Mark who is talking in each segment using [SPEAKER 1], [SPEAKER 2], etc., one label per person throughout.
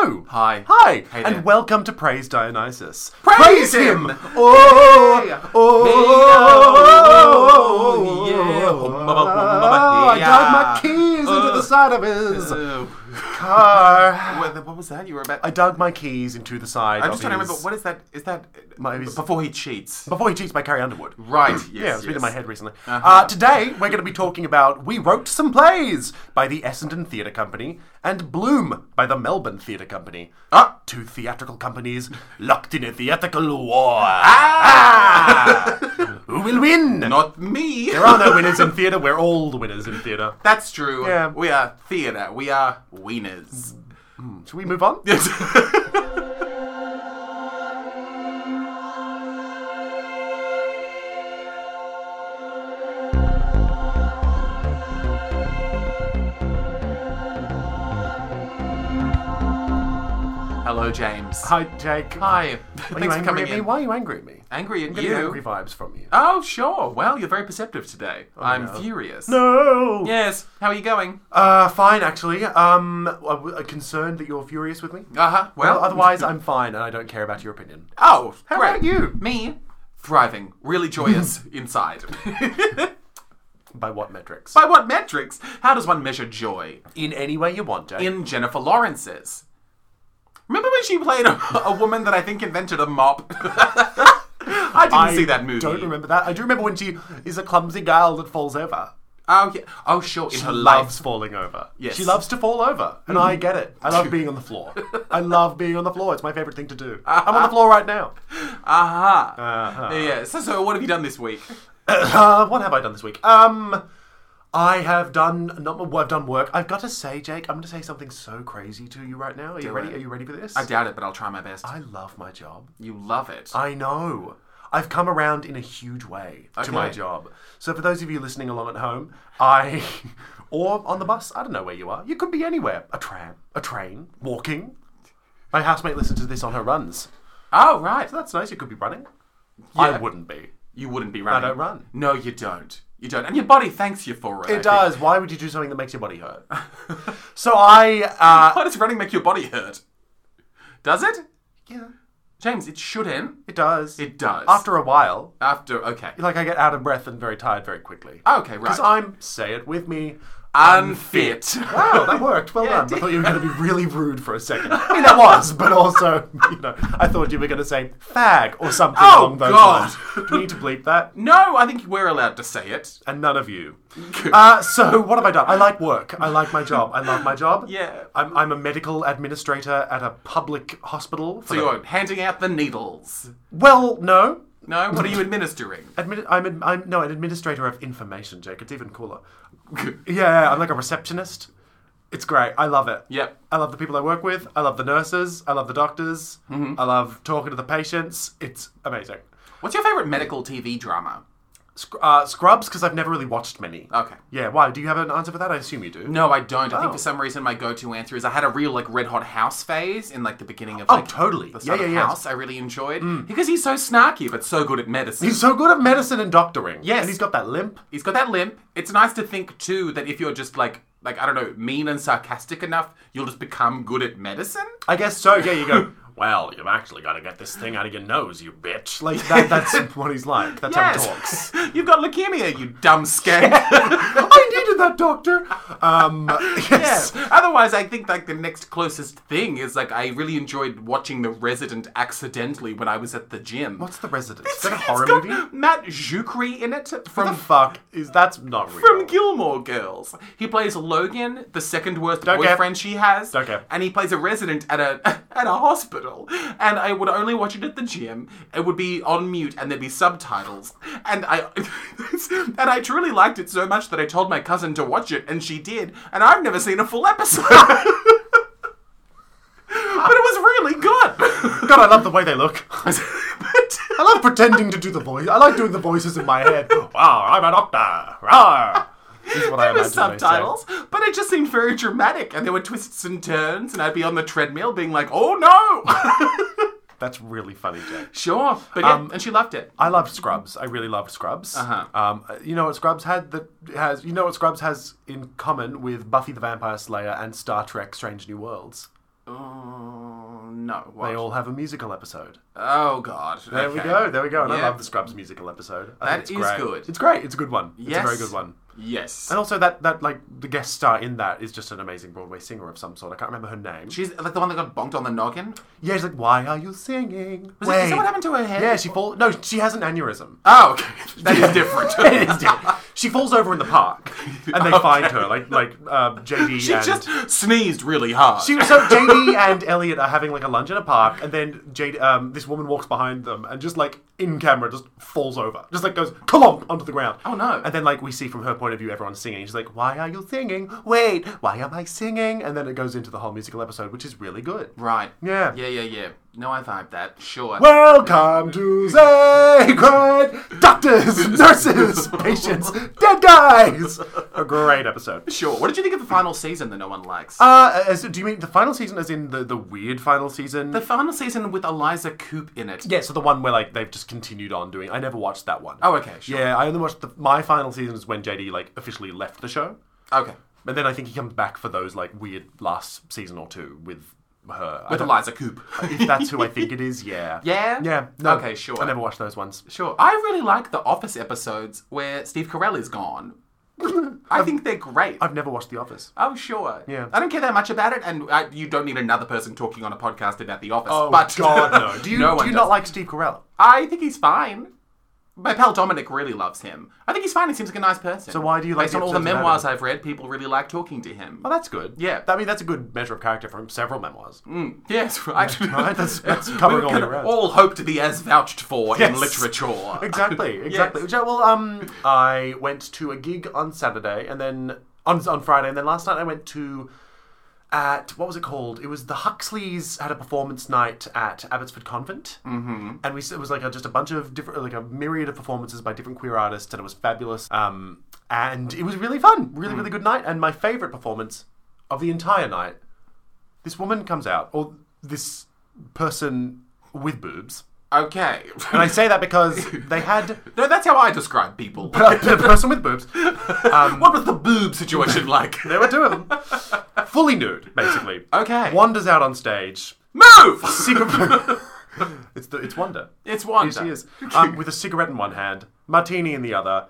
[SPEAKER 1] Hi.
[SPEAKER 2] Hi,
[SPEAKER 1] Hey there.
[SPEAKER 2] and welcome to Praise Dionysus.
[SPEAKER 1] Praise him!
[SPEAKER 2] Oh,
[SPEAKER 1] Hey.
[SPEAKER 2] oh, oh,
[SPEAKER 1] Hey, oh, yeah. Hum, ba, ba, hum, ba, ba,
[SPEAKER 2] oh, I dug my
[SPEAKER 1] yeah.
[SPEAKER 2] keys into
[SPEAKER 1] Uh,
[SPEAKER 2] the side of his
[SPEAKER 1] Oh.
[SPEAKER 2] car.
[SPEAKER 1] what, what was that you were about?
[SPEAKER 2] I dug my keys into the side.
[SPEAKER 1] I'm
[SPEAKER 2] of
[SPEAKER 1] just trying to
[SPEAKER 2] his-
[SPEAKER 1] remember. What is that? Is that
[SPEAKER 2] My-
[SPEAKER 1] b- before he cheats?
[SPEAKER 2] Before he cheats by Carrie Underwood.
[SPEAKER 1] Right. Yes.
[SPEAKER 2] yeah, it was been in my
[SPEAKER 1] yes.
[SPEAKER 2] head recently. uh
[SPEAKER 1] Uh-huh.
[SPEAKER 2] today, we're going to be talking about We Wrote Some Plays by the Essendon Theatre Company and Bloom by the Melbourne Theatre Company.
[SPEAKER 1] Ah.
[SPEAKER 2] Two theatrical companies locked in a theatrical war.
[SPEAKER 1] Ah!
[SPEAKER 2] Ah! Who will win?
[SPEAKER 1] Not me.
[SPEAKER 2] There are no winners in theatre. We're all the winners in theatre.
[SPEAKER 1] That's true.
[SPEAKER 2] Yeah.
[SPEAKER 1] We are theatre. We are wieners.
[SPEAKER 2] Shall we move on?
[SPEAKER 1] Hello, James.
[SPEAKER 2] Hi, Jake.
[SPEAKER 1] Hi.
[SPEAKER 2] Are
[SPEAKER 1] Thanks
[SPEAKER 2] you
[SPEAKER 1] for
[SPEAKER 2] angry
[SPEAKER 1] coming
[SPEAKER 2] at me?
[SPEAKER 1] in.
[SPEAKER 2] Why are you angry at me?
[SPEAKER 1] Angry
[SPEAKER 2] I'm
[SPEAKER 1] at
[SPEAKER 2] getting
[SPEAKER 1] you.
[SPEAKER 2] angry vibes from you.
[SPEAKER 1] Oh, sure. Well, you're very perceptive today. I'm
[SPEAKER 2] Oh, no.
[SPEAKER 1] furious.
[SPEAKER 2] no.
[SPEAKER 1] Yes. How are you going?
[SPEAKER 2] Uh, fine, actually. Um, I'm uh, concerned that you're furious with me.
[SPEAKER 1] Uh huh.
[SPEAKER 2] Well, otherwise, I'm fine, and I don't care about your opinion.
[SPEAKER 1] Oh,
[SPEAKER 2] How
[SPEAKER 1] great.
[SPEAKER 2] about you?
[SPEAKER 1] Me, thriving, really joyous inside.
[SPEAKER 2] By what metrics?
[SPEAKER 1] By what metrics? How does one measure joy?
[SPEAKER 2] in any way you want, Jake.
[SPEAKER 1] In Jennifer Lawrence's. Remember when she played a, a woman that I think invented a mop? I didn't see that movie.
[SPEAKER 2] Don't remember that. I do remember when she is a clumsy girl that falls over.
[SPEAKER 1] Oh, yeah. oh sure. In her life.
[SPEAKER 2] Loves falling over.
[SPEAKER 1] Yes.
[SPEAKER 2] She loves to fall over, and I get it. I love being on the floor. I love being on the floor. It's my favorite thing to do. I'm on the floor right now.
[SPEAKER 1] Aha.
[SPEAKER 2] Uh-huh.
[SPEAKER 1] Yeah. So, so, what have you done this week?
[SPEAKER 2] Uh, what have I done this week? Um, I have done not. well, I've done work. I've got to say, Jake, I'm going to say something so crazy to you right now. Are you ready?
[SPEAKER 1] it.
[SPEAKER 2] Are you ready for this?
[SPEAKER 1] I doubt it, but I'll try my best.
[SPEAKER 2] I love my job.
[SPEAKER 1] you love it.
[SPEAKER 2] I know. I've come around in a huge way to my
[SPEAKER 1] Okay.
[SPEAKER 2] job. So for those of you listening along at home, I or on the bus, I don't know where you are. You could be anywhere. A tram, a train, walking. My housemate listens to this on her runs.
[SPEAKER 1] oh, right.
[SPEAKER 2] So that's nice. You could be running. I wouldn't be.
[SPEAKER 1] You wouldn't be running.
[SPEAKER 2] I don't run.
[SPEAKER 1] No, you don't. You don't. And your body thanks you for it. I
[SPEAKER 2] It
[SPEAKER 1] think.
[SPEAKER 2] does. Why would you do something that makes your body hurt? so I uh
[SPEAKER 1] Why does running make your body hurt? Does it?
[SPEAKER 2] yeah,
[SPEAKER 1] James, it shouldn't.
[SPEAKER 2] it does.
[SPEAKER 1] It does.
[SPEAKER 2] After a while,
[SPEAKER 1] After okay.
[SPEAKER 2] like I get out of breath and very tired very quickly.
[SPEAKER 1] Okay,
[SPEAKER 2] Because
[SPEAKER 1] right.
[SPEAKER 2] I'm say it with me.
[SPEAKER 1] Unfit.
[SPEAKER 2] Wow, that worked. Well
[SPEAKER 1] Yeah, it
[SPEAKER 2] done. I thought you were going to be really rude for a second. I mean, I was, but also, you know, I thought you were going to say fag or something
[SPEAKER 1] Oh,
[SPEAKER 2] along those
[SPEAKER 1] God.
[SPEAKER 2] lines. Do you need to bleep that?
[SPEAKER 1] no, I think we're allowed to say it.
[SPEAKER 2] And none of you. Uh, so, what have I done? I like work. I like my job. I love my job.
[SPEAKER 1] Yeah.
[SPEAKER 2] I'm, I'm a medical administrator at a public hospital. For
[SPEAKER 1] So
[SPEAKER 2] the-
[SPEAKER 1] you're handing out the needles.
[SPEAKER 2] well, no.
[SPEAKER 1] No, what are you administering?
[SPEAKER 2] Admini- I'm, an- I'm no an administrator of information, Jake. It's even cooler. Yeah, I'm like a receptionist. It's great. I love it.
[SPEAKER 1] Yep.
[SPEAKER 2] I love the people I work with. I love the nurses. I love the doctors.
[SPEAKER 1] Mm-hmm.
[SPEAKER 2] I love talking to the patients. It's amazing.
[SPEAKER 1] What's your favorite medical TV drama?
[SPEAKER 2] Sc- uh, scrubs, because I've never really watched many.
[SPEAKER 1] Okay.
[SPEAKER 2] Yeah, why? Do you have an answer for that? I assume you do.
[SPEAKER 1] No, I don't. I
[SPEAKER 2] Oh.
[SPEAKER 1] think for some reason my go-to answer is I had a real like red hot house phase in like the beginning of
[SPEAKER 2] Oh,
[SPEAKER 1] like
[SPEAKER 2] totally.
[SPEAKER 1] the
[SPEAKER 2] Yeah,
[SPEAKER 1] start
[SPEAKER 2] yeah,
[SPEAKER 1] of
[SPEAKER 2] yeah. Mm.
[SPEAKER 1] house. I really enjoyed because he's so snarky but so good at medicine.
[SPEAKER 2] He's so good at medicine and doctoring.
[SPEAKER 1] Yes.
[SPEAKER 2] And he's got that limp.
[SPEAKER 1] He's got that limp. It's nice to think too that if you're just like like I don't know, mean and sarcastic enough, you'll just become good at medicine.
[SPEAKER 2] I guess so. Yeah, you go, well, you've actually got to get this thing out of your nose, you bitch. Like, that, that's what he's like. That's how he talks.
[SPEAKER 1] You've got leukemia, you dumb skank.
[SPEAKER 2] I needed that, doctor. Um, yes.
[SPEAKER 1] Yeah. Otherwise, I think like the next closest thing is like I really enjoyed watching The Resident accidentally when I was at the gym.
[SPEAKER 2] What's The Resident? Is that a
[SPEAKER 1] It's
[SPEAKER 2] horror
[SPEAKER 1] got
[SPEAKER 2] movie? What
[SPEAKER 1] Matt Jukri in it
[SPEAKER 2] the
[SPEAKER 1] from
[SPEAKER 2] fuck is that's not real?
[SPEAKER 1] from Gilmore Girls. He plays Logan, the second worst
[SPEAKER 2] care.
[SPEAKER 1] boyfriend she has.
[SPEAKER 2] Don't care.
[SPEAKER 1] And he plays a resident at a at a hospital. And I would only watch it at the gym. It would be on mute and there'd be subtitles. And I and I truly liked it so much that I told my cousin to watch it and she did. And I've never seen a full episode. but it was really good.
[SPEAKER 2] God, I love the way they look.
[SPEAKER 1] but
[SPEAKER 2] I love pretending to do the voice. I like doing the voices in my head. Wow, I'm a doctor. Rawr. This is what I
[SPEAKER 1] there were
[SPEAKER 2] imagine they say.
[SPEAKER 1] subtitles, but it just seemed very dramatic, and there were twists and turns, and I'd be on the treadmill being like, "Oh no!"
[SPEAKER 2] That's really funny, Jack.
[SPEAKER 1] sure, but yeah, and she loved it.
[SPEAKER 2] um, I love Scrubs. I really loved Scrubs.
[SPEAKER 1] Uh-huh.
[SPEAKER 2] Um, you know what Scrubs had that has. You know what Scrubs has in common with Buffy the Vampire Slayer and Star Trek: Strange New Worlds.
[SPEAKER 1] Oh, no. What?
[SPEAKER 2] They all have a musical episode.
[SPEAKER 1] oh God.
[SPEAKER 2] There we
[SPEAKER 1] Okay.
[SPEAKER 2] go. There we go. And
[SPEAKER 1] Yeah.
[SPEAKER 2] I love the Scrubs musical episode. I
[SPEAKER 1] That
[SPEAKER 2] think
[SPEAKER 1] is
[SPEAKER 2] it's great.
[SPEAKER 1] good.
[SPEAKER 2] It's great. It's a good one. It's
[SPEAKER 1] Yes.
[SPEAKER 2] a very good one.
[SPEAKER 1] Yes.
[SPEAKER 2] And also that that like the guest star in that is just an amazing Broadway singer of some sort. I can't remember her name.
[SPEAKER 1] She's like the one that got bonked on the noggin.
[SPEAKER 2] yeah, she's like, why are you singing?
[SPEAKER 1] Was it, is that what happened to her head?
[SPEAKER 2] Yeah, she fall. No, she has an aneurysm.
[SPEAKER 1] Oh, okay. That is different.
[SPEAKER 2] It is different. She falls over in the park, and they find her. Like like uh, JD
[SPEAKER 1] She
[SPEAKER 2] and
[SPEAKER 1] just sneezed really hard.
[SPEAKER 2] She so JD and Elliot are having like a lunch in a park, and then JD, um, this woman walks behind them and just like in camera just falls over, just like goes clomp onto the ground.
[SPEAKER 1] Oh, no.
[SPEAKER 2] And then like we see from her point of view, everyone's singing. She's like, "Why are you singing? Wait, why am I singing?" And then it goes into the whole musical episode, which is really good.
[SPEAKER 1] right.
[SPEAKER 2] Yeah.
[SPEAKER 1] Yeah, yeah, yeah. No, I vibe that. Sure.
[SPEAKER 2] Welcome to Sacred Doctors, Nurses, Patients, Dead Guys. A great episode.
[SPEAKER 1] Sure. What did you think of the final season that no one likes?
[SPEAKER 2] Uh, as, do you mean the final season, as in the, the weird final season?
[SPEAKER 1] the final season with Eliza Coop in it.
[SPEAKER 2] Yeah, so the one where like they've just continued on doing. I never watched that one.
[SPEAKER 1] Oh, okay. Sure.
[SPEAKER 2] yeah, I only watched the, my final season is when JD like officially left the show,
[SPEAKER 1] Okay.
[SPEAKER 2] and then I think he comes back for those like weird last season or two with her. I
[SPEAKER 1] With
[SPEAKER 2] don't-
[SPEAKER 1] Eliza Coop.
[SPEAKER 2] if that's who I think it is, yeah.
[SPEAKER 1] Yeah?
[SPEAKER 2] Yeah. No,
[SPEAKER 1] Okay, sure.
[SPEAKER 2] I never watched those ones.
[SPEAKER 1] Sure. I really like the Office episodes where Steve Carell is gone. I think they're great.
[SPEAKER 2] Um, I've never watched The Office.
[SPEAKER 1] Oh, sure.
[SPEAKER 2] Yeah.
[SPEAKER 1] I don't care that much about it, and I, you don't need another person talking on a podcast about The Office.
[SPEAKER 2] Oh
[SPEAKER 1] but
[SPEAKER 2] God, no. Do you
[SPEAKER 1] no one
[SPEAKER 2] do you
[SPEAKER 1] does.
[SPEAKER 2] not like Steve Carell?
[SPEAKER 1] I think he's fine. My pal Dominic really loves him. I think he's fine. He seems like a nice person. So
[SPEAKER 2] why do you like
[SPEAKER 1] Based
[SPEAKER 2] the
[SPEAKER 1] on all the
[SPEAKER 2] episodes about
[SPEAKER 1] memoirs I've read, people really like talking to him.
[SPEAKER 2] Well, that's good.
[SPEAKER 1] Yeah.
[SPEAKER 2] I mean that's a good measure of character from several memoirs.
[SPEAKER 1] Mm. Yes, right.
[SPEAKER 2] Right, that's- that's covering
[SPEAKER 1] we
[SPEAKER 2] all
[SPEAKER 1] can
[SPEAKER 2] the ground.
[SPEAKER 1] all hope to be as vouched for in
[SPEAKER 2] Yes.
[SPEAKER 1] literature.
[SPEAKER 2] Exactly, exactly. Which I- Well, um, I went to a gig on Saturday, and then on on Friday, and then last night I went to at what was it called? It was the Huxleys had a performance night at Abbotsford Convent, mm-hmm. and we s- it was like a, just a bunch of different, like a myriad of performances by different queer artists, and it was fabulous. Um, and it was really fun, really really good night. And my favorite performance of the entire night, this woman comes out, or this person with boobs.
[SPEAKER 1] Okay.
[SPEAKER 2] And I say that because they had
[SPEAKER 1] no, that's how I describe people.
[SPEAKER 2] a uh, person with boobs. Um,
[SPEAKER 1] what was the boob situation like?
[SPEAKER 2] there were two of them. Fully nude, basically.
[SPEAKER 1] Okay.
[SPEAKER 2] Wanders out on stage.
[SPEAKER 1] Move.
[SPEAKER 2] Cigarette. it's, the, it's Wanda.
[SPEAKER 1] It's
[SPEAKER 2] Here
[SPEAKER 1] Wanda.
[SPEAKER 2] she is. Um, with a cigarette in one hand, martini in the other,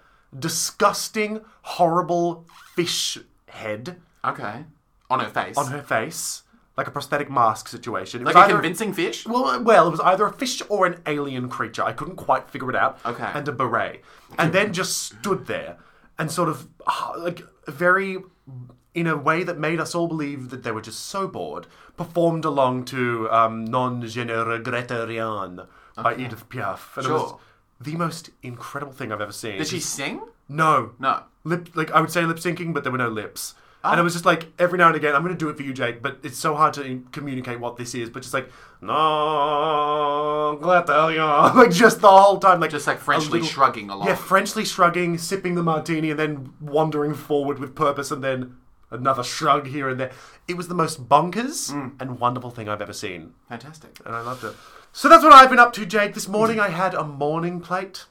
[SPEAKER 2] disgusting, horrible fish head
[SPEAKER 1] Okay. On her face.
[SPEAKER 2] on her face, like a prosthetic mask situation. It was
[SPEAKER 1] like a
[SPEAKER 2] either-
[SPEAKER 1] convincing fish.
[SPEAKER 2] Well, uh, well, it was either a fish or an alien creature. I couldn't quite figure it out.
[SPEAKER 1] Okay.
[SPEAKER 2] And a beret, and then just stood there and sort of ah, like very in a way that made us all believe that they were just so bored. Performed along to um, "Non Je ne regrette rien" by Edith Piaf, and it was
[SPEAKER 1] Sure.
[SPEAKER 2] the most incredible thing I've ever seen.
[SPEAKER 1] Did she sing?
[SPEAKER 2] No.
[SPEAKER 1] No.
[SPEAKER 2] Lip like I would say lip syncing, but there were no lips.
[SPEAKER 1] Ah.
[SPEAKER 2] And it was just like every now and again, I'm going to do it for you, Jake, but it's so hard to in- communicate what this is. But just like no, glad that you are," like just the whole time, like
[SPEAKER 1] Just like Frenchly
[SPEAKER 2] little-
[SPEAKER 1] shrugging along.
[SPEAKER 2] yeah, Frenchly shrugging, sipping the martini, and then wandering forward with purpose, and then another shrug here and there. It was the most bonkers
[SPEAKER 1] Mm.
[SPEAKER 2] and wonderful thing I've ever seen,
[SPEAKER 1] Fantastic.
[SPEAKER 2] and I loved it. So that's what I've been up to, Jake. This morning I had a morning plate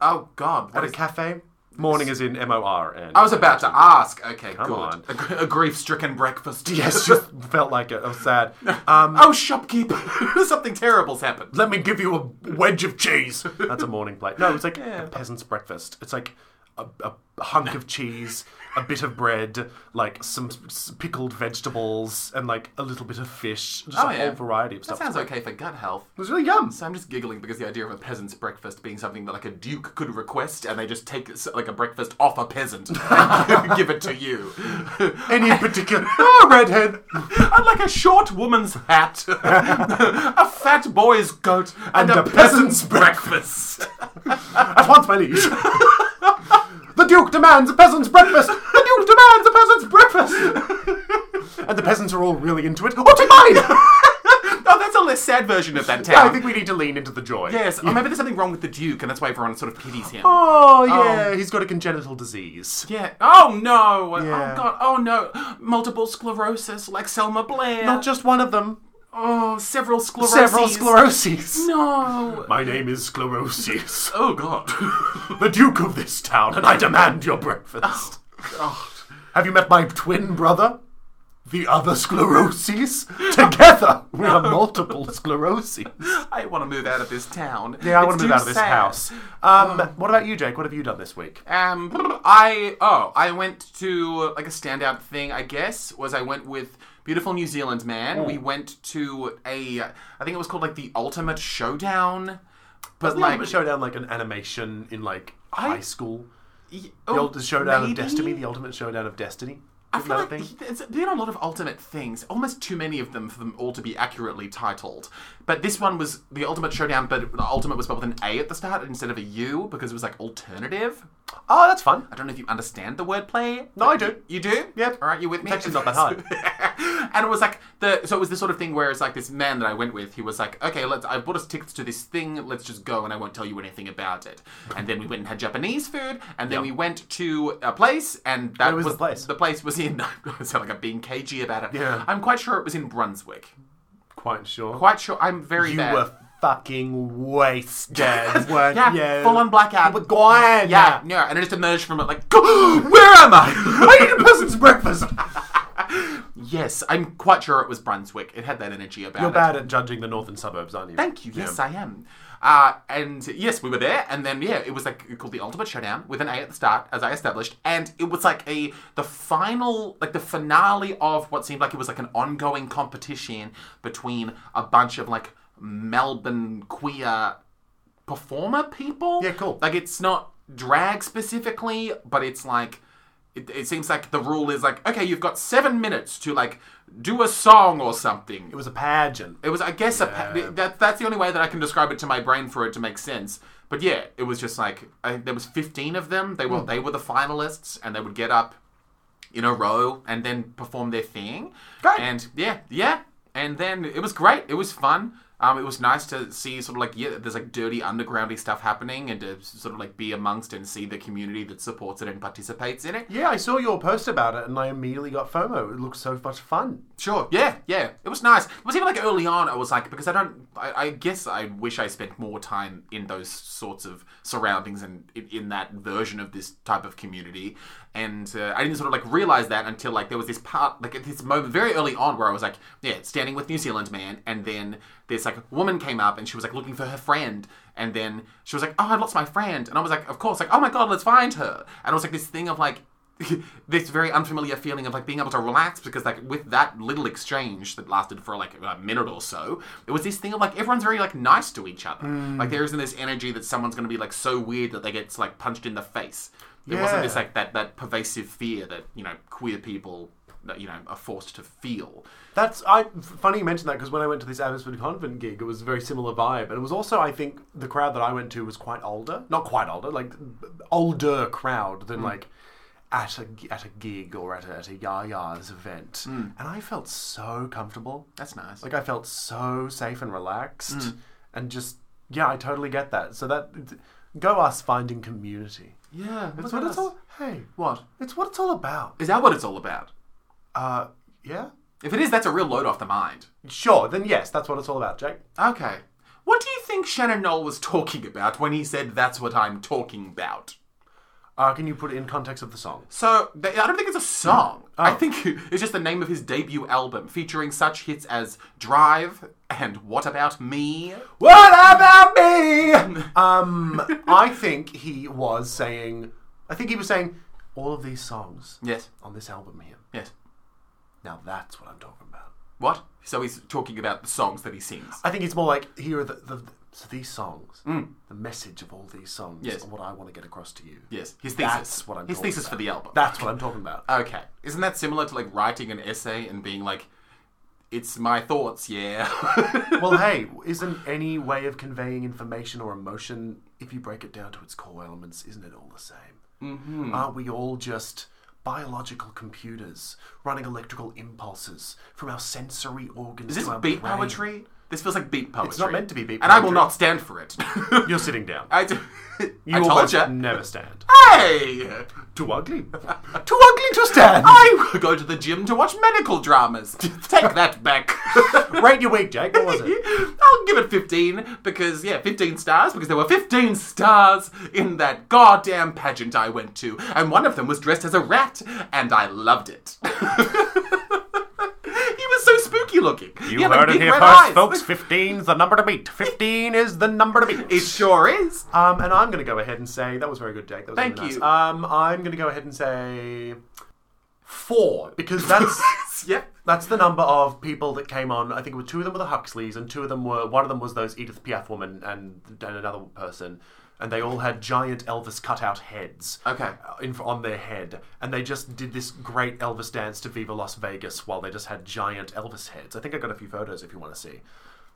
[SPEAKER 1] Oh God.
[SPEAKER 2] at
[SPEAKER 1] What
[SPEAKER 2] a
[SPEAKER 1] Mm. is...
[SPEAKER 2] cafe. Morning is in M O R N.
[SPEAKER 1] I was about to ask. Okay, good.
[SPEAKER 2] on.
[SPEAKER 1] A, gr- a grief-stricken breakfast.
[SPEAKER 2] Yes, just felt like it. I was sad. Um,
[SPEAKER 1] Oh, shopkeeper! Something terrible's happened.
[SPEAKER 2] let me give you a wedge of cheese. That's a morning plate. No, it's like
[SPEAKER 1] Yeah.
[SPEAKER 2] a peasant's breakfast. It's like a, a hunk of cheese, a bit of bread, like some s- pickled vegetables, and like a little bit of fish. Just
[SPEAKER 1] Oh,
[SPEAKER 2] a
[SPEAKER 1] yeah.
[SPEAKER 2] whole variety of
[SPEAKER 1] That
[SPEAKER 2] stuff.
[SPEAKER 1] sounds okay for gut health.
[SPEAKER 2] it was really yum.
[SPEAKER 1] So I'm just giggling because the idea of a peasant's breakfast being something that like a duke could request, and they just take s- like a breakfast off a peasant and give it to you.
[SPEAKER 2] Any in particular? oh, redhead.
[SPEAKER 1] I'd like a short woman's hat, a fat boy's coat, and,
[SPEAKER 2] And
[SPEAKER 1] a,
[SPEAKER 2] a
[SPEAKER 1] peasant's breakfast.
[SPEAKER 2] At once, my liege. the Duke demands a peasant's breakfast. The Duke demands a peasant's breakfast. and the peasants are all really into it. Oh, take mine.
[SPEAKER 1] oh, that's a less sad version of that
[SPEAKER 2] I
[SPEAKER 1] town.
[SPEAKER 2] think we need to lean into the joy.
[SPEAKER 1] yes, or maybe there's something wrong with the duke, and that's why everyone sort of pities him.
[SPEAKER 2] Oh yeah, he's got a congenital disease.
[SPEAKER 1] Yeah. Oh no.
[SPEAKER 2] Yeah.
[SPEAKER 1] Oh god. Oh no. Multiple sclerosis, like Selma Blair.
[SPEAKER 2] Not just one of them.
[SPEAKER 1] Oh, several sclerosis.
[SPEAKER 2] Several scleroses.
[SPEAKER 1] No.
[SPEAKER 2] My name is Sclerosis,
[SPEAKER 1] Oh god.
[SPEAKER 2] the Duke of this
[SPEAKER 1] Oh.
[SPEAKER 2] town, and I demand your breakfast.
[SPEAKER 1] god.
[SPEAKER 2] Have you met my twin brother? the other scleroses together. We have multiple scleroses.
[SPEAKER 1] I want to move out of this town.
[SPEAKER 2] Yeah, I
[SPEAKER 1] It's
[SPEAKER 2] want to move
[SPEAKER 1] too
[SPEAKER 2] out of this
[SPEAKER 1] sad. Oh.
[SPEAKER 2] house. Um, What about you, Jake? What have you done this week?
[SPEAKER 1] Um, I oh, I went to like a standout thing. I guess was I went with beautiful New Zealand man. We
[SPEAKER 2] Mm.
[SPEAKER 1] went to a I think it was called like the Ultimate Showdown, but
[SPEAKER 2] Wasn't the
[SPEAKER 1] like
[SPEAKER 2] Ultimate Showdown like an animation in like high school?
[SPEAKER 1] y-
[SPEAKER 2] The
[SPEAKER 1] oh,
[SPEAKER 2] Ultimate Showdown
[SPEAKER 1] maybe?
[SPEAKER 2] of Destiny. The Ultimate Showdown of Destiny.
[SPEAKER 1] I
[SPEAKER 2] Isn't
[SPEAKER 1] feel
[SPEAKER 2] that a
[SPEAKER 1] like
[SPEAKER 2] thing?
[SPEAKER 1] he- there's been a lot of ultimate things, almost too many of them for them all to be accurately titled. But this one was the Ultimate Showdown, but the Ultimate was spelled with an A at the start instead of a U because it was like alternative.
[SPEAKER 2] Oh, that's fun.
[SPEAKER 1] I don't know if you understand the wordplay.
[SPEAKER 2] No, I do.
[SPEAKER 1] You do?
[SPEAKER 2] Yep.
[SPEAKER 1] All right, you with me?
[SPEAKER 2] It's actually not that hard.
[SPEAKER 1] and it was like the so it was the sort of thing where it's like this man that I went with. He was like, okay, let's. I bought us tickets to this thing. Let's just go, and I won't tell you anything about it. And then we went and had Japanese food, and then we went to a place, and that
[SPEAKER 2] Where was the place?
[SPEAKER 1] The place was in. I sound like I'm being cagey about it.
[SPEAKER 2] Yeah.
[SPEAKER 1] I'm quite sure it was in Brunswick.
[SPEAKER 2] Quite sure.
[SPEAKER 1] Quite sure. I'm very
[SPEAKER 2] you
[SPEAKER 1] bad.
[SPEAKER 2] were fucking wasted. weren't
[SPEAKER 1] yeah,
[SPEAKER 2] you?
[SPEAKER 1] full on blackout.
[SPEAKER 2] You were gone.
[SPEAKER 1] yeah, no, and I just emerged from it like, where am I?
[SPEAKER 2] I need a person's breakfast.
[SPEAKER 1] yes, I'm quite sure it was Brunswick. It had that energy about
[SPEAKER 2] You're
[SPEAKER 1] it.
[SPEAKER 2] bad at judging the northern suburbs, aren't you?
[SPEAKER 1] Thank you. Yes, I am. Uh, and yes, we were there, and then yeah, it was like called the Ultimate Showdown with an A at the start, as I established, and it was like a the final, like the finale of what seemed like it was like an ongoing competition between a bunch of like Melbourne queer performer people.
[SPEAKER 2] Yeah, cool.
[SPEAKER 1] Like it's not drag specifically, but it's like it, it seems like the rule is like okay, you've got seven minutes to like do a song or something.
[SPEAKER 2] It was a pageant.
[SPEAKER 1] It was, I guess, a pa- that that's the only way that I can describe it to my brain for it to make sense. But yeah, it was just like I, there was fifteen of them. They were they were the finalists, and they would get up in a row and then perform their thing.
[SPEAKER 2] Great.
[SPEAKER 1] And yeah, yeah, and then it was great. It was fun. Um, it was nice to see sort of like yeah, there's like dirty undergroundy stuff happening, and to sort of like be amongst and see the community that supports it and participates in it.
[SPEAKER 2] Yeah, I saw your post about it and I immediately got FOMO. It looked so much fun.
[SPEAKER 1] Sure. Yeah, yeah. It was nice. It was even like early on. I was like, because I don't. I, I guess I wish I spent more time in those sorts of surroundings and in, in that version of this type of community. And uh, I didn't sort of like realize that until like there was this part, like at this moment very early on, where I was like, yeah, standing with New Zealand man, and then this like woman came up and she was like looking for her friend, and then she was like, oh, I lost my friend, and I was like, of course, like, oh my god, let's find her. And it was like this thing of like this very unfamiliar feeling of like being able to relax because like with that little exchange that lasted for like a minute or so it was this thing of like everyone's very like nice to each other like there isn't this energy that someone's going to be like so weird that they get like punched in the face there wasn't this
[SPEAKER 2] Yeah.
[SPEAKER 1] like that that pervasive fear that you know queer people that you know are forced to feel
[SPEAKER 2] That's I f- funny you mentioned that because when I went to this Abbotsford Convent gig, it was a very similar vibe, and it was also I think the crowd that I went to was quite older, not quite older, like b- older crowd than like at a g- at a gig or at a, at a Yaya's event, and I felt so comfortable.
[SPEAKER 1] that's nice
[SPEAKER 2] Like I felt so safe and relaxed, and just yeah, I totally get that. So that go us finding community.
[SPEAKER 1] yeah
[SPEAKER 2] That's
[SPEAKER 1] that's
[SPEAKER 2] what it's all. Hey,
[SPEAKER 1] what
[SPEAKER 2] it's what it's all about.
[SPEAKER 1] is that what it's all about
[SPEAKER 2] Uh, yeah.
[SPEAKER 1] if it is that's a real load off the mind
[SPEAKER 2] Sure. Then yes, that's what it's all about, Jake.
[SPEAKER 1] Okay. What do you think Shannon Knoll was talking about when he said, That's what I'm talking about?
[SPEAKER 2] Uh, can you put it in context of the song?
[SPEAKER 1] So, th- I don't think it's a song.
[SPEAKER 2] Oh.
[SPEAKER 1] I think it's just the name of his debut album, featuring such hits as Drive and What About Me?
[SPEAKER 2] What about me? Um, I think he was saying. I think he was saying all of these songs
[SPEAKER 1] Yes,
[SPEAKER 2] on this album here.
[SPEAKER 1] yes.
[SPEAKER 2] Now that's what I'm talking about.
[SPEAKER 1] What? So, he's talking about the songs that he sings.
[SPEAKER 2] I think it's more like here are the, the so these songs, the message of all these songs,
[SPEAKER 1] Yes.
[SPEAKER 2] are what I want to get across to you.
[SPEAKER 1] Yes, his thesis.
[SPEAKER 2] That's what I'm
[SPEAKER 1] His
[SPEAKER 2] talking
[SPEAKER 1] thesis for the album.
[SPEAKER 2] That's what I'm talking about.
[SPEAKER 1] okay. Isn't that similar to like writing an essay and being like, It's my thoughts, yeah?
[SPEAKER 2] well, hey, isn't any way of conveying information or emotion, if you break it down to its core elements, isn't it all the same? Mm-hmm. Aren't we all just biological computers running electrical impulses from our sensory organs
[SPEAKER 1] Is this
[SPEAKER 2] to our
[SPEAKER 1] beat
[SPEAKER 2] brain?
[SPEAKER 1] poetry? This feels like beat poetry. It's
[SPEAKER 2] not meant to be beat
[SPEAKER 1] And I will
[SPEAKER 2] poetry.
[SPEAKER 1] not stand for it.
[SPEAKER 2] You're sitting down.
[SPEAKER 1] I, d-
[SPEAKER 2] you
[SPEAKER 1] I told
[SPEAKER 2] almost
[SPEAKER 1] you.
[SPEAKER 2] never stand.
[SPEAKER 1] Hey!
[SPEAKER 2] Too ugly. Too ugly to stand.
[SPEAKER 1] I go to the gym to watch medical dramas. Take that back.
[SPEAKER 2] Rate your week, Jake. What was it?
[SPEAKER 1] I'll give it 15 because, yeah, 15 stars because there were 15 stars in that goddamn pageant I went to. And one of them was dressed as a rat, and I loved it. looking.
[SPEAKER 2] You
[SPEAKER 1] He had, like,
[SPEAKER 2] heard it
[SPEAKER 1] big
[SPEAKER 2] here
[SPEAKER 1] red
[SPEAKER 2] first,
[SPEAKER 1] eyes.
[SPEAKER 2] folks. 15's the number to beat. 15 is the number to beat.
[SPEAKER 1] It sure is.
[SPEAKER 2] Um, and I'm going to go ahead and say that was very good, Jake. That was
[SPEAKER 1] Thank
[SPEAKER 2] really nice.
[SPEAKER 1] you.
[SPEAKER 2] Um, I'm going to go ahead and say four because that's
[SPEAKER 1] Yep.
[SPEAKER 2] that's the number of people that came on. I think it were two of them were the Huxleys, and two of them were one of them was those Edith Piaf woman and and another person, and they all had giant Elvis cutout heads.
[SPEAKER 1] Okay.
[SPEAKER 2] uh, In, on their head, and they just did this great Elvis dance to "Viva Las Vegas" while they just had giant Elvis heads. I think I got a few photos if you want to see.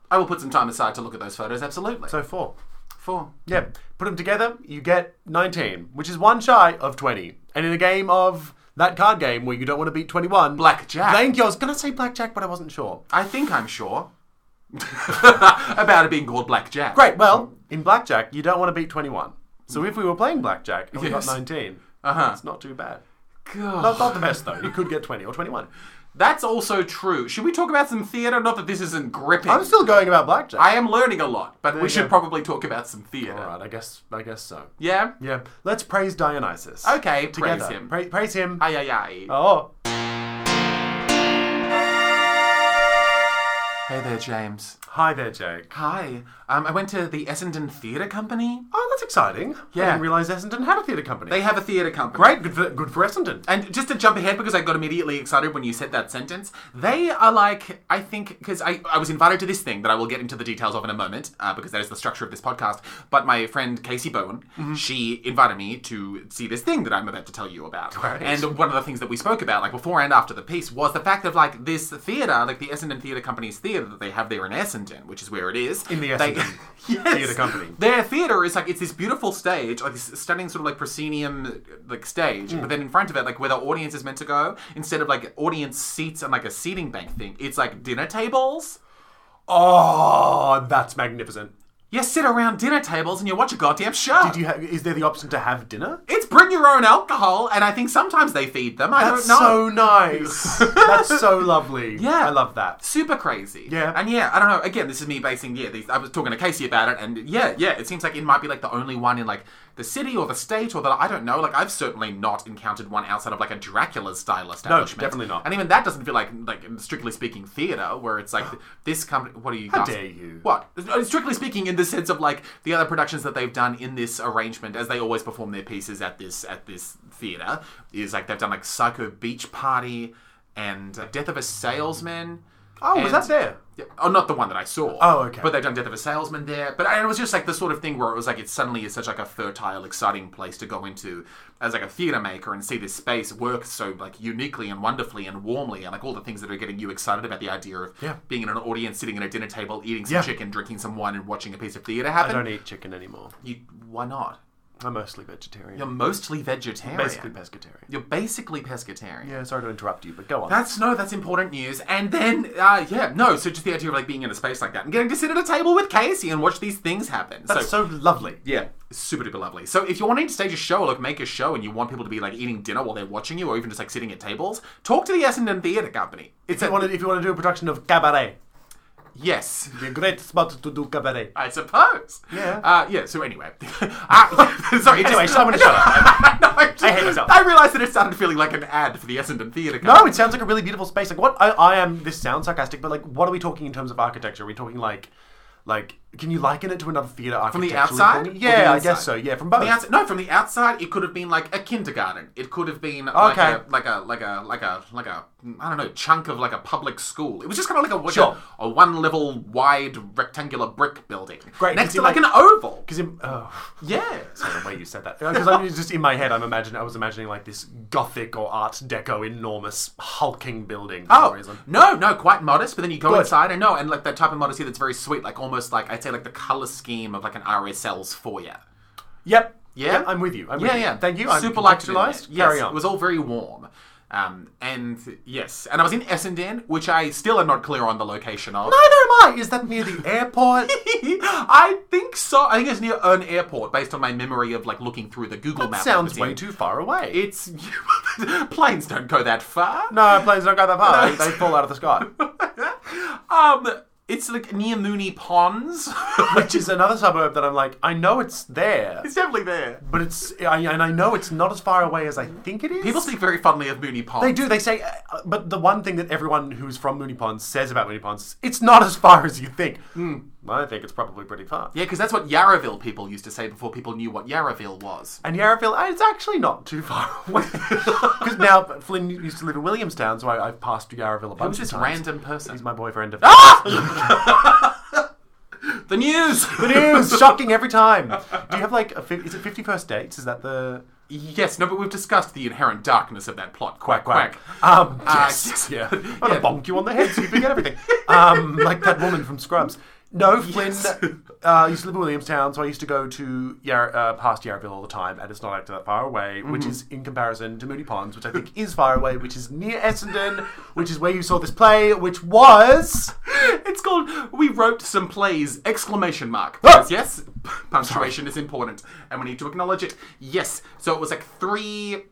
[SPEAKER 1] I will put some time aside to look at those photos. Absolutely.
[SPEAKER 2] So four.
[SPEAKER 1] four.
[SPEAKER 2] Yeah, put them together, you get 19, which is one shy of 20. And in a game of that card game where you don't want to beat 21,
[SPEAKER 1] Blackjack.
[SPEAKER 2] Thank you. I was going to say blackjack, but I wasn't sure.
[SPEAKER 1] I think I'm sure about it being called blackjack.
[SPEAKER 2] Great. Well, in blackjack, you don't want to beat 21. So if we were playing blackjack and we
[SPEAKER 1] Yes. Uh-huh.
[SPEAKER 2] got 19, it's not too bad. Not,
[SPEAKER 1] God.
[SPEAKER 2] not the best though. You could get 20 or 21.
[SPEAKER 1] That's also true. Should we talk about some theatre? Not that this isn't gripping.
[SPEAKER 2] I'm still going about blackjack.
[SPEAKER 1] I am learning a lot, but we
[SPEAKER 2] you
[SPEAKER 1] should
[SPEAKER 2] go.
[SPEAKER 1] probably talk about some theatre.
[SPEAKER 2] All right. I guess. I guess so.
[SPEAKER 1] Yeah?
[SPEAKER 2] Yeah. Let's praise Dionysus.
[SPEAKER 1] Okay,
[SPEAKER 2] Together.
[SPEAKER 1] praise him.
[SPEAKER 2] Pra- praise him.
[SPEAKER 1] Aye, aye, aye.
[SPEAKER 2] oh.
[SPEAKER 1] Hey there, James.
[SPEAKER 2] Hi there, Jake.
[SPEAKER 1] Hi. Um, I went to the Essendon Theatre Company.
[SPEAKER 2] Oh, that's exciting.
[SPEAKER 1] Yeah.
[SPEAKER 2] I didn't realise Essendon had a theatre company.
[SPEAKER 1] They have a theatre company.
[SPEAKER 2] Great, good for, good for Essendon.
[SPEAKER 1] And just to jump ahead, because I got immediately excited when you said that sentence, they are like, I think, because I, I was invited to this thing that I will get into the details of in a moment, uh, because that is the structure of this podcast. But my friend Casey Bowen,
[SPEAKER 2] Mm-hmm.
[SPEAKER 1] she invited me to see this thing that I'm about to tell you about.
[SPEAKER 2] Right.
[SPEAKER 1] And one of the things that we spoke about, like before and after the piece, was the fact of like this theatre, like the Essendon Theatre Company's theatre that they have there in Essendon, which is where it is.
[SPEAKER 2] In the Essendon
[SPEAKER 1] They- Yes.
[SPEAKER 2] Theatre Company.
[SPEAKER 1] Their theater is like it's this beautiful stage, like this stunning sort of like proscenium like stage,
[SPEAKER 2] Hmm.
[SPEAKER 1] but then in front of it, like where the audience is meant to go, instead of like audience seats and like a seating bank thing, it's like dinner tables.
[SPEAKER 2] Oh, that's magnificent.
[SPEAKER 1] You sit around dinner tables and you watch a goddamn show.
[SPEAKER 2] Do you ha- is there the option to have dinner?
[SPEAKER 1] it's bring your own alcohol, and I think sometimes they feed them. I
[SPEAKER 2] That's
[SPEAKER 1] don't know.
[SPEAKER 2] so nice. that's so lovely.
[SPEAKER 1] Yeah.
[SPEAKER 2] I love that.
[SPEAKER 1] super crazy.
[SPEAKER 2] Yeah.
[SPEAKER 1] And yeah, I don't know. Again, this is me basing. Yeah, these, I was talking to Casey about it, and yeah, yeah, it seems like it might be like the only one in like the city or the state or the I don't know. Like I've certainly not encountered one outside of like a Dracula style establishment.
[SPEAKER 2] definitely not.
[SPEAKER 1] And even that doesn't feel like like strictly speaking theater, where it's like this company. What are you? How
[SPEAKER 2] dare you.
[SPEAKER 1] What? Uh, Strictly speaking, in the sense of like the other productions that they've done in this arrangement, as they always perform their pieces at this at this theater, is like they've done like Psycho Beach Party and uh, Death of a Salesman.
[SPEAKER 2] Oh, was
[SPEAKER 1] And-
[SPEAKER 2] that there?
[SPEAKER 1] Yeah, oh, not the one that I saw.
[SPEAKER 2] Oh, okay.
[SPEAKER 1] But they've done Death of a Salesman there. But and it was just like the sort of thing where it was like it suddenly is such like a fertile, exciting place to go into as like a theater maker and see this space work so like uniquely and wonderfully and warmly and like all the things that are getting you excited about the idea of
[SPEAKER 2] Yeah.
[SPEAKER 1] being in an audience, sitting at a dinner table, eating some
[SPEAKER 2] Yeah.
[SPEAKER 1] chicken, drinking some wine, and watching a piece of theater
[SPEAKER 2] I
[SPEAKER 1] happen.
[SPEAKER 2] don't eat chicken anymore.
[SPEAKER 1] You, why not?
[SPEAKER 2] I'm mostly vegetarian.
[SPEAKER 1] You're mostly vegetarian.
[SPEAKER 2] basically pescatarian.
[SPEAKER 1] You're basically pescatarian.
[SPEAKER 2] Yeah, sorry to interrupt you, but go on.
[SPEAKER 1] That's no, that's important news. And then, uh, yeah, no. So just the idea of like being in a space like that and getting to sit at a table with Casey and watch these things happen.
[SPEAKER 2] That's
[SPEAKER 1] so
[SPEAKER 2] so lovely.
[SPEAKER 1] yeah, super duper lovely. So if you're wanting to stage a show, or, like make a show, and you want people to be like eating dinner while they're watching you, or even just like sitting at tables, talk to the Essendon Theatre Company. It's
[SPEAKER 2] If you,
[SPEAKER 1] a,
[SPEAKER 2] want to, if you want to do a production of Cabaret,
[SPEAKER 1] yes.
[SPEAKER 2] it'd be a great spot to do Cabaret.
[SPEAKER 1] I suppose.
[SPEAKER 2] Yeah.
[SPEAKER 1] Uh, yeah. So anyway, uh, sorry.
[SPEAKER 2] Anyway,
[SPEAKER 1] yes.
[SPEAKER 2] someone shut up.
[SPEAKER 1] no, I,
[SPEAKER 2] hate myself.
[SPEAKER 1] I realized that it sounded feeling like an ad for the Essendon Theatre Company.
[SPEAKER 2] No, it sounds like a really beautiful space. Like what I, I am. This sounds sarcastic, but like, what are we talking in terms of architecture? Are we talking like, like, can you liken it to another theater
[SPEAKER 1] From
[SPEAKER 2] architecture?
[SPEAKER 1] the outside? Or the
[SPEAKER 2] Yeah, I
[SPEAKER 1] inside?
[SPEAKER 2] guess so. Yeah, from
[SPEAKER 1] From
[SPEAKER 2] both.
[SPEAKER 1] the outside, no, from the outside, it could have been like a kindergarten. It could have been
[SPEAKER 2] Okay.
[SPEAKER 1] like, a, like a like a like a like a I don't know chunk of like a public school. It was just kind of like a like
[SPEAKER 2] Sure.
[SPEAKER 1] a, a one level wide rectangular brick building
[SPEAKER 2] Great, because
[SPEAKER 1] next to
[SPEAKER 2] it
[SPEAKER 1] like
[SPEAKER 2] might-
[SPEAKER 1] an oval.
[SPEAKER 2] Because oh,
[SPEAKER 1] Yeah,
[SPEAKER 2] sorry, the way you said that. Because I was just in my head, I'm imagining. I was imagining like this gothic or Art Deco enormous hulking building. For some
[SPEAKER 1] Oh
[SPEAKER 2] reason.
[SPEAKER 1] no, no, quite modest. But then you go
[SPEAKER 2] Good.
[SPEAKER 1] inside, and no, and like that type of modesty that's very sweet, like almost like I'd say like the color scheme of like an RSL's foyer.
[SPEAKER 2] Yep.
[SPEAKER 1] Yeah?
[SPEAKER 2] Yep, I'm with you. I'm
[SPEAKER 1] yeah,
[SPEAKER 2] with
[SPEAKER 1] yeah.
[SPEAKER 2] You. Thank you. I'm
[SPEAKER 1] Super liked it.
[SPEAKER 2] contextualized.
[SPEAKER 1] Yes,
[SPEAKER 2] Carry on.
[SPEAKER 1] It was all very warm. Um, and yes, and I was in Essendon, which I still am not clear on the location of.
[SPEAKER 2] Neither am I. Is that near the airport?
[SPEAKER 1] I think so. I think it's near an airport, based on my memory of like looking through the Google map.
[SPEAKER 2] sounds
[SPEAKER 1] that was
[SPEAKER 2] way
[SPEAKER 1] in.
[SPEAKER 2] too far away.
[SPEAKER 1] It's planes don't go that far.
[SPEAKER 2] no, planes don't go that far. They, they fall out of the sky.
[SPEAKER 1] Um, It's like near Mooney Ponds.
[SPEAKER 2] which is another suburb that I'm like, I know it's there,
[SPEAKER 1] it's definitely there.
[SPEAKER 2] but it's I, and I know it's not as far away as I think it is.
[SPEAKER 1] People speak very fondly of Mooney Ponds.
[SPEAKER 2] They do. They say, uh, but the one thing that everyone who's from Mooney Ponds says about Mooney Ponds, is, it's not as far as you think.
[SPEAKER 1] Hmm.
[SPEAKER 2] I think it's probably pretty far.
[SPEAKER 1] Yeah, because that's what Yarraville people used to say before people knew what Yarraville was.
[SPEAKER 2] And Yarraville, uh, it's actually not too far away. Because now Flynn used to live in Williamstown, so I, I've passed Yarraville a bunch of
[SPEAKER 1] Who's this
[SPEAKER 2] times.
[SPEAKER 1] random person?
[SPEAKER 2] He's my boyfriend. Of ah!
[SPEAKER 1] The news. The
[SPEAKER 2] News! Shocking every time. Do you have like a? fif- Is it Fifty First Dates? Is that the
[SPEAKER 1] yes, no, but we've discussed the inherent darkness of that plot. Quack quack.
[SPEAKER 2] Um,
[SPEAKER 1] Ah,
[SPEAKER 2] yes,
[SPEAKER 1] yes.
[SPEAKER 2] yeah. I'm gonna
[SPEAKER 1] Yeah.
[SPEAKER 2] bonk you on the head so you forget everything. Um, like that woman from Scrubs. No, Flynn
[SPEAKER 1] Yes.
[SPEAKER 2] uh, used to live in Williamstown, so I used to go to Yar- uh, past Yarraville all the time, and it's not actually that far away, which
[SPEAKER 1] Mm-hmm.
[SPEAKER 2] is in comparison to Moody Ponds, which I think is far away, which is near Essendon, which is where you saw this play, which was
[SPEAKER 1] It's called "We Wrote Some Plays!" Exclamation mark.
[SPEAKER 2] Ah!
[SPEAKER 1] Because, yes, punctuation is important, and we need to acknowledge it. Yes, so it was like three.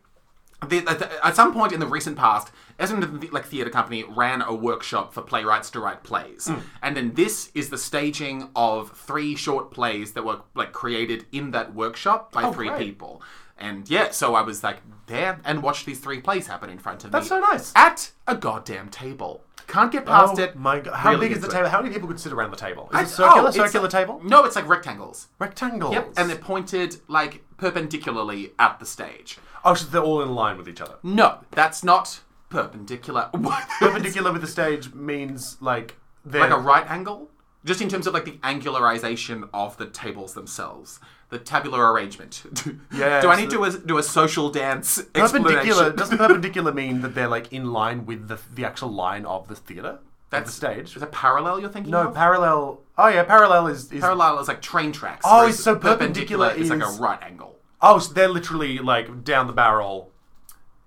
[SPEAKER 1] The, the- at some point in the recent past, Essendon the- like Theatre Company ran a workshop for playwrights to write plays,
[SPEAKER 2] Hmm.
[SPEAKER 1] and then this is the staging of three short plays that were like created in that workshop by three
[SPEAKER 2] Oh, great.
[SPEAKER 1] people. And yeah, so I was like there and watched these three plays happen in front of
[SPEAKER 2] That's
[SPEAKER 1] me
[SPEAKER 2] so nice.
[SPEAKER 1] at a goddamn table. Can't get past
[SPEAKER 2] Oh
[SPEAKER 1] it.
[SPEAKER 2] My God. How
[SPEAKER 1] Really
[SPEAKER 2] big is the
[SPEAKER 1] into it.
[SPEAKER 2] table? How many people could sit around the table? Is
[SPEAKER 1] I-
[SPEAKER 2] it circular?
[SPEAKER 1] oh, it's-
[SPEAKER 2] circular table?
[SPEAKER 1] No, it's like rectangles.
[SPEAKER 2] Rectangles.
[SPEAKER 1] Yep, and they're pointed like perpendicularly at the stage.
[SPEAKER 2] oh, so they're all in line with each other.
[SPEAKER 1] No, that's not perpendicular. What?
[SPEAKER 2] Perpendicular with the stage means like they're
[SPEAKER 1] like a right angle? Just in terms of like the angularization of the tables themselves, the tabular arrangement.
[SPEAKER 2] Yes,
[SPEAKER 1] do I need
[SPEAKER 2] the-
[SPEAKER 1] to a, do a social dance
[SPEAKER 2] Perpendicular
[SPEAKER 1] explanation?
[SPEAKER 2] doesn't perpendicular mean that they're like in line with the, the actual line of the theater, of the stage.
[SPEAKER 1] Is it parallel you're thinking
[SPEAKER 2] No
[SPEAKER 1] of?
[SPEAKER 2] parallel. Oh yeah, parallel is, is
[SPEAKER 1] parallel is like train tracks.
[SPEAKER 2] Oh,
[SPEAKER 1] whereas
[SPEAKER 2] so perpendicular
[SPEAKER 1] is like
[SPEAKER 2] is-
[SPEAKER 1] a right angle.
[SPEAKER 2] oh, so they're literally like down the barrel.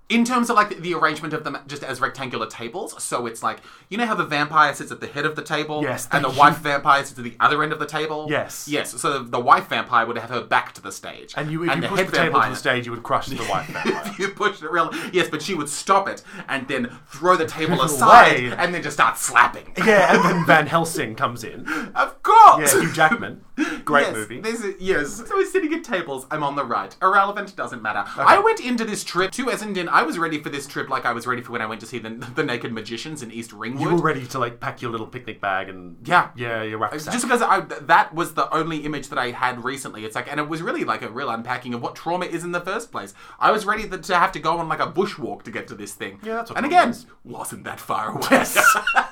[SPEAKER 1] in terms of like the, the arrangement of them just as rectangular tables so it's like you know how the vampire sits at the head of the table
[SPEAKER 2] Yes,
[SPEAKER 1] and the
[SPEAKER 2] thank
[SPEAKER 1] wife vampire sits at the other end of the table
[SPEAKER 2] Yes.
[SPEAKER 1] yes so the wife vampire would have her back to the stage
[SPEAKER 2] And you, if you push the table to the stage, you would crush the white vampire.
[SPEAKER 1] if you push it real yes but she would stop it and then throw the table aside
[SPEAKER 2] away.
[SPEAKER 1] and then just start slapping
[SPEAKER 2] yeah, and then Van Helsing comes in.
[SPEAKER 1] of course
[SPEAKER 2] Yeah, Hugh Jackman, great
[SPEAKER 1] yes,
[SPEAKER 2] movie.
[SPEAKER 1] This is, yes. So we're sitting at tables. I'm on the right. Irrelevant. Doesn't matter. I went into this trip to Essendon. I was ready for this trip like I was ready for when I went to see the, the Naked Magicians in East Ringwood.
[SPEAKER 2] You were ready to like pack your little picnic bag and
[SPEAKER 1] Yeah.
[SPEAKER 2] yeah, your rucksack.
[SPEAKER 1] just because I, that was the only image that I had recently. It's like, and it was really like a real unpacking of what trauma is in the first place. I was ready that, to have to go on like a bushwalk to get to this thing.
[SPEAKER 2] Yeah, that's what
[SPEAKER 1] And
[SPEAKER 2] trauma
[SPEAKER 1] again,
[SPEAKER 2] is.
[SPEAKER 1] wasn't that far away.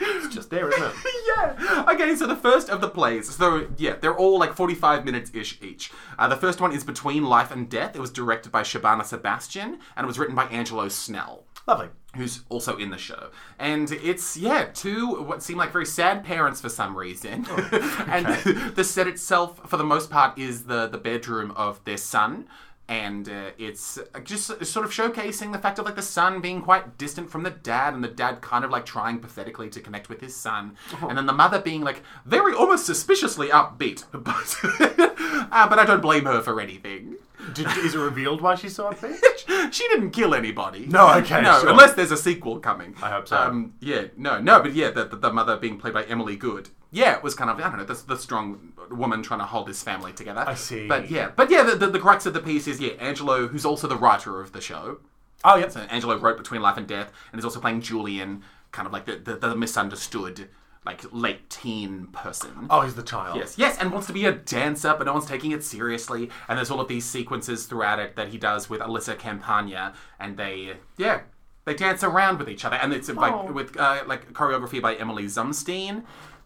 [SPEAKER 2] it's just there, isn't it?
[SPEAKER 1] yeah. Okay, so the first of the plays. So yeah, they're all like 45 minutes ish each. Uh, the first one is Between Life and Death. It was directed by Shabana Sebastian and it was written by Angelo Snell.
[SPEAKER 2] Lovely.
[SPEAKER 1] Who's also in the show, and it's yeah two what seem like very sad parents for some reason, and the, set itself for the most part is the the bedroom of their son, and uh, it's just sort of showcasing the fact of like the son being quite distant from the dad, and the dad kind of like trying pathetically to connect with his son, and then the mother being like very almost suspiciously upbeat, but uh, but I don't blame her for anything.
[SPEAKER 2] Did, is it revealed why she saw me?
[SPEAKER 1] She didn't kill anybody.
[SPEAKER 2] No, okay,
[SPEAKER 1] No,
[SPEAKER 2] sure.
[SPEAKER 1] unless there's a sequel coming. I
[SPEAKER 2] hope so.
[SPEAKER 1] Um, yeah, no, no, but yeah, the, the, the mother being played by Emily Good. Yeah, it was kind of, I don't know, the, the strong woman trying to hold this family together. I
[SPEAKER 2] see.
[SPEAKER 1] But yeah, but yeah, the, the, the crux of the piece is, yeah, Angelo, who's also the writer of the show.
[SPEAKER 2] Oh yep.
[SPEAKER 1] So Angelo wrote Between Life and Death and is also playing Julian, kind of like the, the, the misunderstood, like late teen person.
[SPEAKER 2] Oh, he's the child.
[SPEAKER 1] Yes, yes, and wants to be a dancer, but no one's taking it seriously. And there's all of these sequences throughout it that he does with Alyssa Campagna, and they, yeah, they dance around with each other, and it's
[SPEAKER 2] Oh.
[SPEAKER 1] like with uh, like choreography by Emily Zumstein,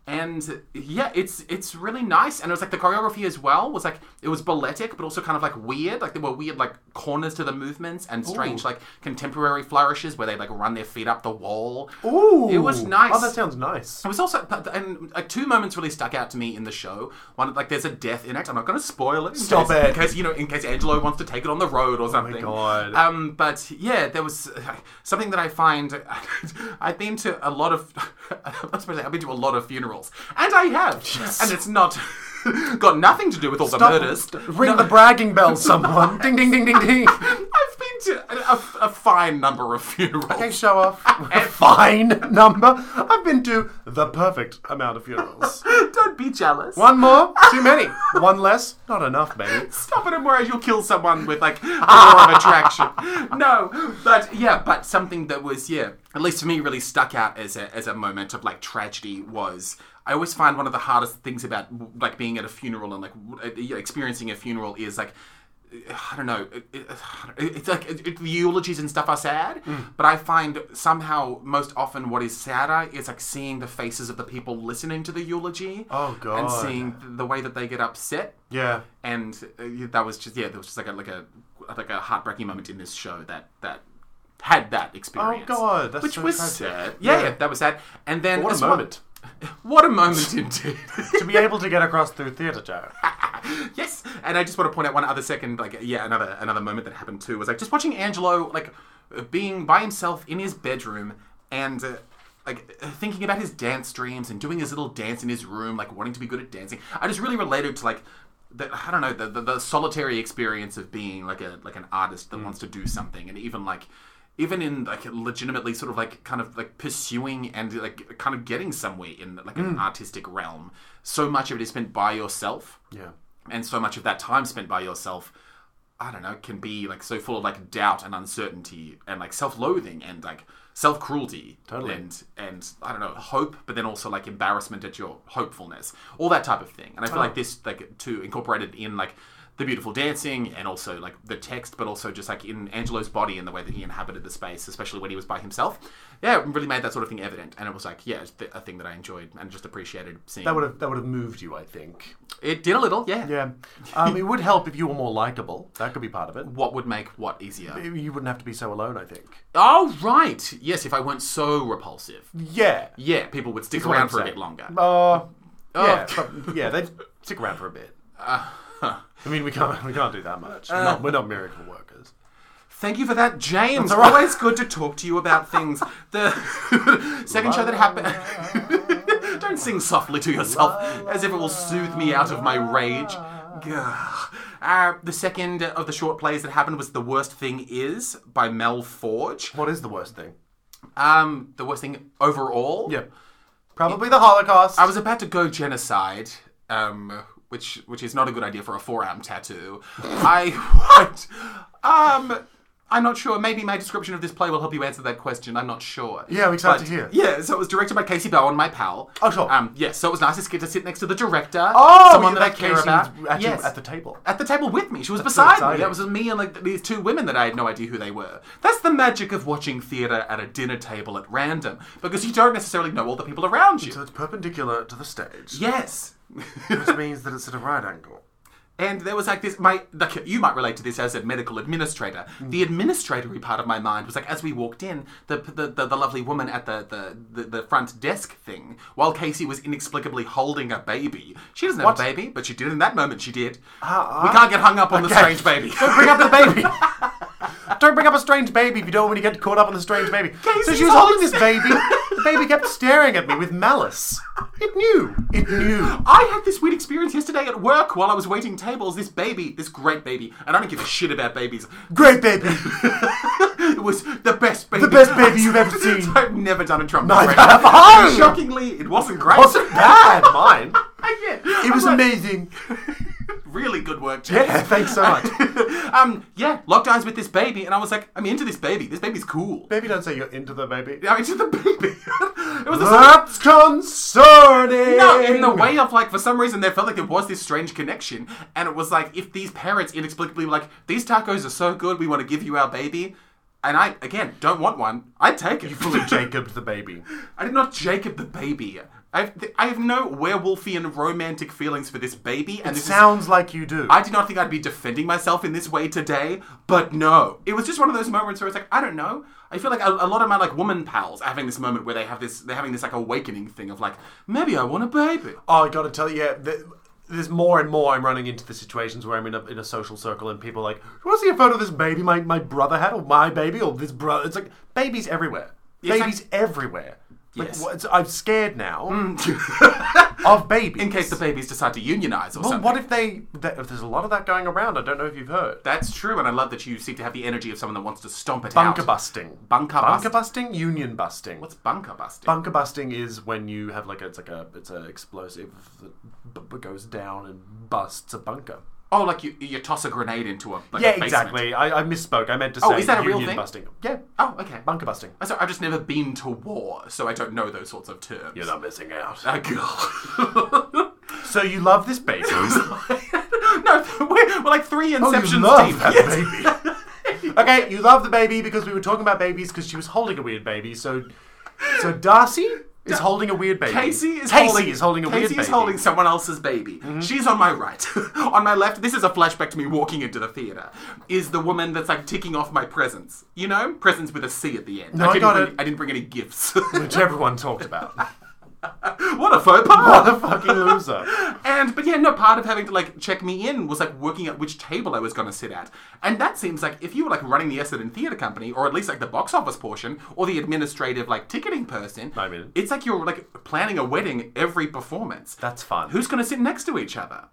[SPEAKER 1] and yeah, it's it's really nice. And it was like the choreography as well was like it was balletic, but also kind of like weird. Like there were weird like corners to the movements and strange like contemporary flourishes where they like run their feet up the wall.
[SPEAKER 2] Ooh,
[SPEAKER 1] It was nice.
[SPEAKER 2] Oh, that sounds nice.
[SPEAKER 1] It was also and like two moments really stuck out to me in the show. One like there's a death in it. I'm not going to spoil it. in
[SPEAKER 2] Stop
[SPEAKER 1] case-
[SPEAKER 2] it. Oh
[SPEAKER 1] in case you know in case Angelo wants to take it on the road or something.
[SPEAKER 2] God.
[SPEAKER 1] Um, but yeah, there was uh, something that I find. I've been to a lot of. I'm not supposed to say, I've been to a lot of funerals, and I have, and it's not got nothing to do with all the murders.
[SPEAKER 2] Ring the bragging bell, someone. ding, ding, ding, ding, ding.
[SPEAKER 1] I've been to a, a fine number of funerals.
[SPEAKER 2] Okay, show off. Fine number. I've been to the perfect amount of funerals.
[SPEAKER 1] Don't be jealous.
[SPEAKER 2] One more, too many. One less, not enough, baby.
[SPEAKER 1] Stop it, and whereas you'll kill someone with like the law of attraction. No, but yeah, but something that was yeah, at least to me, really stuck out as a as a moment of like tragedy was. I always find one of the hardest things about like being at a funeral and like w- uh, experiencing a funeral is like. I don't know. It- it- It's like it, it- the eulogies and stuff are sad,
[SPEAKER 2] Mm.
[SPEAKER 1] but I find somehow most often what is sadder is like seeing the faces of the people listening to the eulogy.
[SPEAKER 2] Oh, God.
[SPEAKER 1] And seeing th- the way that they get upset
[SPEAKER 2] Yeah.
[SPEAKER 1] and uh, yeah, that was just yeah, there was just like a like a like a heartbreaking moment in this show that that had that experience.
[SPEAKER 2] Oh, God, that's
[SPEAKER 1] which
[SPEAKER 2] so
[SPEAKER 1] was
[SPEAKER 2] tragic.
[SPEAKER 1] sad. Yeah,
[SPEAKER 2] Yeah.
[SPEAKER 1] yeah. that was sad. And then
[SPEAKER 2] What a
[SPEAKER 1] as well-
[SPEAKER 2] moment.
[SPEAKER 1] What a moment indeed.
[SPEAKER 2] To be able to get across through theatre, Joe.
[SPEAKER 1] yes, and I just want to point out one other second, like yeah, another another moment that happened too was like just watching Angelo like uh, being by himself in his bedroom and. Uh, like uh, thinking about his dance dreams and doing his little dance in his room, like wanting to be good at dancing. I just really related to like the, I don't know the, the the solitary experience of being like a like an artist that wants to do something, and even like even in like legitimately sort of like kind of like pursuing and like kind of getting somewhere in like an artistic realm. So much of it is spent by yourself
[SPEAKER 2] Yeah.
[SPEAKER 1] and so much of that time spent by yourself i don't know can be like so full of like doubt and uncertainty and like self-loathing and like self-cruelty
[SPEAKER 2] Totally.
[SPEAKER 1] and and i don't know hope but then also like embarrassment at your hopefulness all that type of thing and i feel like this like too incorporated in like the beautiful dancing and also like the text but also just like in angelo's body and the way that he inhabited the space especially when he was by himself yeah it really made that sort of thing evident and it was like yeah it's th- a thing that i enjoyed and just appreciated seeing
[SPEAKER 2] That would have that would have moved you, I think.
[SPEAKER 1] it did a little
[SPEAKER 2] Yeah. Um, it would help if you were more likable. That could be part of it.
[SPEAKER 1] what would make what easier?
[SPEAKER 2] You wouldn't have to be so alone, I think.
[SPEAKER 1] Oh, right. Yes, if I weren't so repulsive.
[SPEAKER 2] Yeah.
[SPEAKER 1] Yeah, people would stick
[SPEAKER 2] what
[SPEAKER 1] around
[SPEAKER 2] I'm
[SPEAKER 1] for a
[SPEAKER 2] saying.
[SPEAKER 1] bit longer.
[SPEAKER 2] Uh, yeah,
[SPEAKER 1] Oh.
[SPEAKER 2] but- yeah, they stick around for a bit. I mean, we can't we can't do that much. We're not, we're not miracle workers.
[SPEAKER 1] Thank you for that, James.
[SPEAKER 2] all right.
[SPEAKER 1] Always good to talk to you about things. The second show that happened. Don't sing softly to yourself as if it will soothe me out of my rage. Gah. Uh, the second of the short plays that happened was The Worst Thing Is by Mel Forge.
[SPEAKER 2] What is the worst thing?
[SPEAKER 1] Um, the worst thing overall.
[SPEAKER 2] Yep. Probably the Holocaust.
[SPEAKER 1] I was about to go genocide, um, which which is not a good idea for a forearm tattoo. I what? Um, I'm not sure. Maybe my description of this play will help you answer that question. I'm not sure.
[SPEAKER 2] Yeah, I'm excited to hear.
[SPEAKER 1] Yeah, so it was directed by Casey Bowen, my pal.
[SPEAKER 2] Oh, sure.
[SPEAKER 1] Um, yeah, so it was nice to get to sit next to the director.
[SPEAKER 2] oh,
[SPEAKER 1] someone
[SPEAKER 2] yeah,
[SPEAKER 1] that I
[SPEAKER 2] that's
[SPEAKER 1] care
[SPEAKER 2] Casey
[SPEAKER 1] about.
[SPEAKER 2] At, you-
[SPEAKER 1] yes.
[SPEAKER 2] at the table.
[SPEAKER 1] At the table with me. She was
[SPEAKER 2] so
[SPEAKER 1] beside me.
[SPEAKER 2] exciting.
[SPEAKER 1] That was me and like these two women that I had no idea who they were. That's the magic of watching theatre at a dinner table at random because you don't necessarily know all the people around you.
[SPEAKER 2] So it's perpendicular to the stage,
[SPEAKER 1] Yes.
[SPEAKER 2] which means that it's at a right angle.
[SPEAKER 1] and there was like this my like you might relate to this as a medical administrator.
[SPEAKER 2] Mm.
[SPEAKER 1] The administratory part of my mind was like as we walked in, the the, the, the lovely woman at the, the, the, the front desk thing, while Casey was inexplicably holding a baby. She doesn't have a baby, but she did in that moment she did. we can't get hung up on the strange baby.
[SPEAKER 2] Ah, Don't bring up the baby. don't bring up a strange baby if you don't want to get caught up on the strange baby. so she was holding this baby. The baby kept staring at me with malice. It knew. It knew.
[SPEAKER 1] I had this weird experience yesterday at work while I was waiting tables. This baby, this great baby, and I don't give a shit about babies.
[SPEAKER 2] Great baby.
[SPEAKER 1] it was the best baby.
[SPEAKER 2] The best baby you've ever seen.
[SPEAKER 1] I've never done a Trump
[SPEAKER 2] Neither
[SPEAKER 1] impression.
[SPEAKER 2] have I.
[SPEAKER 1] Shockingly, it wasn't great.
[SPEAKER 2] Wasn't bad, mine.
[SPEAKER 1] yeah.
[SPEAKER 2] It was
[SPEAKER 1] I'm like,
[SPEAKER 2] amazing.
[SPEAKER 1] really good work, Jack.
[SPEAKER 2] Yeah, thanks so much.
[SPEAKER 1] um, yeah, locked eyes with this baby, and I was like, I'm into this baby. This baby's cool.
[SPEAKER 2] Maybe don't say you're into the baby.
[SPEAKER 1] I'm into the baby. it was the sort of-
[SPEAKER 2] That's concerning.
[SPEAKER 1] no, in the way of like, for some reason, there felt like there was this strange connection, and it was like, if these parents inexplicably were like, these tacos are so good, we want to give you our baby, and I again don't want one, I'd take it.
[SPEAKER 2] You fully Jacob the baby.
[SPEAKER 1] I did not Jacob the baby. I've, I have no werewolfian romantic feelings for this baby, and this is
[SPEAKER 2] Sounds like you do.
[SPEAKER 1] I did not think I'd be defending myself in this way today, but no. It was just one of those moments where it's like, I don't know. I feel like a, a lot of my like woman pals are having this moment where they have this they're having this like awakening thing of like, maybe I want a baby.
[SPEAKER 2] Oh, I gotta tell you, yeah, th- there's more and more I'm running into the situations where I'm in a, in a social circle and people are like, do you want to see a photo of this baby my, my brother had, or my baby, or this brother? It's like, babies everywhere.
[SPEAKER 1] Yes, I-
[SPEAKER 2] babies everywhere. Like,
[SPEAKER 1] Yes. Mm.
[SPEAKER 2] what- it's- I'm scared now of babies.
[SPEAKER 1] In case the babies decide to unionize or
[SPEAKER 2] Well,
[SPEAKER 1] something.
[SPEAKER 2] what if they? That, if there's a lot of that going around, I don't know if you've heard.
[SPEAKER 1] That's true, and I love that you seem to have the energy of someone that wants to stomp it
[SPEAKER 2] Bunker
[SPEAKER 1] out.
[SPEAKER 2] busting.
[SPEAKER 1] Bunker bust.
[SPEAKER 2] Bunker busting. Union busting.
[SPEAKER 1] What's bunker busting?
[SPEAKER 2] bunker busting is when you have like a, it's like a it's an explosive that b- b- goes down and busts a bunker.
[SPEAKER 1] oh, like you you toss a grenade into a like a
[SPEAKER 2] yeah,
[SPEAKER 1] basement.
[SPEAKER 2] exactly. I, I misspoke. I meant to
[SPEAKER 1] Oh,
[SPEAKER 2] say
[SPEAKER 1] is that a real
[SPEAKER 2] union
[SPEAKER 1] thing?
[SPEAKER 2] busting. Yeah,
[SPEAKER 1] Oh, okay.
[SPEAKER 2] bunker busting.
[SPEAKER 1] I'm sorry, I've just never been to war, so I don't know those sorts of terms.
[SPEAKER 2] You're not missing out.
[SPEAKER 1] Oh, God.
[SPEAKER 2] So you love this baby.
[SPEAKER 1] no, we're, we're like three
[SPEAKER 2] Oh,
[SPEAKER 1] Inceptions deep. Yes.
[SPEAKER 2] baby. okay, you love the baby because we were talking about babies because she was holding a weird baby. So, so Darcy is holding a weird baby.
[SPEAKER 1] Casey is
[SPEAKER 2] Casey
[SPEAKER 1] holding,
[SPEAKER 2] is holding a
[SPEAKER 1] Casey
[SPEAKER 2] weird
[SPEAKER 1] is
[SPEAKER 2] baby. Mm-hmm.
[SPEAKER 1] holding someone else's baby. She's on my right. on my left, this is a flashback to me walking into the theater. Is the woman that's like ticking off my presents. You know, presents with a C at the end.
[SPEAKER 2] I
[SPEAKER 1] didn't
[SPEAKER 2] got
[SPEAKER 1] bring,
[SPEAKER 2] it.
[SPEAKER 1] I didn't bring any gifts.
[SPEAKER 2] which everyone talked about.
[SPEAKER 1] what a faux pas.
[SPEAKER 2] what a fucking loser.
[SPEAKER 1] And but yeah, no. Part of having to like check me in was like working out which table I was going to sit at, and that seems like if you were like running the Essendon Theatre Company, or at least like the box office portion, or the administrative like ticketing person.
[SPEAKER 2] I mean-
[SPEAKER 1] it's like you're like planning a wedding every performance.
[SPEAKER 2] That's fun.
[SPEAKER 1] Who's going to sit next to each other?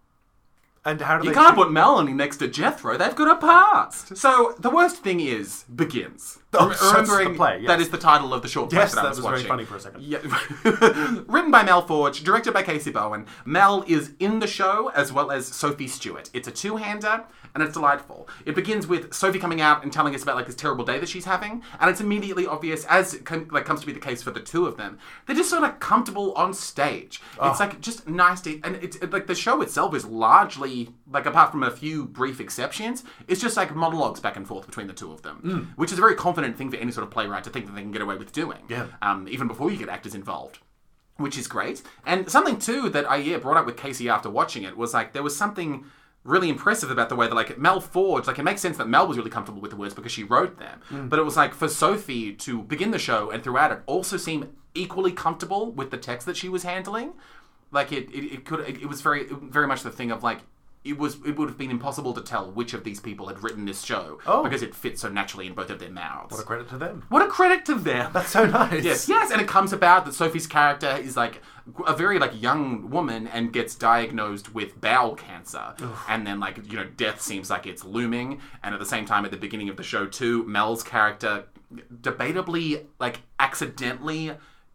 [SPEAKER 2] and how do
[SPEAKER 1] You
[SPEAKER 2] they?
[SPEAKER 1] can't put Melanie next to Jethro. They've got a past. So the worst thing is begins.
[SPEAKER 2] Oh,
[SPEAKER 1] Re-
[SPEAKER 2] that's the play, yes.
[SPEAKER 1] that is the title of the short play
[SPEAKER 2] Yes,
[SPEAKER 1] that, I
[SPEAKER 2] that
[SPEAKER 1] was,
[SPEAKER 2] was very funny
[SPEAKER 1] watching.
[SPEAKER 2] for a second.
[SPEAKER 1] Yeah. Written by Mel Forge, directed by Casey Bowen. Mel is in the show as well as Sophie Stewart. It's a two-hander and it's delightful. It begins with Sophie coming out and telling us about like this terrible day that she's having, and it's immediately obvious as it com- like comes to be the case for the two of them. They're just sort of comfortable on stage. It's like just nice to and it's it- like the show itself is largely like apart from a few brief exceptions, it's just like monologues back and forth between the two of them, which is a very confident thing for any sort of playwright to think that they can get away with doing
[SPEAKER 2] Yeah.
[SPEAKER 1] um, even before you get actors involved, which is great. And something too that I yeah brought up with Casey after watching it was like there was something really impressive about the way that like Mel Forge, like it makes sense that Mel was really comfortable with the words because she wrote them,
[SPEAKER 2] Mm.
[SPEAKER 1] but it was like for Sophie to begin the show and throughout it also seem equally comfortable with the text that she was handling. Like it, it, it could, it, it was very, very much the thing of like. It was. It would have been impossible to tell which of these people had written this show
[SPEAKER 2] Oh.
[SPEAKER 1] because it fits so naturally in both of their mouths.
[SPEAKER 2] What a credit to them.
[SPEAKER 1] what a credit to them!
[SPEAKER 2] That's so nice.
[SPEAKER 1] Yes, yes, and it comes about that Sophie's character is like a very like young woman and gets diagnosed with bowel cancer, and then like you know death seems like it's looming, and at the same time at the beginning of the show too, Mel's character debatably like accidentally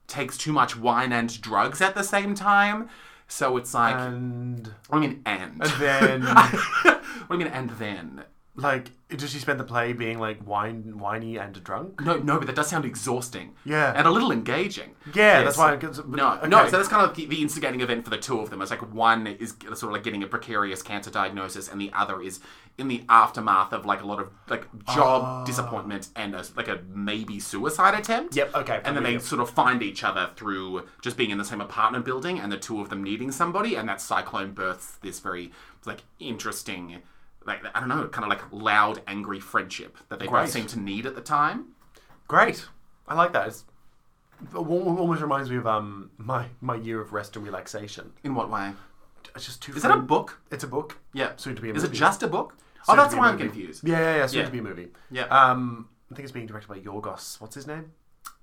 [SPEAKER 1] takes too much wine and drugs at the same time, so it's like
[SPEAKER 2] Uh, And
[SPEAKER 1] what do you mean and?
[SPEAKER 2] then,
[SPEAKER 1] what do you mean and then?
[SPEAKER 2] like, does she spend the play being like wine, whiny and drunk?
[SPEAKER 1] No, no, but that does sound exhausting.
[SPEAKER 2] Yeah.
[SPEAKER 1] and a little engaging.
[SPEAKER 2] Yeah,
[SPEAKER 1] Yes.
[SPEAKER 2] that's why. I'm, cons-
[SPEAKER 1] No,
[SPEAKER 2] okay.
[SPEAKER 1] no. So that's kind of the, the instigating event for the two of them. It's like one is g- sort of like getting a precarious cancer diagnosis, and the other is in the aftermath of like a lot of like
[SPEAKER 2] Ah.
[SPEAKER 1] job disappointment and a, like a maybe suicide attempt.
[SPEAKER 2] Yep, okay,
[SPEAKER 1] And then
[SPEAKER 2] familiar.
[SPEAKER 1] they sort of find each other through just being in the same apartment building, and the two of them needing somebody, and that cyclone births this very like interesting, like I don't know, kind of like loud, angry friendship that they
[SPEAKER 2] Great.
[SPEAKER 1] both seem to need at the time.
[SPEAKER 2] Great. I like that. It's, it al- al- almost reminds me of um my my year of rest and relaxation.
[SPEAKER 1] In what way?
[SPEAKER 2] It's just too.
[SPEAKER 1] Is that a book?
[SPEAKER 2] It's a book.
[SPEAKER 1] Yeah.
[SPEAKER 2] Soon to be a
[SPEAKER 1] Is it
[SPEAKER 2] movie.
[SPEAKER 1] just a book?
[SPEAKER 2] Soon
[SPEAKER 1] oh,
[SPEAKER 2] to
[SPEAKER 1] that's
[SPEAKER 2] be a
[SPEAKER 1] why I'm
[SPEAKER 2] movie.
[SPEAKER 1] confused.
[SPEAKER 2] Yeah, yeah, yeah. Soon
[SPEAKER 1] Yeah.
[SPEAKER 2] to be a movie.
[SPEAKER 1] Yeah. Uh,
[SPEAKER 2] Um, I think it's being directed by Yorgos. What's his name?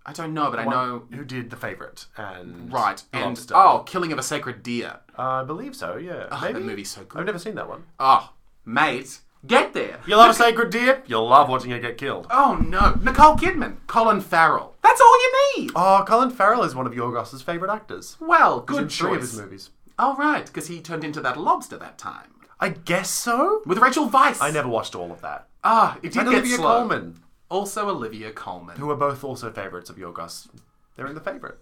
[SPEAKER 1] I don't know, but I know.
[SPEAKER 2] Who did The Favorite and
[SPEAKER 1] Right.
[SPEAKER 2] The
[SPEAKER 1] And
[SPEAKER 2] Lobster.
[SPEAKER 1] oh, Killing of a Sacred Deer.
[SPEAKER 2] I believe Oh, so. Yeah. Maybe.
[SPEAKER 1] That movie's so good.
[SPEAKER 2] I've never seen that one.
[SPEAKER 1] Oh, mate, get there.
[SPEAKER 2] You love a sacred deer. You'll love watching it get killed.
[SPEAKER 1] Oh no, Nicole Kidman, Colin Farrell. That's all you need.
[SPEAKER 2] Oh, Colin Farrell is one of Yorgos's favorite actors.
[SPEAKER 1] Well,
[SPEAKER 2] He's in
[SPEAKER 1] good
[SPEAKER 2] three of his
[SPEAKER 1] choice.
[SPEAKER 2] movies.
[SPEAKER 1] All right, because he turned into that lobster that time
[SPEAKER 2] I guess so.
[SPEAKER 1] with Rachel Weisz.
[SPEAKER 2] I never watched all of that.
[SPEAKER 1] Ah, it did
[SPEAKER 2] And
[SPEAKER 1] get
[SPEAKER 2] Olivia
[SPEAKER 1] slow.
[SPEAKER 2] Colman.
[SPEAKER 1] Also, Olivia Colman.
[SPEAKER 2] who are both also favourites of Yorgos. They're in the favourite.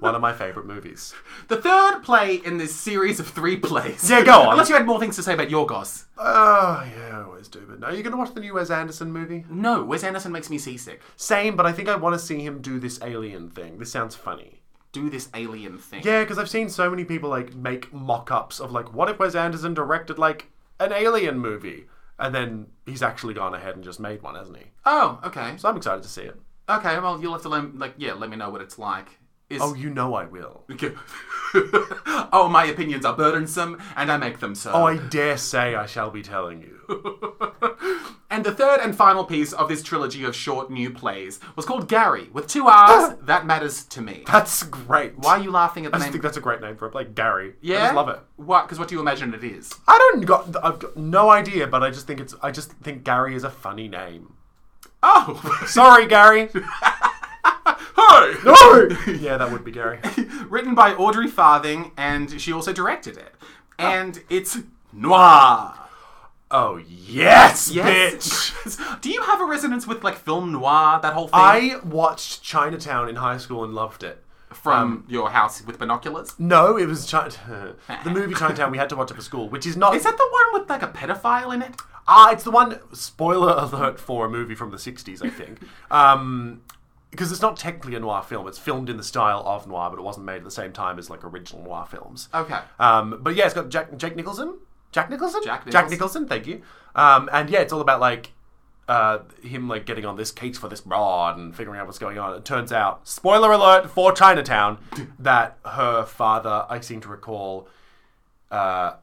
[SPEAKER 2] One of my favourite movies.
[SPEAKER 1] The third play in this series of three plays.
[SPEAKER 2] Yeah, go on.
[SPEAKER 1] Unless you had more things to say about Yorgos.
[SPEAKER 2] Oh, yeah, I always do. But no, you going to watch the new Wes Anderson movie?
[SPEAKER 1] No, Wes Anderson makes me seasick.
[SPEAKER 2] Same, but I think I want to see him do this alien thing. This sounds funny.
[SPEAKER 1] Do this alien thing.
[SPEAKER 2] Yeah, because I've seen so many people like make mock-ups of like, what if Wes Anderson directed like an alien movie? And then he's actually gone ahead and just made one, hasn't he?
[SPEAKER 1] Oh, okay.
[SPEAKER 2] So I'm excited to see it.
[SPEAKER 1] Okay, well, you'll have to let like yeah, let me know what it's like. Is
[SPEAKER 2] Oh, you know I will.
[SPEAKER 1] Okay. oh, my opinions are burdensome, and I make them so.
[SPEAKER 2] Oh, I dare say I shall be telling you.
[SPEAKER 1] And the third and final piece of this trilogy of short new plays was called Gary, with two R's. that matters to me.
[SPEAKER 2] That's great.
[SPEAKER 1] Why are you laughing at the
[SPEAKER 2] I just
[SPEAKER 1] name?
[SPEAKER 2] think that's a great name for a play, Gary.
[SPEAKER 1] yeah,
[SPEAKER 2] I just love it.
[SPEAKER 1] What? Because what do you imagine it is?
[SPEAKER 2] I don't got. I've got no idea, but I just think it's. I just think Gary is a funny name.
[SPEAKER 1] Oh,
[SPEAKER 2] Sorry, Gary.
[SPEAKER 1] hi.
[SPEAKER 2] No. yeah, that would be Gary.
[SPEAKER 1] written by Audrey Farthing, and she also directed it.
[SPEAKER 2] Ah.
[SPEAKER 1] And it's noir.
[SPEAKER 2] Oh yes, bitch.
[SPEAKER 1] Bitch. Do you have a resonance with like film noir? That whole thing
[SPEAKER 2] I watched Chinatown in high school and loved it.
[SPEAKER 1] from your house with binoculars.
[SPEAKER 2] No, it was China- the movie Chinatown. We had to watch it for school, which is not.
[SPEAKER 1] Is that the one with like a pedophile in it?
[SPEAKER 2] Ah, it's the one. Spoiler alert for a movie from the '60s, I think. Um, because it's not technically a noir film; it's filmed in the style of noir, but it wasn't made at the same time as like original noir films.
[SPEAKER 1] Okay.
[SPEAKER 2] Um, but yeah, it's got Jack Jack Nicholson. Jack Nicholson.
[SPEAKER 1] Jack
[SPEAKER 2] Nicholson. Thank you. Um, and yeah, it's all about like uh, him like getting on this case for this broad and figuring out what's going on. It turns out, spoiler alert for Chinatown, that her father, I seem to recall, uh,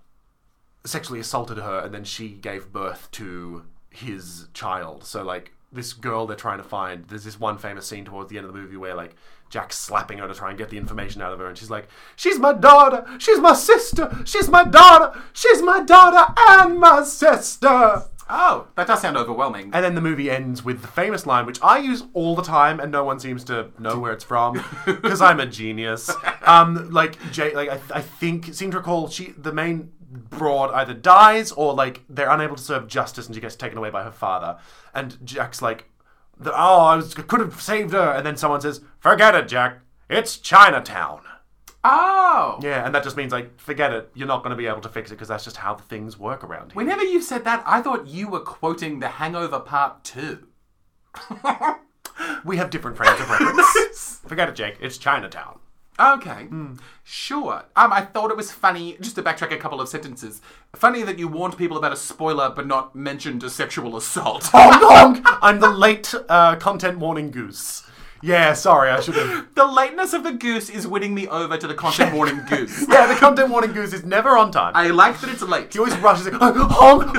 [SPEAKER 2] sexually assaulted her, and then she gave birth to his child. So like. This girl they're trying to find. There's this one famous scene towards the end of the movie where like Jack's slapping her to try and get the information out of her, and she's like, "She's my daughter. She's my sister. She's my daughter. She's my daughter and my sister."
[SPEAKER 1] Oh, that does sound overwhelming.
[SPEAKER 2] And then the movie ends with the famous line, which I use all the time, and no one seems to know where it's from because I'm a genius. Um, like Jay, like I, I think seem to recall she the main broad either dies or like they're unable to serve justice, and she gets taken away by her father. And Jack's like, "Oh, I was, could have saved her," and then someone says, "Forget it, Jack. It's Chinatown."
[SPEAKER 1] oh.
[SPEAKER 2] Yeah, and that just means like, forget it. You're not going to be able to fix it because that's just how the things work around here.
[SPEAKER 1] Whenever you said that, I thought you were quoting The Hangover Part 2.
[SPEAKER 2] We have different frames of reference. Forget it, Jake. It's Chinatown.
[SPEAKER 1] Okay, sure. Um, I thought it was funny, just to backtrack a couple of sentences, funny that you warned people about a spoiler but not mentioned a sexual assault.
[SPEAKER 2] Hong Kong. I'm the late uh, content warning goose. Yeah, sorry, I should have.
[SPEAKER 1] the lateness of the goose is winning me over to the content warning goose.
[SPEAKER 2] Yeah, the content warning goose is never on time.
[SPEAKER 1] I like that it's late.
[SPEAKER 2] he always rushes. In, Hong Hong.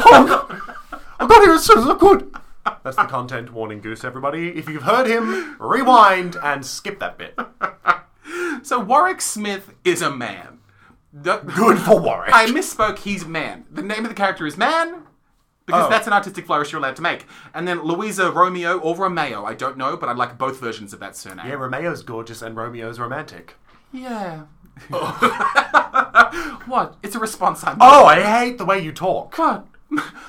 [SPEAKER 2] I got here as soon as I could. That's the content warning goose, everybody. If you've heard him, rewind and skip that bit.
[SPEAKER 1] So Warwick Smith is a man. The-
[SPEAKER 2] Good for Warwick.
[SPEAKER 1] I misspoke. He's man. The name of the character is man. Because
[SPEAKER 2] Oh.
[SPEAKER 1] that's an artistic flourish you're allowed to make. And then Louisa Romeo or Romeo, I don't know, but I like both versions of that surname.
[SPEAKER 2] yeah, Romeo's gorgeous and Romeo's romantic.
[SPEAKER 1] Yeah. Oh. what? It's a response I'm.
[SPEAKER 2] Oh, I hate the way you talk.
[SPEAKER 1] God.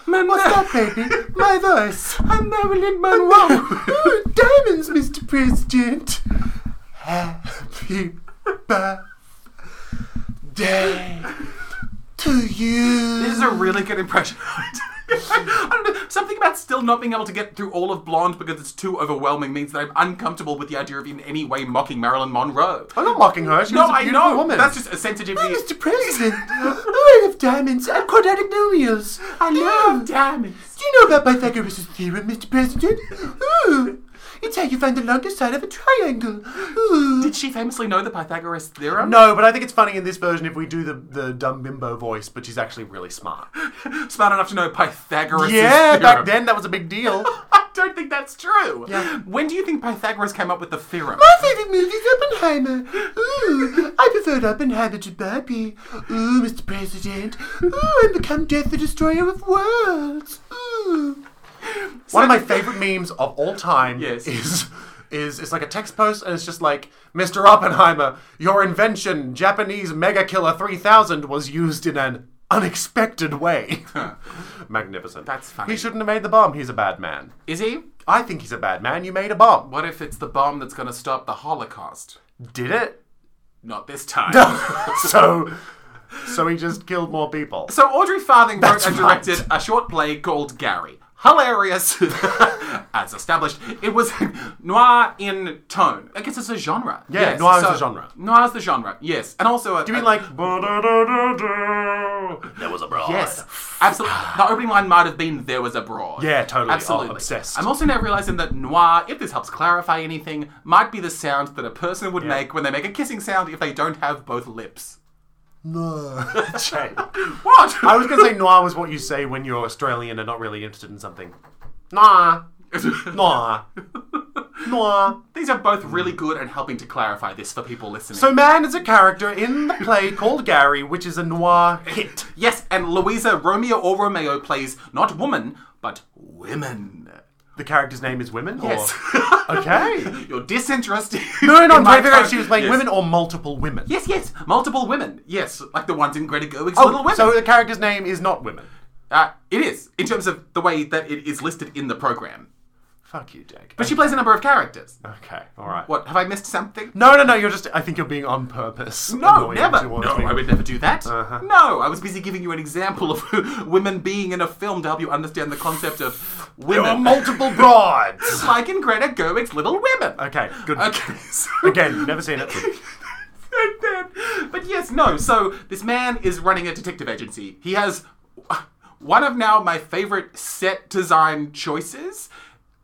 [SPEAKER 1] Man, what's
[SPEAKER 2] baby? My voice.
[SPEAKER 1] I'm Marilyn Monroe.
[SPEAKER 2] Oh, diamonds, Mr. President. Happy birthday to you.
[SPEAKER 1] this is a really good impression. I don't know. Something about still not being able to get through all of Blonde because it's too overwhelming means that I'm uncomfortable with the idea of in any way mocking Marilyn Monroe.
[SPEAKER 2] I'm not mocking her. Oh, She
[SPEAKER 1] No,
[SPEAKER 2] was a
[SPEAKER 1] I
[SPEAKER 2] beautiful
[SPEAKER 1] know.
[SPEAKER 2] woman.
[SPEAKER 1] That's just a sensitivity.
[SPEAKER 2] President, Oh, I love diamonds and quadratic nodules. I
[SPEAKER 1] diamonds.
[SPEAKER 2] Do you know about Pythagoras' theorem, Mr. President? Ooh, it's how you find the longest side of a triangle. Ooh.
[SPEAKER 1] Did she famously know the Pythagoras theorem?
[SPEAKER 2] No, but I think it's funny in this version if we do the, the dumb bimbo voice, but she's actually really smart.
[SPEAKER 1] Smart enough to know Pythagoras.
[SPEAKER 2] Yeah,
[SPEAKER 1] theorem.
[SPEAKER 2] back then that was a big deal.
[SPEAKER 1] I don't think that's true.
[SPEAKER 2] Yeah.
[SPEAKER 1] When do you think Pythagoras came up with the theorem?
[SPEAKER 2] My favourite movie is Oppenheimer. Ooh, I preferred Oppenheimer to Barbie. Ooh, Mr. President. Ooh, and become Death the Destroyer of Worlds. Ooh. One of my favourite memes of all time
[SPEAKER 1] Yes.
[SPEAKER 2] is is it's like a text post and it's just like Mr. Oppenheimer, your invention, Japanese Mega Killer 3000, was used in an unexpected way. Magnificent.
[SPEAKER 1] That's funny.
[SPEAKER 2] He shouldn't have made the bomb. He's a bad man.
[SPEAKER 1] Is he?
[SPEAKER 2] I think he's a bad man. You made a bomb.
[SPEAKER 1] What if it's the bomb that's going to stop the Holocaust?
[SPEAKER 2] Did it?
[SPEAKER 1] Not this time.
[SPEAKER 2] so, so he just killed more people.
[SPEAKER 1] So Audrey Farthing wrote
[SPEAKER 2] That's
[SPEAKER 1] and directed a short play called Gary. Hilarious, as established. It was noir in tone. I guess it's a genre. Yeah,
[SPEAKER 2] noir is a genre.
[SPEAKER 1] Noir is the genre. Yes, and also a,
[SPEAKER 2] You mean
[SPEAKER 1] a-
[SPEAKER 2] like there was a brawl?
[SPEAKER 1] Yes, absolutely. The opening line might have been "There was a broad."
[SPEAKER 2] Ah. Yeah, totally.
[SPEAKER 1] absolutely.
[SPEAKER 2] Oh, obsessed.
[SPEAKER 1] I'm also now realizing that noir, if this helps clarify anything, might be the sound that a person would make when they make a kissing sound if they don't have both lips.
[SPEAKER 2] No. Jake.
[SPEAKER 1] What?
[SPEAKER 2] I was gonna say noir was what you say when you're Australian and not really interested in something. Nah. Nah. Nah.
[SPEAKER 1] These are both really good at helping to clarify this for people listening.
[SPEAKER 2] So man is a character in the play called Gary, which is a noir hit.
[SPEAKER 1] yes, and Louisa Romeo or Romeo plays not woman, but women.
[SPEAKER 2] The character's name is women? or-
[SPEAKER 1] Yes.
[SPEAKER 2] okay.
[SPEAKER 1] You're disinterested.
[SPEAKER 2] No, no, no.
[SPEAKER 1] in
[SPEAKER 2] I'm
[SPEAKER 1] my
[SPEAKER 2] trying to figure out
[SPEAKER 1] tone.
[SPEAKER 2] if she was playing
[SPEAKER 1] Yes.
[SPEAKER 2] women or multiple women.
[SPEAKER 1] Yes, yes, multiple women. Yes, like the ones in Greta Gerwig's
[SPEAKER 2] Oh,
[SPEAKER 1] Little Women.
[SPEAKER 2] so the character's name is not women.
[SPEAKER 1] uh, it is in terms of the way that it is listed in the program.
[SPEAKER 2] Fuck you, Jake.
[SPEAKER 1] But she plays a number of characters.
[SPEAKER 2] okay, all right.
[SPEAKER 1] What have I missed something?
[SPEAKER 2] No, no, no. You're just. I think you're being on purpose.
[SPEAKER 1] No,
[SPEAKER 2] annoying
[SPEAKER 1] never. No,
[SPEAKER 2] towards me. Uh-huh.
[SPEAKER 1] I would never do that. No, I was busy giving you an example of women being in a film to help you understand the concept of
[SPEAKER 2] There are
[SPEAKER 1] women.
[SPEAKER 2] multiple broads.
[SPEAKER 1] like in Greta Gerwig's Little Women.
[SPEAKER 2] okay, good.
[SPEAKER 1] Okay, so
[SPEAKER 2] Again, never seen it.
[SPEAKER 1] but yes, no. So this man is running a detective agency. He has one of now my favorite set design choices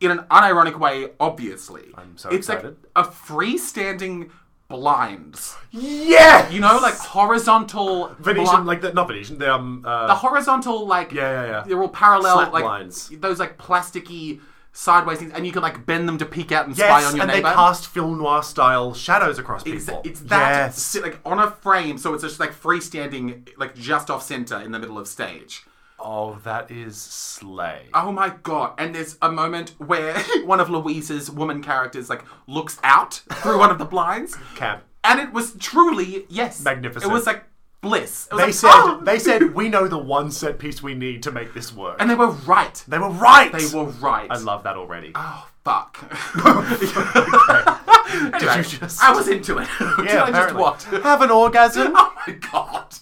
[SPEAKER 1] in an unironic way. Obviously, I'm
[SPEAKER 2] so
[SPEAKER 1] it's
[SPEAKER 2] excited.
[SPEAKER 1] like a freestanding blinds.
[SPEAKER 2] Yeah,
[SPEAKER 1] You know, like horizontal
[SPEAKER 2] Venetian,
[SPEAKER 1] bli-
[SPEAKER 2] like the not Venetian. The um, uh,
[SPEAKER 1] the horizontal like
[SPEAKER 2] Yeah, yeah, yeah.
[SPEAKER 1] they're all parallel
[SPEAKER 2] Slant
[SPEAKER 1] like
[SPEAKER 2] lines.
[SPEAKER 1] those like plasticky sideways things, and you can like bend them to peek out and spy
[SPEAKER 2] yes,
[SPEAKER 1] on your
[SPEAKER 2] and
[SPEAKER 1] neighbor.
[SPEAKER 2] they cast film noir style shadows across people.
[SPEAKER 1] It's, it's that
[SPEAKER 2] Yes.
[SPEAKER 1] sit like on a frame, so it's just like freestanding, like just off center in the middle of stage.
[SPEAKER 2] Oh, that is slay.
[SPEAKER 1] Oh my god! And there's a moment where one of Louise's woman characters like looks out through one of the blinds,
[SPEAKER 2] Cam.
[SPEAKER 1] and it was truly yes,
[SPEAKER 2] Magnificent.
[SPEAKER 1] It was like bliss. It was
[SPEAKER 2] They
[SPEAKER 1] like,
[SPEAKER 2] said
[SPEAKER 1] "Oh!"
[SPEAKER 2] they said we know the one set piece we need to make this work.
[SPEAKER 1] and they were right.
[SPEAKER 2] they were right.
[SPEAKER 1] They were right.
[SPEAKER 2] I love that already.
[SPEAKER 1] oh fuck! Did
[SPEAKER 2] you just-
[SPEAKER 1] I was into it. Did I just
[SPEAKER 2] apparently.
[SPEAKER 1] what?
[SPEAKER 2] Have an orgasm.
[SPEAKER 1] Oh my god!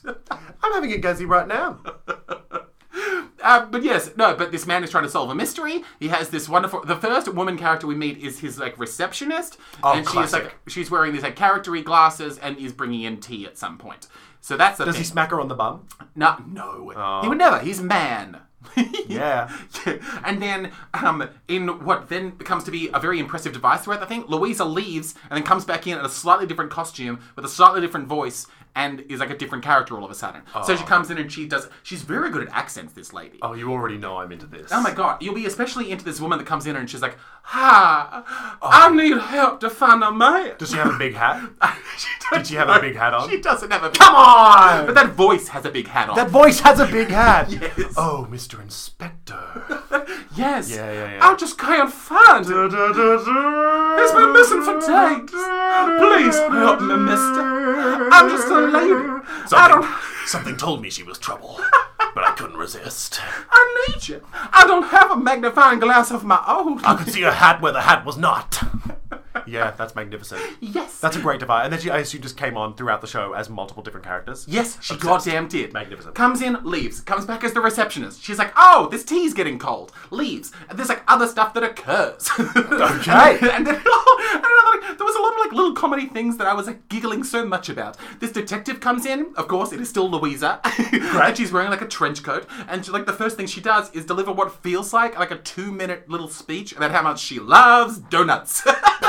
[SPEAKER 2] I'm having a guzzy right now.
[SPEAKER 1] Uh, but yes, no, but this man is trying to solve a mystery. He has this wonderful. The first woman character we meet is his like receptionist, and she's
[SPEAKER 2] Oh, classic.
[SPEAKER 1] like she's wearing these like charactery glasses and is bringing in tea at some point. So that's the
[SPEAKER 2] Does he
[SPEAKER 1] thing.
[SPEAKER 2] smack her on the bum?
[SPEAKER 1] no, no, he would never. He's man.
[SPEAKER 2] Yeah.
[SPEAKER 1] and then, um, in what then becomes to be a very impressive device throughout the thing, Louisa leaves and then comes back in in a slightly different costume with a slightly different voice and is like a different character all of a sudden. So she comes in and she does. She's very good at accents. This lady.
[SPEAKER 2] Oh, you already know I'm into this.
[SPEAKER 1] Oh my god, you'll be especially into this woman that comes in and she's like, Ha, I need help to find a man.
[SPEAKER 2] Does she have a big hat?
[SPEAKER 1] she doesn't
[SPEAKER 2] Did she have a big hat on?
[SPEAKER 1] She doesn't have a big
[SPEAKER 2] Come on!
[SPEAKER 1] But that voice has a big hat on.
[SPEAKER 2] That voice has a big hat.
[SPEAKER 1] Yes.
[SPEAKER 2] Oh, Mr. Inspector.
[SPEAKER 1] yes.
[SPEAKER 2] Yeah, yeah, yeah.
[SPEAKER 1] I just can't find it.
[SPEAKER 2] He's
[SPEAKER 1] He's been missing for days. Please help me, mister. I'm just a lady. I
[SPEAKER 2] Something,
[SPEAKER 1] don't.
[SPEAKER 2] something told me she was trouble, but I couldn't resist.
[SPEAKER 1] I need you. I don't have a magnifying glass of my own.
[SPEAKER 2] I could see a hat where the hat was not. Yeah, that's magnificent.
[SPEAKER 1] yes.
[SPEAKER 2] That's a great device. And then she, I assume, just came on throughout the show as multiple different characters.
[SPEAKER 1] Yes, she goddamn did.
[SPEAKER 2] Magnificent.
[SPEAKER 1] Comes in, leaves. Comes back as the receptionist. She's like, oh, this tea's getting cold. Leaves. And there's like other stuff that occurs.
[SPEAKER 2] Okay.
[SPEAKER 1] and then, I don't know, like, there was a lot of like little comedy things that I was like giggling so much about. This detective comes in. Of course, it is still Louisa. and she's wearing like a trench coat. And she, like the first thing she does is deliver what feels like like a two minute little speech about how much she loves donuts.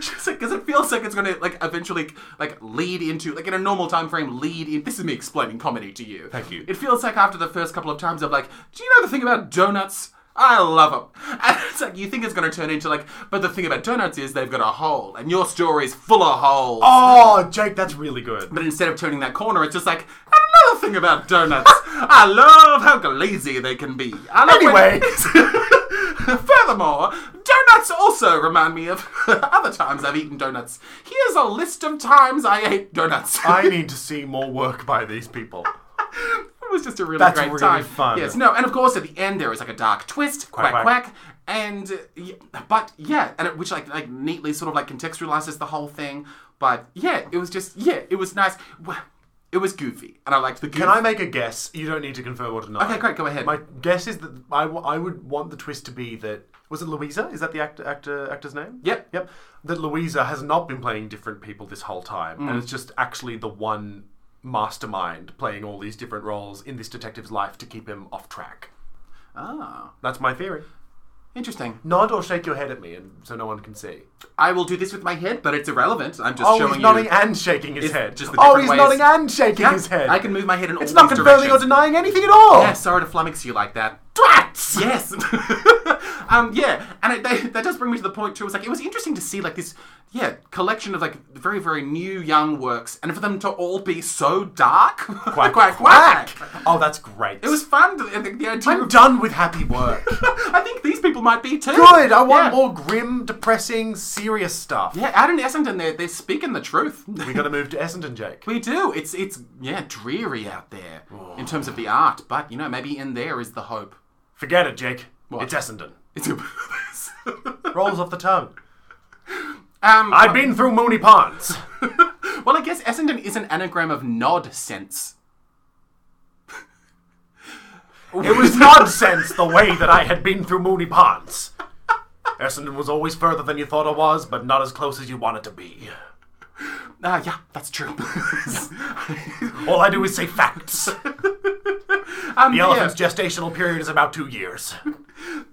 [SPEAKER 1] She's like, because it feels like it's gonna like eventually like lead into like in a normal time frame lead in. This is me explaining comedy to you.
[SPEAKER 2] Thank you.
[SPEAKER 1] It feels like after the first couple of times of like, do you know the thing about donuts? I love them. And it's like you think it's going to turn into like, but the thing about donuts is they've got a hole, and your story's full of holes.
[SPEAKER 2] Oh, Jake, that's really good.
[SPEAKER 1] But instead of turning that corner, it's just like another thing about donuts. I love how glazy they can be. I love when-
[SPEAKER 2] Anyway.
[SPEAKER 1] Furthermore, donuts also remind me of other times I've eaten donuts. Here's a list of times I ate donuts.
[SPEAKER 2] I need to see more work by these people.
[SPEAKER 1] it was just a really
[SPEAKER 2] That's
[SPEAKER 1] great
[SPEAKER 2] really
[SPEAKER 1] time.
[SPEAKER 2] fun.
[SPEAKER 1] Yes, no, and of course at the end there is like a dark twist, quack quack,
[SPEAKER 2] quack.
[SPEAKER 1] and uh, y- but yeah, and it, which like like neatly sort of like contextualizes the whole thing. But yeah, it was just yeah, it was nice. Well, It was goofy, and I liked the goofy.
[SPEAKER 2] Can I make a guess? You don't need to confirm or deny.
[SPEAKER 1] Okay, great. Go ahead.
[SPEAKER 2] My guess is that I, w- I would want the twist to be that was it Louisa? Is that the actor actor actor's name?
[SPEAKER 1] Yep.
[SPEAKER 2] Yep. That Louisa has not been playing different people this whole time, and it's just actually the one mastermind playing all these different roles in this detective's life to keep him off track.
[SPEAKER 1] Ah,
[SPEAKER 2] That's my theory.
[SPEAKER 1] interesting.
[SPEAKER 2] Nod or shake your head at me, and so no one can see.
[SPEAKER 1] I will do this with my head, but it's irrelevant. I'm just
[SPEAKER 2] Oh,
[SPEAKER 1] showing
[SPEAKER 2] he's nodding
[SPEAKER 1] you.
[SPEAKER 2] and shaking his head.
[SPEAKER 1] just the
[SPEAKER 2] oh,
[SPEAKER 1] different
[SPEAKER 2] he's
[SPEAKER 1] ways-
[SPEAKER 2] nodding and shaking
[SPEAKER 1] Yeah,
[SPEAKER 2] his head.
[SPEAKER 1] I can move my head in all
[SPEAKER 2] It's not
[SPEAKER 1] these
[SPEAKER 2] confirming or
[SPEAKER 1] directions.
[SPEAKER 2] denying anything at all.
[SPEAKER 1] Yeah, sorry to flummox you like that.
[SPEAKER 2] Drats!
[SPEAKER 1] Yes. Um, yeah, and it, they, that does bring me to the point too. It's like it was interesting to see like this, yeah, collection of like very very new young works, and for them to all be so dark, quack quack quack.
[SPEAKER 2] Oh, that's great.
[SPEAKER 1] It was fun. To, I think the idea.
[SPEAKER 2] I'm
[SPEAKER 1] of-
[SPEAKER 2] done with happy work.
[SPEAKER 1] I think these people might be too.
[SPEAKER 2] Good. I want
[SPEAKER 1] Yeah.
[SPEAKER 2] more grim, depressing, serious stuff.
[SPEAKER 1] Yeah, out in Essendon, they're they're speaking the truth.
[SPEAKER 2] We gotta move to Essendon, Jake.
[SPEAKER 1] We do. It's it's yeah dreary out there in terms of the art, but you know maybe in there is the hope.
[SPEAKER 2] Forget it, Jake. It's Essendon.
[SPEAKER 1] It's um.
[SPEAKER 2] Rolls off the tongue. I've been through Mooney Ponds.
[SPEAKER 1] Well, I guess Essendon is an anagram of nod sense.
[SPEAKER 2] It was nonsense the way that I had been through Mooney Ponds. Essendon was always further than you thought it was, but not as close as you want it to be.
[SPEAKER 1] Ah, yeah, that's true.
[SPEAKER 2] All I do is say facts.
[SPEAKER 1] um,
[SPEAKER 2] The
[SPEAKER 1] yeah,
[SPEAKER 2] elephant's gestational period is about two years.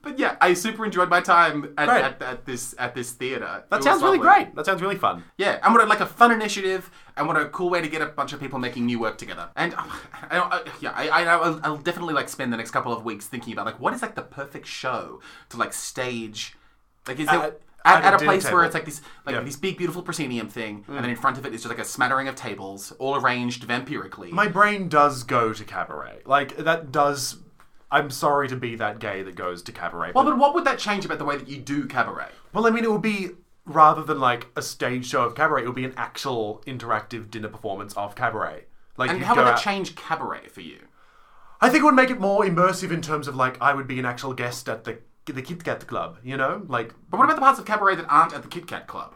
[SPEAKER 1] But yeah, I super enjoyed my time at,
[SPEAKER 2] Great.
[SPEAKER 1] at, at this at this theater.
[SPEAKER 2] That sounds really great. That sounds really fun.
[SPEAKER 1] Yeah, and what a, like a fun initiative, and what a cool way to get a bunch of people making new work together. And um, I, I, yeah, I, I, I'll, I'll definitely like spend the next couple of weeks thinking about like what is like the perfect show to like stage. Like is there,
[SPEAKER 2] At-
[SPEAKER 1] at,
[SPEAKER 2] at
[SPEAKER 1] at
[SPEAKER 2] a
[SPEAKER 1] a
[SPEAKER 2] dinner
[SPEAKER 1] place
[SPEAKER 2] table. Mm.
[SPEAKER 1] where it's like this like this big beautiful proscenium thing, and then in front of it is just like a smattering of tables, all arranged vampirically.
[SPEAKER 2] My brain does go to cabaret. Like, that does. I'm sorry to be that gay that goes to cabaret.
[SPEAKER 1] well, but what would that change about the way that you do cabaret?
[SPEAKER 2] Well, I mean, it would be rather than like a stage show of cabaret, it would be an actual interactive dinner performance of cabaret. Like,
[SPEAKER 1] And
[SPEAKER 2] you'd
[SPEAKER 1] how would
[SPEAKER 2] go
[SPEAKER 1] that
[SPEAKER 2] out-
[SPEAKER 1] change cabaret for you?
[SPEAKER 2] I think it would make it more immersive in terms of like I would be an actual guest at the the Kit Kat Club. You know, like
[SPEAKER 1] But what about the parts of cabaret that aren't at the Kit Kat Club?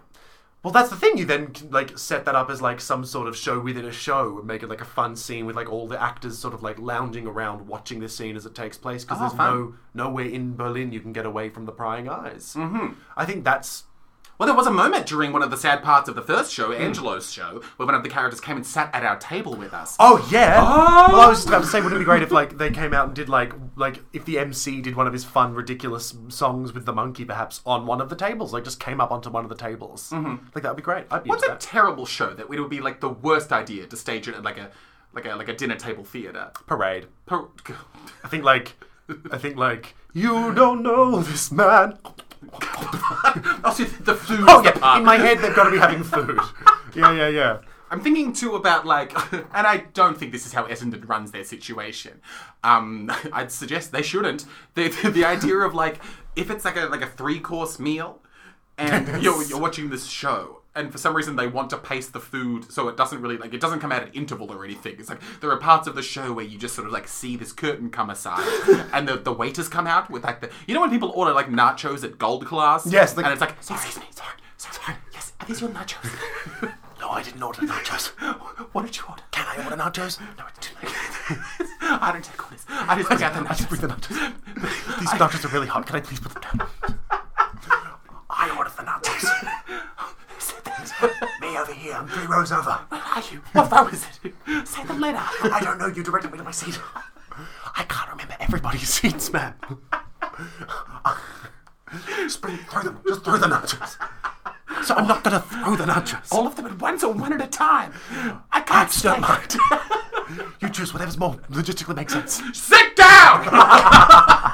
[SPEAKER 2] well, that's the thing. You then can, like set that up as like some sort of show within a show and make it like a fun scene with like all the actors sort of like lounging around watching this scene as it takes place because there's
[SPEAKER 1] fun.
[SPEAKER 2] no nowhere in Berlin you can get away from the prying eyes. Mm-hmm. I think that's
[SPEAKER 1] Well, there was a moment during one of the sad parts of the first show, Angelo's show, where one of the characters came and sat at our table with us.
[SPEAKER 2] Oh yeah.
[SPEAKER 1] Oh!
[SPEAKER 2] Well, I was just about to say, wouldn't it be great if like they came out and did like like if the MC did one of his fun, ridiculous songs with the monkey, perhaps on one of the tables, like just came up onto one of the tables. Mm-hmm. Like that would be great. I'd be
[SPEAKER 1] What's
[SPEAKER 2] into
[SPEAKER 1] a
[SPEAKER 2] that.
[SPEAKER 1] terrible show that it would be like the worst idea to stage it at like a like a like a dinner table theater.
[SPEAKER 2] parade.
[SPEAKER 1] Per-
[SPEAKER 2] I think like I think like you don't know this man.
[SPEAKER 1] oh, see, the flu.
[SPEAKER 2] Oh
[SPEAKER 1] was the
[SPEAKER 2] yeah.
[SPEAKER 1] part.
[SPEAKER 2] In my head, they've got to be having food. yeah, yeah, yeah.
[SPEAKER 1] I'm thinking too about like, and I don't think this is how Essendon runs their situation. Um, I'd suggest they shouldn't. The, the, the idea of like, if it's like a like a three course meal, and you're you're watching this show, and for some reason they want to pace the food so it doesn't really like it doesn't come out at interval or anything. It's like there are parts of the show where you just sort of like see this curtain come aside, and the, the waiters come out with like the you know when people order like nachos at Gold Class,
[SPEAKER 2] Yes, the-
[SPEAKER 1] and it's like sorry, excuse me, sorry, sorry, sorry, yes, are these your nachos?
[SPEAKER 2] No, I didn't order nachos.
[SPEAKER 1] What did you order?
[SPEAKER 2] Can I order nachos? No, it's too late.
[SPEAKER 1] I don't take orders. I just bring out the nachos.
[SPEAKER 2] Bring the nachos. These nachos are really hot. Can I please put them down? I ordered the nachos. Me over here. I'm three rows over.
[SPEAKER 1] Where are you? What row is it? Say them later.
[SPEAKER 2] I don't know. You directed me to my seat. I can't remember everybody's seats, man. just bring, throw them. Just throw the nachos. So I'm not gonna throw the nachos.
[SPEAKER 1] All of them at once or one at a time? I can't
[SPEAKER 2] That's not
[SPEAKER 1] stop.
[SPEAKER 2] right. You choose whatever's more logistically makes sense.
[SPEAKER 1] Sit down!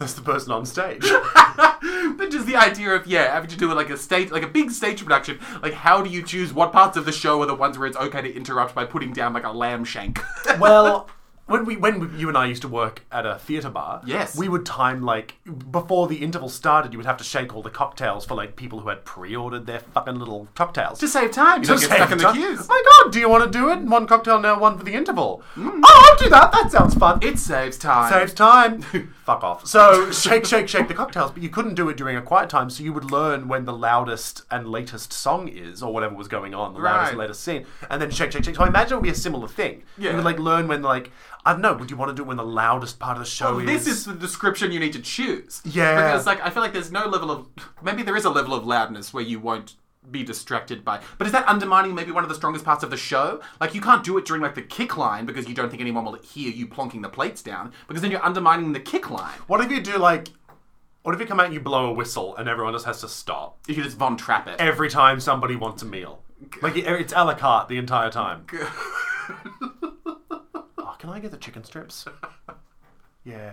[SPEAKER 2] That's the person on stage.
[SPEAKER 1] but just the idea of, yeah, having to do like a stage, like a big stage production, like how do you choose what parts of the show are the ones where it's okay to interrupt by putting down like a lamb shank?
[SPEAKER 2] Well, when we when you and I used to work at a theater bar,
[SPEAKER 1] Yes.
[SPEAKER 2] we would time like before the interval started, you would have to shake all the cocktails for like people who had pre-ordered their fucking little cocktails.
[SPEAKER 1] to save time, you don't get
[SPEAKER 2] save
[SPEAKER 1] stuck in the
[SPEAKER 2] time.
[SPEAKER 1] queues.
[SPEAKER 2] My God, do you want to do it? One cocktail now, one for the interval.
[SPEAKER 1] Mm.
[SPEAKER 2] Oh, I'll do that. That sounds fun.
[SPEAKER 1] It saves time.
[SPEAKER 2] Saves time. Fuck off. So shake, shake, shake the cocktails, but you couldn't do it during a quiet time, so you would learn when the loudest and latest song is, or whatever was going on, the loudest and
[SPEAKER 1] Right.
[SPEAKER 2] latest scene, and then shake, shake, shake. So I imagine it would be a similar thing. You
[SPEAKER 1] Yeah.
[SPEAKER 2] would like learn when like I don't know. Would you want to do it when the loudest part of the show is?
[SPEAKER 1] Oh, This is the description you need to choose.
[SPEAKER 2] Yeah.
[SPEAKER 1] Because like I feel like there's no level of maybe there is a level of loudness where you won't be distracted by but is that undermining maybe one of the strongest parts of the show? Like you can't do it during like the kick line because you don't think anyone will hear you plonking the plates down because then you're undermining the kick line.
[SPEAKER 2] What if you do like? What if you come out and you blow a whistle and everyone just has to stop
[SPEAKER 1] You can just von trap it.
[SPEAKER 2] every time somebody wants a meal? Like it- it's a la carte the entire time. oh, can I get the chicken strips? Yeah.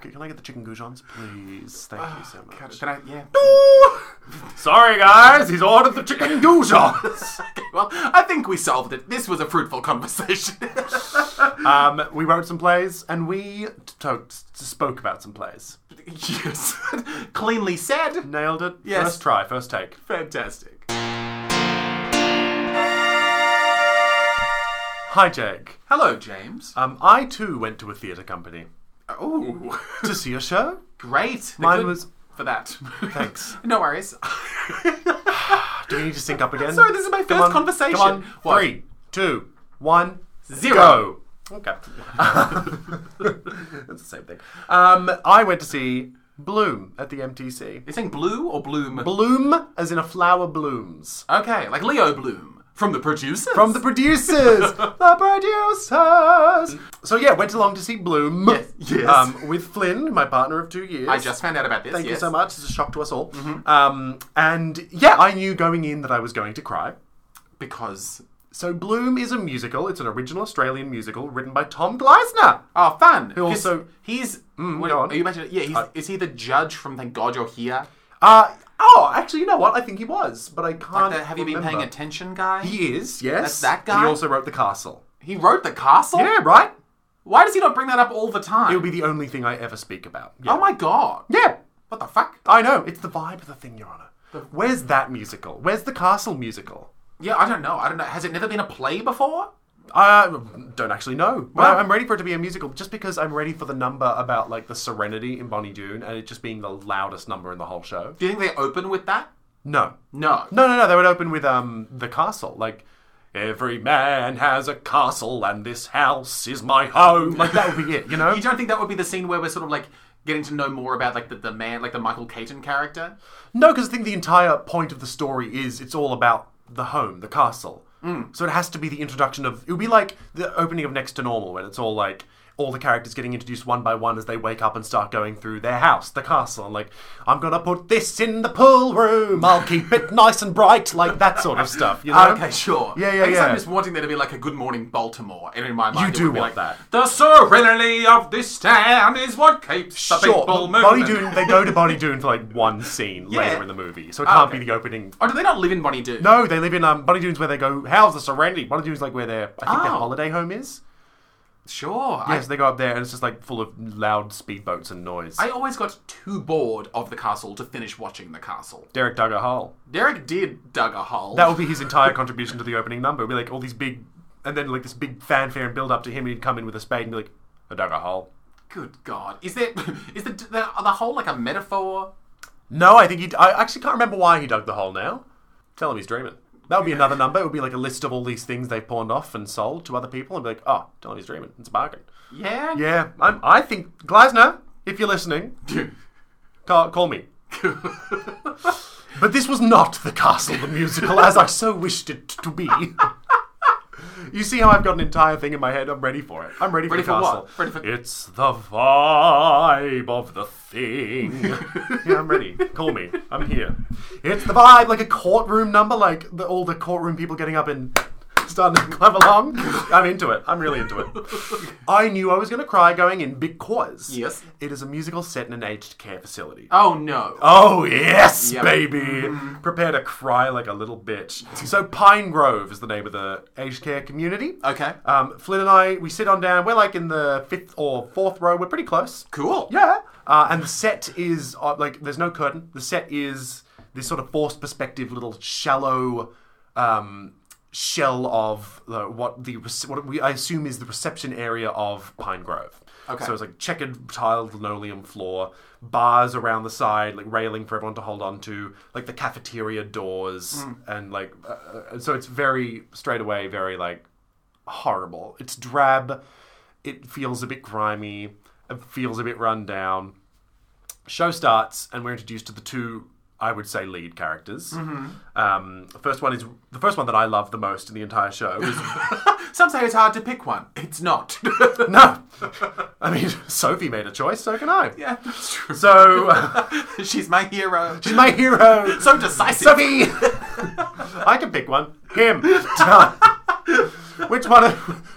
[SPEAKER 2] Can can I get the chicken goujons, please? Thank you so much.
[SPEAKER 1] God, Ah, Can I? Yeah.
[SPEAKER 2] Sorry, guys, he's ordered the chicken goujons.
[SPEAKER 1] Well, I think we solved it. This was a fruitful conversation.
[SPEAKER 2] um, we wrote some plays and we t- to- s- spoke about some plays.
[SPEAKER 1] yes. Cleanly said.
[SPEAKER 2] Nailed it.
[SPEAKER 1] Yes.
[SPEAKER 2] First try, first take.
[SPEAKER 1] Fantastic.
[SPEAKER 2] Hi, Jake.
[SPEAKER 1] Hello, James.
[SPEAKER 2] Um, I too went to a theatre company
[SPEAKER 1] Oh,
[SPEAKER 2] to see a show.
[SPEAKER 1] great. The
[SPEAKER 2] Mine
[SPEAKER 1] good-
[SPEAKER 2] was-
[SPEAKER 1] for that.
[SPEAKER 2] Thanks.
[SPEAKER 1] no worries.
[SPEAKER 2] Do we need to sync up again?
[SPEAKER 1] Sorry, this is my
[SPEAKER 2] Come
[SPEAKER 1] first
[SPEAKER 2] on,
[SPEAKER 1] conversation.
[SPEAKER 2] Come on.
[SPEAKER 1] What?
[SPEAKER 2] Three, two, one,
[SPEAKER 1] Zero.
[SPEAKER 2] go. Okay. That's the same thing. Um, I went to see Bloom at the MTC.
[SPEAKER 1] You're saying blue or bloom?
[SPEAKER 2] Bloom, as in a flower blooms.
[SPEAKER 1] okay, like Leo Bloom from the producers.
[SPEAKER 2] From the producers! the producers! So, yeah, went along to see Bloom.
[SPEAKER 1] Yes, yes.
[SPEAKER 2] Um, with Flynn, my partner of two years.
[SPEAKER 1] I just found out about this.
[SPEAKER 2] Thank you
[SPEAKER 1] yes. Mm-hmm.
[SPEAKER 2] so much. It's a shock to us all. Um, and yeah, I knew going in that I was going to cry.
[SPEAKER 1] Because
[SPEAKER 2] So Bloom is a musical. It's an original Australian musical written by Tom Gleisner.
[SPEAKER 1] oh, fun. Who
[SPEAKER 2] also- Mm,
[SPEAKER 1] he's.
[SPEAKER 2] go on.
[SPEAKER 1] Are you mentioning? Yeah, he's, is he the judge from Thank God You're Here?
[SPEAKER 2] Uh, oh, actually, you know what? I think he was, but I can't.
[SPEAKER 1] The, uh, have you been
[SPEAKER 2] remember.
[SPEAKER 1] paying attention, guy? He,
[SPEAKER 2] He is. Yes,
[SPEAKER 1] That's that
[SPEAKER 2] And
[SPEAKER 1] guy?
[SPEAKER 2] he also wrote The Castle.
[SPEAKER 1] wrote the castle.
[SPEAKER 2] Yeah, right.
[SPEAKER 1] Why does he not bring that up all the time?
[SPEAKER 2] It would be the only thing I ever speak about. Yeah.
[SPEAKER 1] oh my god.
[SPEAKER 2] yeah.
[SPEAKER 1] What the fuck?
[SPEAKER 2] I know. It's the vibe of the thing, Your Honor. Where's that musical? Where's the Castle musical?
[SPEAKER 1] Yeah, I don't know. I don't know. Has it never been a play before?
[SPEAKER 2] I don't actually know. But
[SPEAKER 1] Wow.
[SPEAKER 2] I'm ready for it to be a musical just because I'm ready for the number about like the serenity in Bonnie Doon and it just being the loudest number in the whole show.
[SPEAKER 1] Do you think they open with that?
[SPEAKER 2] No.
[SPEAKER 1] No.
[SPEAKER 2] No, no, no. They would open with um the castle, like every man has a castle, and this house is my home. Like that would be it, you know.
[SPEAKER 1] You don't think that would be the scene where we're sort of like getting to know more about like the, the man, like the Michael Caton character?
[SPEAKER 2] no, because I think the entire point of the story is it's all about the home, the castle. Mm. So it has to be the introduction of. It would be like the opening of Next to Normal, when it's all like all the characters getting introduced one by one as they wake up and start going through their house, the castle, and like I'm gonna put this in the pool room. I'll keep it nice and bright, like that sort of stuff. You know?
[SPEAKER 1] Okay, sure.
[SPEAKER 2] Uh, Yeah, yeah,
[SPEAKER 1] I guess
[SPEAKER 2] yeah.
[SPEAKER 1] I'm just wanting there to be like a Good Morning Baltimore, and in my mind,
[SPEAKER 2] You
[SPEAKER 1] it
[SPEAKER 2] do
[SPEAKER 1] would be
[SPEAKER 2] want
[SPEAKER 1] like,
[SPEAKER 2] that.
[SPEAKER 1] The serenity of this town is what keeps the
[SPEAKER 2] Sure,
[SPEAKER 1] people
[SPEAKER 2] but Bonnie
[SPEAKER 1] moving.
[SPEAKER 2] Doon, they go to Bonnie Doon for like one scene
[SPEAKER 1] Yeah. Ah,
[SPEAKER 2] later in the movie, so it can't
[SPEAKER 1] okay.
[SPEAKER 2] be the opening.
[SPEAKER 1] Oh, do they not live in Bonnie Doon?
[SPEAKER 2] No, they live in um, Bonnie Doon's where they go. How's the Serenity? Bonnie Doon's like where their I think their
[SPEAKER 1] Oh.
[SPEAKER 2] holiday home is.
[SPEAKER 1] Sure.
[SPEAKER 2] Yes, they go up there and it's just like full of loud speedboats and noise.
[SPEAKER 1] I, I always got too bored of the castle to finish watching the castle.
[SPEAKER 2] Derek dug a hole.
[SPEAKER 1] Derek did dug a hole.
[SPEAKER 2] That would be his entire contribution to the opening number. It'd be like all these big, and then like this big fanfare and build up to him, and he'd come in with a spade and be like, "I dug a hole."
[SPEAKER 1] Good God. Is there is the, the the hole like a metaphor?
[SPEAKER 2] No, I think he. I actually can't remember why he dug the hole now. Tell him he's dreaming. That would be another number. It would be like a list of all these things they pawned off and sold to other people, and be like, "Oh, tell him he's dreaming. It's a bargain."
[SPEAKER 1] Yeah.
[SPEAKER 2] Yeah, I'm, I think Glasner, if you're listening, call, call me. but this was not the Castle the musical, as I so wished it to be. You see how I've got an entire thing in my head. I'm ready for it. I'm ready for
[SPEAKER 1] Ready
[SPEAKER 2] the
[SPEAKER 1] for what?
[SPEAKER 2] castle.
[SPEAKER 1] Ready for-
[SPEAKER 2] It's the vibe of the thing. yeah, I'm ready. Call me. I'm here. It's the vibe, like a courtroom number, like the, all the courtroom people getting up and starting to clap along. I'm into it. I'm really into it. I knew I was going to cry going in because
[SPEAKER 1] Yes.
[SPEAKER 2] it is a musical set in an aged care facility.
[SPEAKER 1] Oh no.
[SPEAKER 2] Oh yes,
[SPEAKER 1] Yep.
[SPEAKER 2] baby! Prepare to cry like a little bitch. So Pine Grove is the name of the aged care community.
[SPEAKER 1] Okay.
[SPEAKER 2] Um, Flynn and I, we sit on down. We're like in the fifth or fourth row. We're pretty close.
[SPEAKER 1] Cool.
[SPEAKER 2] Yeah. Uh, and the set is uh, like there's no curtain. The set is this sort of forced perspective, little shallow um, shell of uh, what the rec- what we I assume is the reception area of Pine Grove.
[SPEAKER 1] Okay.
[SPEAKER 2] So it's like checkered tiled linoleum floor, bars around the side, like railing for everyone to hold on to, like the cafeteria doors,
[SPEAKER 1] Hmm.
[SPEAKER 2] and like uh, uh, so it's very straight away, very like horrible. It's drab. It feels a bit grimy. It feels a bit run down. Show starts, and we're introduced to the two, I would say, lead characters.
[SPEAKER 1] Mm-hmm.
[SPEAKER 2] Um, the first one is the first one that I love the most in the entire show. Is,
[SPEAKER 1] Some say it's hard to pick one. It's not.
[SPEAKER 2] no, I mean Sophie made a choice, so can I.
[SPEAKER 1] yeah, that's true.
[SPEAKER 2] So uh,
[SPEAKER 1] She's my hero.
[SPEAKER 2] she's my hero.
[SPEAKER 1] so decisive.
[SPEAKER 2] Sophie! I can pick one. Him. Which one of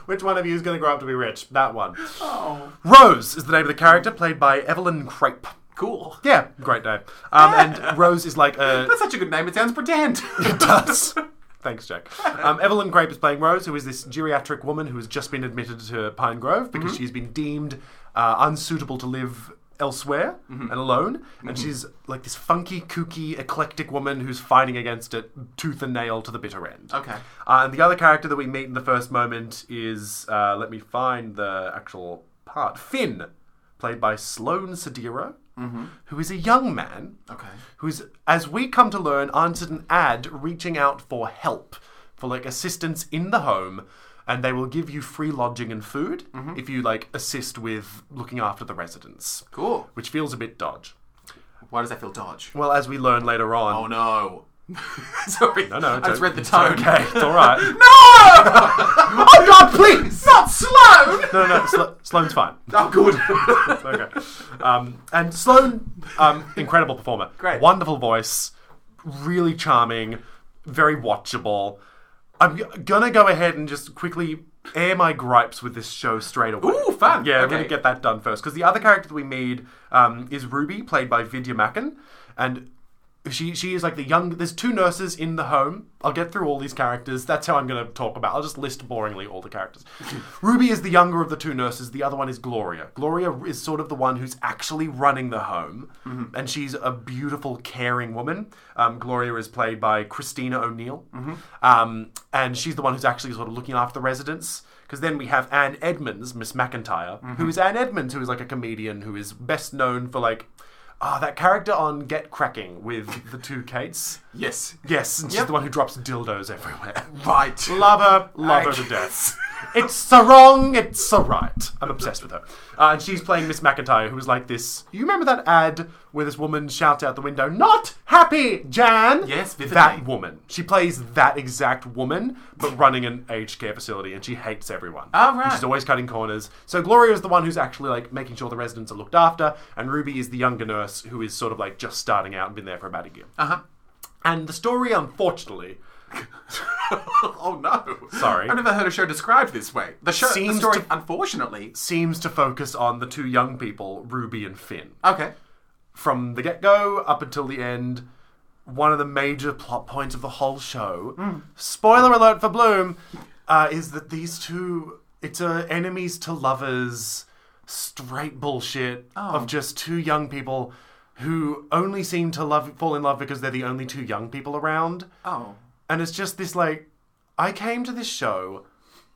[SPEAKER 2] which one of you is going to grow up to be rich? That one.
[SPEAKER 1] Oh,
[SPEAKER 2] Rose is the name of the character, played by Evelyn Crape.
[SPEAKER 1] cool.
[SPEAKER 2] Yeah, great name. Um, and Rose is like a
[SPEAKER 1] That's such a good name. It sounds pretend.
[SPEAKER 2] It does. Thanks, Jack. Um, Evelyn Grape is playing Rose, who is this geriatric woman who has just been admitted to Pine Grove because
[SPEAKER 1] Mm-hmm.
[SPEAKER 2] she's been deemed uh, unsuitable to live elsewhere
[SPEAKER 1] Mm-hmm.
[SPEAKER 2] and alone. And she's like this funky, kooky, eclectic woman who's fighting against it tooth and nail to the bitter end.
[SPEAKER 1] Okay.
[SPEAKER 2] Uh, and the other character that we meet in the first moment is, uh, let me find the actual part, Finn, played by Sloane Sediro, who is a young man
[SPEAKER 1] Mm-hmm. Okay.
[SPEAKER 2] who's, as we come to learn, answered an ad reaching out for help, for like assistance in the home, and they will give you free lodging and food
[SPEAKER 1] Mm-hmm.
[SPEAKER 2] if you like assist with looking after the residents,
[SPEAKER 1] Cool.
[SPEAKER 2] which feels a bit dodge.
[SPEAKER 1] Why does that feel dodge?
[SPEAKER 2] Well, as we learn later on,
[SPEAKER 1] Oh no. Sorry.
[SPEAKER 2] no, no,
[SPEAKER 1] I
[SPEAKER 2] it's
[SPEAKER 1] just
[SPEAKER 2] o-
[SPEAKER 1] read the
[SPEAKER 2] it's
[SPEAKER 1] tone.
[SPEAKER 2] Okay, it's all right.
[SPEAKER 1] No! oh god, please! Not Sloan!
[SPEAKER 2] No, no, no Slo- Sloane's fine.
[SPEAKER 1] Oh, good.
[SPEAKER 2] Okay, um, and Sloane, um, incredible performer,
[SPEAKER 1] Great.
[SPEAKER 2] wonderful voice, really charming, very watchable. I'm g- gonna go ahead and just quickly air my gripes with this show straight away.
[SPEAKER 1] Ooh, fun.
[SPEAKER 2] Yeah, I'm
[SPEAKER 1] Okay.
[SPEAKER 2] gonna get that done first because the other character that we meet um, is Ruby, played by Vidya Macken, and she she is like the young. There's two nurses in the home. I'll get through all these characters. That's how I'm gonna talk about. I'll just list boringly all the characters. Ruby is the younger of the two nurses. The other one is Gloria. Gloria is sort of the one who's actually running the home,
[SPEAKER 1] Mm-hmm.
[SPEAKER 2] and she's a beautiful, caring woman. Um, Gloria is played by Christina O'Neill,
[SPEAKER 1] Mm-hmm.
[SPEAKER 2] um, and she's the one who's actually sort of looking after the residents. Because then we have Anne Edmonds, Miss McIntyre, who is Anne Edmonds, who is like a comedian who is best known for like, ah, that character on Get Cracking with the two Kates.
[SPEAKER 1] yes.
[SPEAKER 2] Yes, and she's
[SPEAKER 1] Yep.
[SPEAKER 2] the one who drops dildos everywhere.
[SPEAKER 1] Right.
[SPEAKER 2] Love her, love her to death. It's so wrong, it's so right. I'm obsessed with her. Uh, and she's playing Miss McIntyre, who was like this. You remember that ad where this woman shouts out the window, Not happy, Jan?
[SPEAKER 1] Yes, vividly.
[SPEAKER 2] That woman. She plays that exact woman, but running an aged care facility, and she hates everyone.
[SPEAKER 1] Oh,
[SPEAKER 2] And
[SPEAKER 1] right.
[SPEAKER 2] She's always cutting corners. So Gloria is the one who's actually like making sure the residents are looked after, and Ruby is the younger nurse who is sort of like just starting out and been there for about a year.
[SPEAKER 1] Uh huh.
[SPEAKER 2] And the story, unfortunately,
[SPEAKER 1] oh no.
[SPEAKER 2] Sorry.
[SPEAKER 1] I've never heard a show described this way. The show
[SPEAKER 2] Seems
[SPEAKER 1] the story,
[SPEAKER 2] to-
[SPEAKER 1] unfortunately.
[SPEAKER 2] seems to focus on the two young people, Ruby and Finn.
[SPEAKER 1] Okay.
[SPEAKER 2] From the get go up until the end, one of the major plot points of the whole show, spoiler alert for Bloom, uh, is that these two, it's a enemies to lovers straight bullshit of just two young people who only seem to love fall in love because they're the only two young people around.
[SPEAKER 1] Oh.
[SPEAKER 2] And it's just this like, I came to this show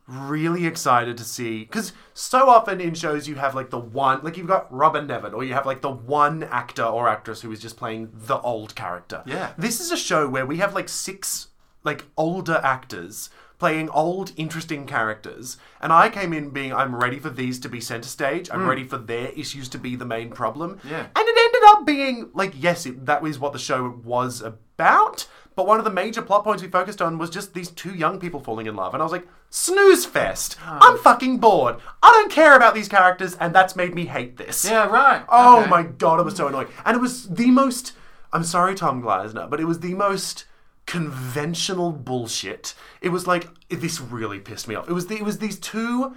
[SPEAKER 2] really excited to see because so often in shows you have like the one like you've got Robin Nevin or you have like the one actor or actress who is just playing the old character.
[SPEAKER 1] Yeah.
[SPEAKER 2] This is a show where we have like six like older actors playing old interesting characters and I came in being I'm ready for these to be center stage. I'm ready for their issues to be the main problem.
[SPEAKER 1] Hmm. Yeah.
[SPEAKER 2] And it ended up being like, yes, it, that was what the show was about. But one of the major plot points we focused on was just these two young people falling in love. And I was like, snooze fest. I'm fucking bored. I don't care about these characters, and that's made me hate this.
[SPEAKER 1] Yeah, right.
[SPEAKER 2] Oh
[SPEAKER 1] Okay.
[SPEAKER 2] my god, it was so annoying. And it was the most. I'm sorry, Tom Gleisner, but it was the most conventional bullshit. It was like this really pissed me off. It was the, it was these two.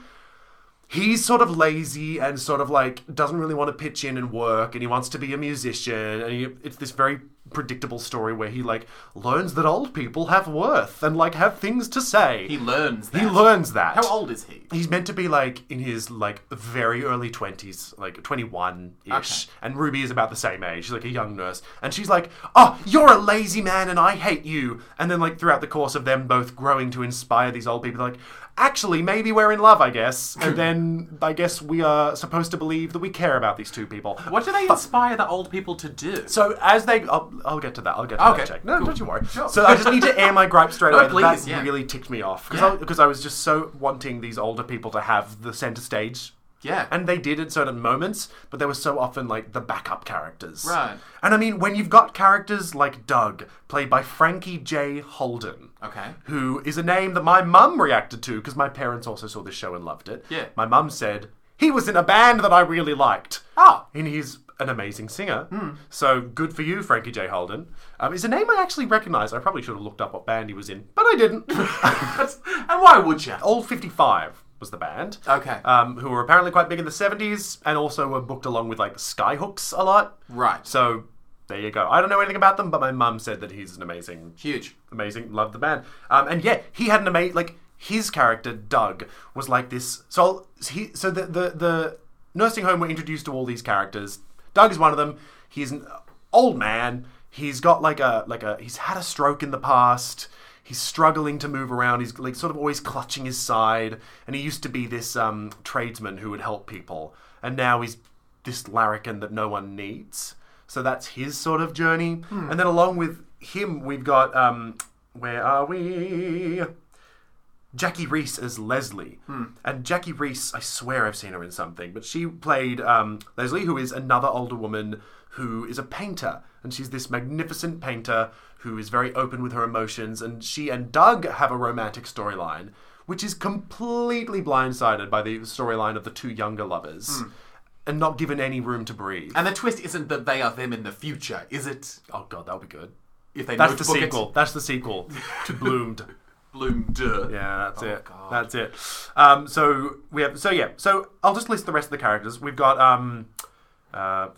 [SPEAKER 2] He's sort of lazy and sort of like doesn't really want to pitch in and work, and he wants to be a musician. And he, it's this very predictable story where he like learns that old people have worth and like have things to say.
[SPEAKER 1] He learns that.
[SPEAKER 2] He learns that
[SPEAKER 1] How old is he?
[SPEAKER 2] he's meant to be like in his like very early 20s like 21 ish and ruby is about the same age she's like a young nurse and she's like oh you're a lazy man and i hate you and then like throughout the course of them both growing to inspire these old people they're like actually maybe we're in love i guess and then i guess we are supposed to believe that we care about these two people
[SPEAKER 1] What do they inspire the old people to do?
[SPEAKER 2] so as they, I'll, I'll get to that. I'll get to
[SPEAKER 1] Okay,
[SPEAKER 2] that. Jack. No,
[SPEAKER 1] cool.
[SPEAKER 2] don't you worry.
[SPEAKER 1] Sure. Oh,
[SPEAKER 2] So I just need to air my gripe straight away. that
[SPEAKER 1] please,
[SPEAKER 2] that
[SPEAKER 1] yeah.
[SPEAKER 2] really ticked me off because
[SPEAKER 1] Yeah.
[SPEAKER 2] I, 'cause I was just so wanting these older people to have the center stage.
[SPEAKER 1] Yeah.
[SPEAKER 2] and they did at certain moments, but they were so often like the backup characters.
[SPEAKER 1] Right.
[SPEAKER 2] And I mean, when you've got characters like Doug, played by Frankie J. Holden,
[SPEAKER 1] Okay.
[SPEAKER 2] who is a name that my mum reacted to because my parents also saw this show and loved it.
[SPEAKER 1] Yeah.
[SPEAKER 2] My mum said, he was in a band that I really liked.
[SPEAKER 1] Oh.
[SPEAKER 2] And he's an amazing singer.
[SPEAKER 1] Hmm.
[SPEAKER 2] So good for you, Frankie J. Holden. Um, is a name I actually recognise. I probably should have looked up what band he was in, but I didn't.
[SPEAKER 1] That's- and why would you?
[SPEAKER 2] Old 55 was the band.
[SPEAKER 1] Okay.
[SPEAKER 2] Um, who were apparently quite big in the 70s and also were booked along with like the Skyhooks a lot.
[SPEAKER 1] Right.
[SPEAKER 2] So there you go. I don't know anything about them, but my mum said that he's an amazing
[SPEAKER 1] Huge.
[SPEAKER 2] amazing. Loved the band. Um, and yeah, he had an amazing like his character Doug was like this. So I'll- he so the the the nursing home were introduced to all these characters. Doug is one of them. He's an old man. He's got like a like a he's had a stroke in the past. He's struggling to move around. He's like sort of always clutching his side. And he used to be this um, tradesman who would help people, and now he's this larrikin that no one needs. So that's his sort of journey. And then along with him, we've got um, where are we? Jackie Reese as Leslie.
[SPEAKER 1] Hmm.
[SPEAKER 2] And Jackie Reese, I swear I've seen her in something, but she played um, Leslie, who is another older woman who is a painter. And she's this magnificent painter who is very open with her emotions. And she and Doug have a romantic storyline, which is completely blindsided by the storyline of the two younger lovers and not given any room to breathe.
[SPEAKER 1] Hmm. And the twist isn't that they are them in the future, is it?
[SPEAKER 2] Oh god, that would be good.
[SPEAKER 1] If they
[SPEAKER 2] That's
[SPEAKER 1] notebook
[SPEAKER 2] the
[SPEAKER 1] it,
[SPEAKER 2] sequel. That's the sequel to Bloomed.
[SPEAKER 1] Bloom duh.
[SPEAKER 2] Yeah, that's it.
[SPEAKER 1] Oh God.
[SPEAKER 2] That's it. Um, so we have. So yeah. So I'll just list the rest of the characters. We've got. Um, uh,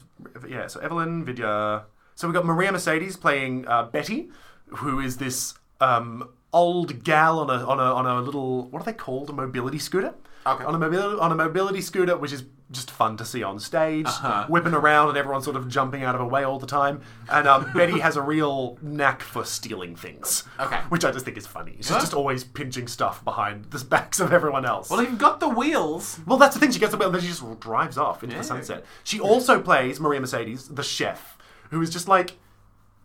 [SPEAKER 2] yeah. So Evelyn Vidya. So we've got Maria Mercedes playing uh, Betty, who is this um, old gal on a on a on a little what are they called a mobility scooter.
[SPEAKER 1] Okay.
[SPEAKER 2] On a mobility on a mobility scooter, which is just fun to see on stage,
[SPEAKER 1] Uh-huh.
[SPEAKER 2] whipping around and everyone sort of jumping out of her way all the time. And um, Betty has a real knack for stealing things.
[SPEAKER 1] Okay.
[SPEAKER 2] Which I just think is funny. She's just always pinching stuff behind the backs of everyone else.
[SPEAKER 1] Well, if you've got the wheels.
[SPEAKER 2] Well, that's the thing. She gets the wheel and then she just drives off into the sunset. She also plays Maria Mercedes, the chef, who is just like,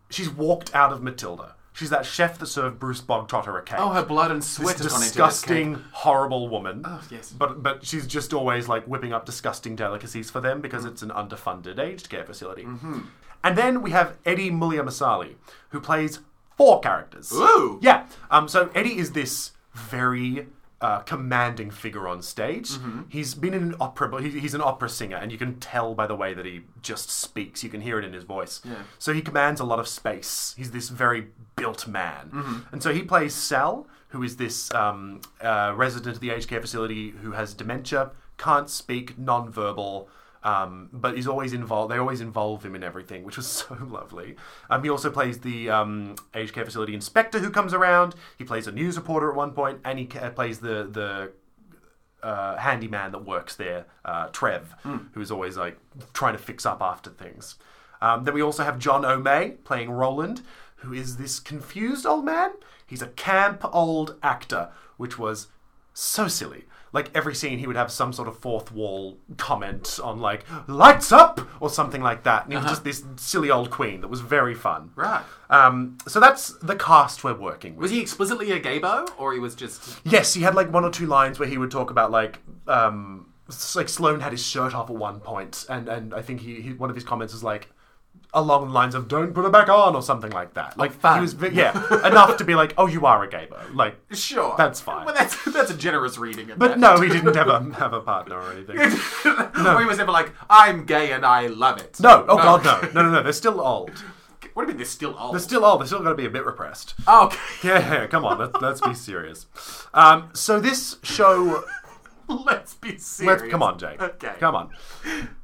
[SPEAKER 2] she's walked out of Matilda. She's that chef that served Bruce Bogtotter a cake.
[SPEAKER 1] Oh, her blood and sweat
[SPEAKER 2] This
[SPEAKER 1] has gone into this cake.
[SPEAKER 2] disgusting, horrible woman. Oh,
[SPEAKER 1] yes.
[SPEAKER 2] But but she's just always like whipping up disgusting delicacies for them because it's an underfunded aged care facility.
[SPEAKER 1] Mm-hmm.
[SPEAKER 2] And then we have Eddie Mulia Masali, who plays four characters.
[SPEAKER 1] Ooh.
[SPEAKER 2] Yeah. Um, so Eddie is this very uh, commanding figure on stage.
[SPEAKER 1] Mm-hmm.
[SPEAKER 2] He's been in an opera, but he, he's an opera singer, and you can tell by the way that he just speaks. You can hear it in his voice.
[SPEAKER 1] Yeah.
[SPEAKER 2] So he commands a lot of space. He's this very built man,
[SPEAKER 1] Mm-hmm.
[SPEAKER 2] and so he plays Sal, who is this um, uh, resident of the aged care facility who has dementia, can't speak, non-verbal. Um, but is always involved. They always involve him in everything, which was so lovely. Um, he also plays the um, aged care facility inspector who comes around. He plays a news reporter at one point, and he ca- plays the the uh, handyman that works there, uh, Trev, who is always like trying to fix up after things. Um, then we also have John O'May playing Roland, who is this confused old man. He's a camp old actor, which was so silly. Like every scene, he would have some sort of fourth wall comment on like "lights up" or something like that, and he was just this silly old queen that was very fun.
[SPEAKER 1] Right.
[SPEAKER 2] Um, so that's the cast we're working with.
[SPEAKER 1] Was he explicitly a gaybo, or he was just
[SPEAKER 2] Yes, he had like one or two lines where he would talk about like um s- like Sloane had his shirt off at one point and and I think he, he one of his comments was like along the lines of "Don't put it back on" or something like that. Like
[SPEAKER 1] fun.
[SPEAKER 2] he was ve- yeah enough to be like, "Oh, you are a gay though." Like
[SPEAKER 1] sure?
[SPEAKER 2] That's fine.
[SPEAKER 1] Well, that's that's a generous reading. Of
[SPEAKER 2] but no, he didn't ever have a partner or anything.
[SPEAKER 1] that. or he was never like, I'm gay and I love it.
[SPEAKER 2] No, oh god, no, no, no, no. They're still old.
[SPEAKER 1] What do you mean they're still old?
[SPEAKER 2] They're still old. They're still going to be a bit repressed.
[SPEAKER 1] oh, okay.
[SPEAKER 2] Yeah, yeah, come on. Let's let's be serious. Um, so this show
[SPEAKER 1] Let's be serious.
[SPEAKER 2] Let's come on, Jake.
[SPEAKER 1] Okay.
[SPEAKER 2] Come on.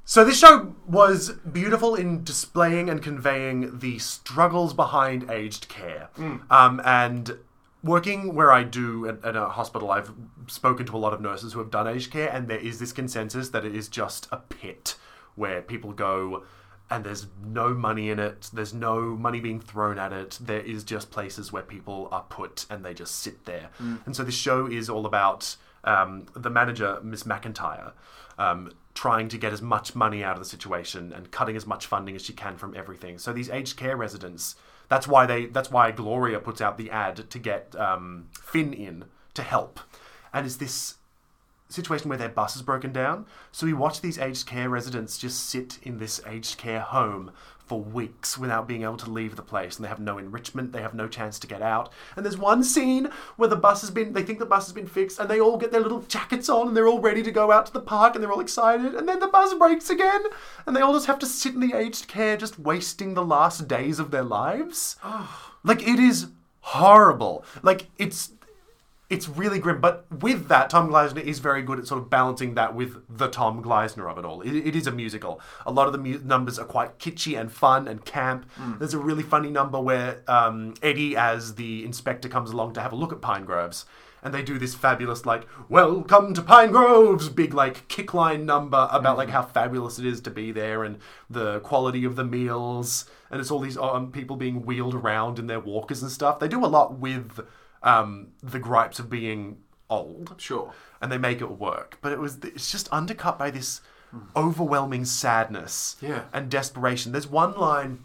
[SPEAKER 2] So this show was beautiful in displaying and conveying the struggles behind aged care.
[SPEAKER 1] Hmm.
[SPEAKER 2] Um, and working where I do at, at a hospital, I've spoken to a lot of nurses who have done aged care, and there is this consensus that it is just a pit where people go and there's no money in it. There's no money being thrown at it. There is just places where people are put and they just sit there. And so this show is all about um, the manager, Miss McIntyre, um, trying to get as much money out of the situation and cutting as much funding as she can from everything. So these aged care residents, that's why they, that's why Gloria puts out the ad to get um, Finn in to help. And it's this situation where their bus is broken down. So we watch these aged care residents just sit in this aged care home for weeks without being able to leave the place and they have no enrichment they have no chance to get out and there's one scene where the bus has been they think the bus has been fixed and they all get their little jackets on and they're all ready to go out to the park and they're all excited and then the bus breaks again and they all just have to sit in the aged care just wasting the last days of their lives like it is horrible like it's it's really grim. But with that, Tom Gleisner is very good at sort of balancing that with the Tom Gleisner of it all. It, it is a musical. A lot of the mu- numbers are quite kitschy and fun and camp. There's a really funny number where um, Eddie, as the inspector, comes along to have a look at Pine Groves. And they do this fabulous, like, welcome to Pine Groves, big, like, kickline number about, like, how fabulous it is to be there and the quality of the meals. And it's all these um, people being wheeled around in their walkers and stuff. They do a lot with um, the gripes of being old,
[SPEAKER 1] Sure.
[SPEAKER 2] and they make it work. But it was it's just undercut by this overwhelming sadness
[SPEAKER 1] Yeah.
[SPEAKER 2] and desperation. There's one line.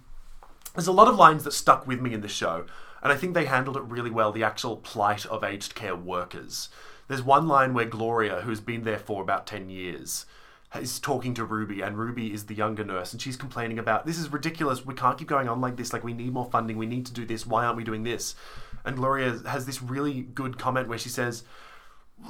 [SPEAKER 2] There's a lot of lines that stuck with me in the show, and I think they handled it really well. The actual plight of aged care workers. There's one line where Gloria, who's been there for about ten years, is talking to Ruby, and Ruby is the younger nurse, and she's complaining about this is ridiculous. We can't keep going on like this. Like we need more funding. We need to do this. Why aren't we doing this? And Gloria has this really good comment where she says,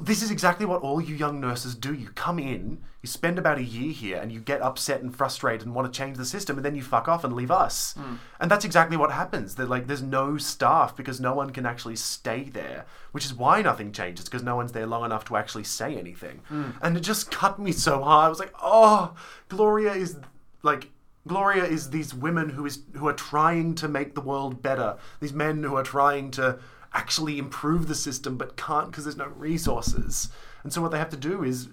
[SPEAKER 2] this is exactly what all you young nurses do. You come in, you spend about a year here, and you get upset and frustrated and want to change the system, and then you fuck off and leave us. And that's exactly what happens. That like there's no staff because no one can actually stay there, which is why nothing changes because no one's there long enough to actually say anything. And it just cut me so hard. I was like, oh, Gloria is like Gloria is these women who is who are trying to make the world better. These men who are trying to actually improve the system but can't because there's no resources. And so what they have to do is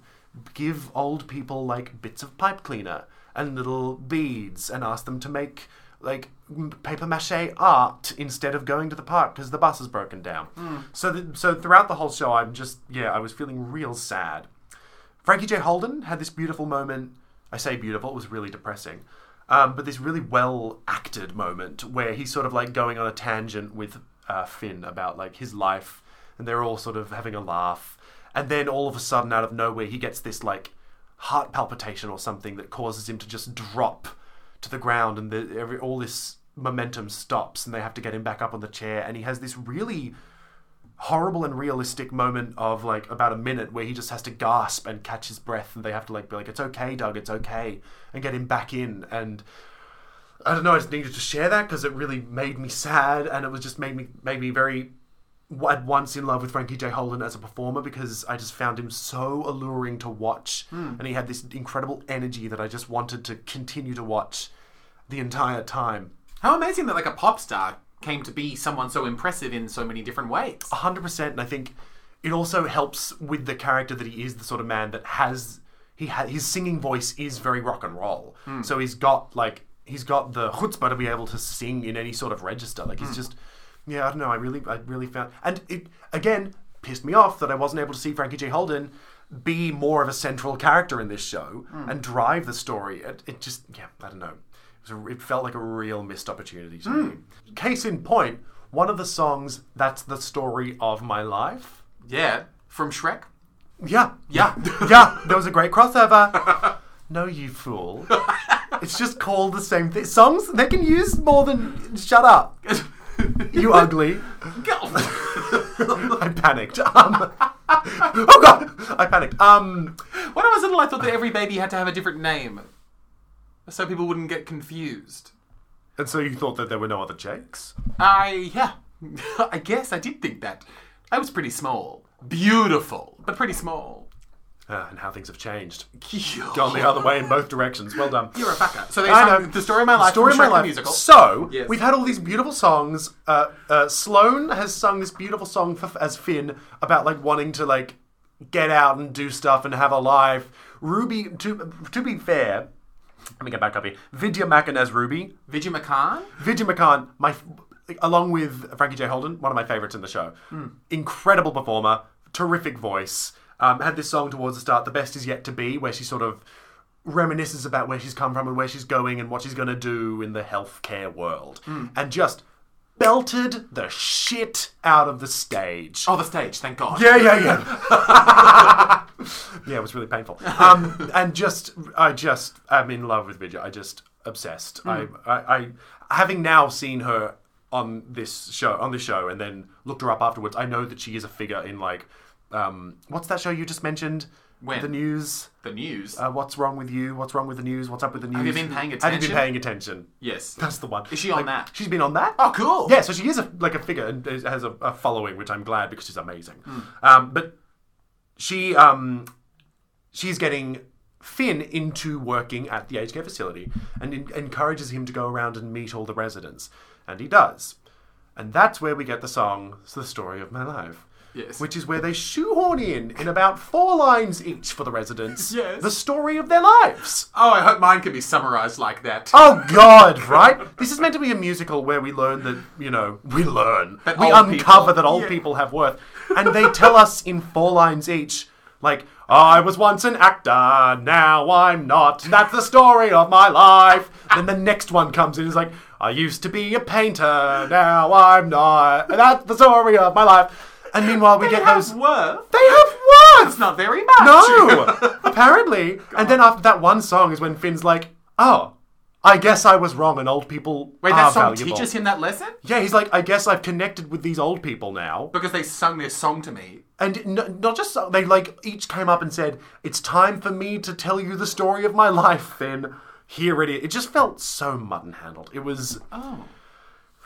[SPEAKER 2] give old people like bits of pipe cleaner and little beads and ask them to make like m- paper mache art instead of going to the park because the bus is broken down. So th- so throughout the whole show I'm just yeah, I was feeling real sad. Frankie J. Holden had this beautiful moment. I say beautiful, it was really depressing. Um, but this really well acted moment where he's sort of like going on a tangent with uh, Finn about like his life, and they're all sort of having a laugh. And then all of a sudden, out of nowhere, he gets this like heart palpitation or something that causes him to just drop to the ground, and the, every, all this momentum stops, and they have to get him back up on the chair. And he has this really horrible and realistic moment of like about a minute where he just has to gasp and catch his breath and they have to like be like it's okay doug it's okay and get him back in and i don't know i just needed to share that because it really made me sad and it was just made me made me very w- at once in love with frankie j holden as a performer because i just found him so alluring to watch and he had this incredible energy that i just wanted to continue to watch the entire time
[SPEAKER 1] How amazing that like a pop star came to be someone so impressive in so many different ways.
[SPEAKER 2] hundred percent, and I think it also helps with the character that he is the sort of man that has he ha- his singing voice is very rock and roll. So he's got like he's got the chutzpah to be able to sing in any sort of register. Like he's just yeah, I don't know. I really I really found and it again pissed me off that I wasn't able to see Frankie J Holden be more of a central character in this show and drive the story. It, it just yeah, I don't know. It, was a, it felt like a real missed opportunity to me. Case in point, one of the songs that's the story of my life.
[SPEAKER 1] Yeah, from Shrek.
[SPEAKER 2] Yeah,
[SPEAKER 1] Yeah.
[SPEAKER 2] yeah, there was a great crossover. no, you fool. It's just called the same thing. Songs they can use more than shut up. You ugly. I panicked. Um, oh god, I panicked. Um,
[SPEAKER 1] when I was little, I thought that every baby had to have a different name, so people wouldn't get confused.
[SPEAKER 2] and so you thought that there were no other Jakes?
[SPEAKER 1] I yeah, I guess I did think that. I was pretty small, beautiful, but pretty small.
[SPEAKER 2] Ah, and how things have changed.
[SPEAKER 1] Cute.
[SPEAKER 2] Gone the other way in both directions. Well done.
[SPEAKER 1] You're a fucker. So
[SPEAKER 2] I
[SPEAKER 1] there's
[SPEAKER 2] know.
[SPEAKER 1] um, the story of my life.
[SPEAKER 2] Story of my
[SPEAKER 1] from Shrek the
[SPEAKER 2] life.
[SPEAKER 1] musical.
[SPEAKER 2] So
[SPEAKER 1] Yes.
[SPEAKER 2] we've had all these beautiful songs. Uh, uh, Sloane has sung this beautiful song for, as Finn about like wanting to like get out and do stuff and have a life. Ruby, to to be fair, let me get back up here. Vidya Makan as Ruby,
[SPEAKER 1] Vijay McCann.
[SPEAKER 2] Vidya McCann, my along with Frankie J. Holden, one of my favorites in the show. Incredible performer, terrific voice. Um, had this song towards the start, "The Best Is Yet to Be," where she sort of reminisces about where she's come from and where she's going and what she's going to do in the healthcare world, and just belted the shit out of the stage.
[SPEAKER 1] Oh, the stage, thank God.
[SPEAKER 2] Yeah, yeah, yeah. yeah, it was really painful. Um, and just, I just, I'm in love with Vidya. I just obsessed. I, I, I, having now seen her on this show, on this show, and then looked her up afterwards. I know that she is a figure in like, um, what's that show you just mentioned?
[SPEAKER 1] When?
[SPEAKER 2] the news.
[SPEAKER 1] The news.
[SPEAKER 2] Uh, what's wrong with you? What's wrong with the news? What's up with the news?
[SPEAKER 1] you been
[SPEAKER 2] Have
[SPEAKER 1] paying
[SPEAKER 2] you
[SPEAKER 1] attention?
[SPEAKER 2] been paying attention?
[SPEAKER 1] yes.
[SPEAKER 2] That's the one.
[SPEAKER 1] Is she on
[SPEAKER 2] Like,
[SPEAKER 1] that?
[SPEAKER 2] She's been on that.
[SPEAKER 1] Oh, cool.
[SPEAKER 2] Yeah, so she is a, like a figure and is- has a, a following, which I'm glad because she's amazing.
[SPEAKER 1] Hmm.
[SPEAKER 2] Um, but she um, she's getting Finn into working at the aged care facility and en- encourages him to go around and meet all the residents, and he does. And that's where we get the song "The Story of My Life."
[SPEAKER 1] Yes.
[SPEAKER 2] Which is where they shoehorn in, in about four lines each for the residents,
[SPEAKER 1] Yes.
[SPEAKER 2] the story of their lives.
[SPEAKER 1] Oh, I hope mine can be summarized like that.
[SPEAKER 2] Oh God! Right? This is meant to be a musical where we learn that you know we learn
[SPEAKER 1] That
[SPEAKER 2] we
[SPEAKER 1] old
[SPEAKER 2] uncover
[SPEAKER 1] people-
[SPEAKER 2] that old
[SPEAKER 1] yeah.
[SPEAKER 2] people have worth, and they tell us in four lines each, like I was once an actor, now I'm not. That's the story of my life. Then the next one comes in is like I used to be a painter, now I'm not. That's the story of my life. And meanwhile we
[SPEAKER 1] They
[SPEAKER 2] get
[SPEAKER 1] have
[SPEAKER 2] those.
[SPEAKER 1] worth.
[SPEAKER 2] They have worth.
[SPEAKER 1] It's not very much.
[SPEAKER 2] No! apparently. And then after that one song is when Finn's like, oh, I guess I was wrong and old people
[SPEAKER 1] Wait,
[SPEAKER 2] are
[SPEAKER 1] that song
[SPEAKER 2] Ah, valuable.
[SPEAKER 1] teaches him that lesson?
[SPEAKER 2] yeah, he's like, I guess I've connected with these old people now.
[SPEAKER 1] Because they sung their song to me.
[SPEAKER 2] And n- not just so- they like each came up and said, "It's time for me to tell you the story of my life." Then here it is. It just felt so mutton handled. It was
[SPEAKER 1] Oh.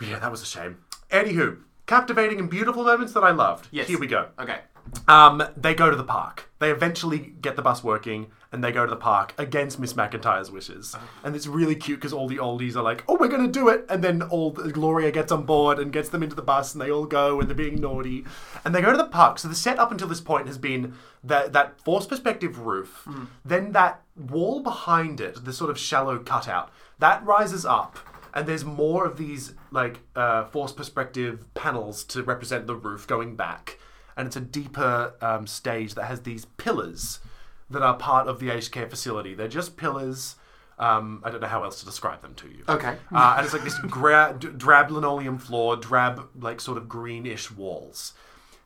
[SPEAKER 2] yeah, that was a shame. Anywho, captivating and beautiful moments that I loved.
[SPEAKER 1] Yes.
[SPEAKER 2] Here we go.
[SPEAKER 1] Okay.
[SPEAKER 2] Um, they go to the park. They eventually get the bus working, and they go to the park against Miss McIntyre's wishes. And it's really cute because all the oldies are like, "Oh, we're gonna do it!" And then all Gloria gets on board and gets them into the bus, and they all go, and they're being naughty, and they go to the park. So the set up until this point has been that that forced perspective roof, then that wall behind it, the sort of shallow cutout that rises up. And there's more of these like uh, forced perspective panels to represent the roof going back and it's a deeper um, stage that has these pillars that are part of the aged care facility. They're just pillars. Um, I don't know how else to describe them to you.
[SPEAKER 1] Okay.
[SPEAKER 2] Uh, and it's like this gra- d- drab linoleum floor, drab, like sort of greenish walls.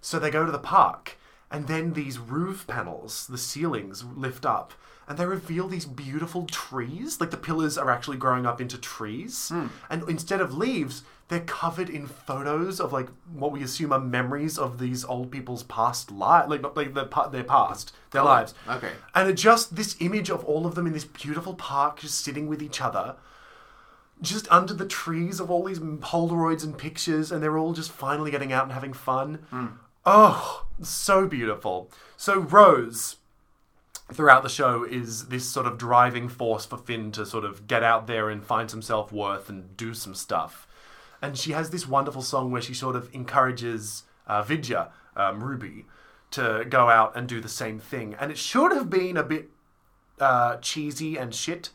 [SPEAKER 2] So they go to the park, and then these roof panels, the ceilings lift up, and they reveal these beautiful trees. Like the pillars are actually growing up into trees. And instead of leaves, they're covered in photos of like what we assume are memories of these old people's past life, like not like their, pa- their past, their lives.
[SPEAKER 1] okay.
[SPEAKER 2] And it just this image of all of them in this beautiful park, just sitting with each other, just under the trees of all these Polaroids and pictures, and they're all just finally getting out and having fun. Oh, so beautiful. So Rose, throughout the show, is this sort of driving force for Finn to sort of get out there and find some self worth and do some stuff. And she has this wonderful song where she sort of encourages uh, Vidya, um, Ruby, to go out and do the same thing. And it should have been a bit uh, cheesy and shit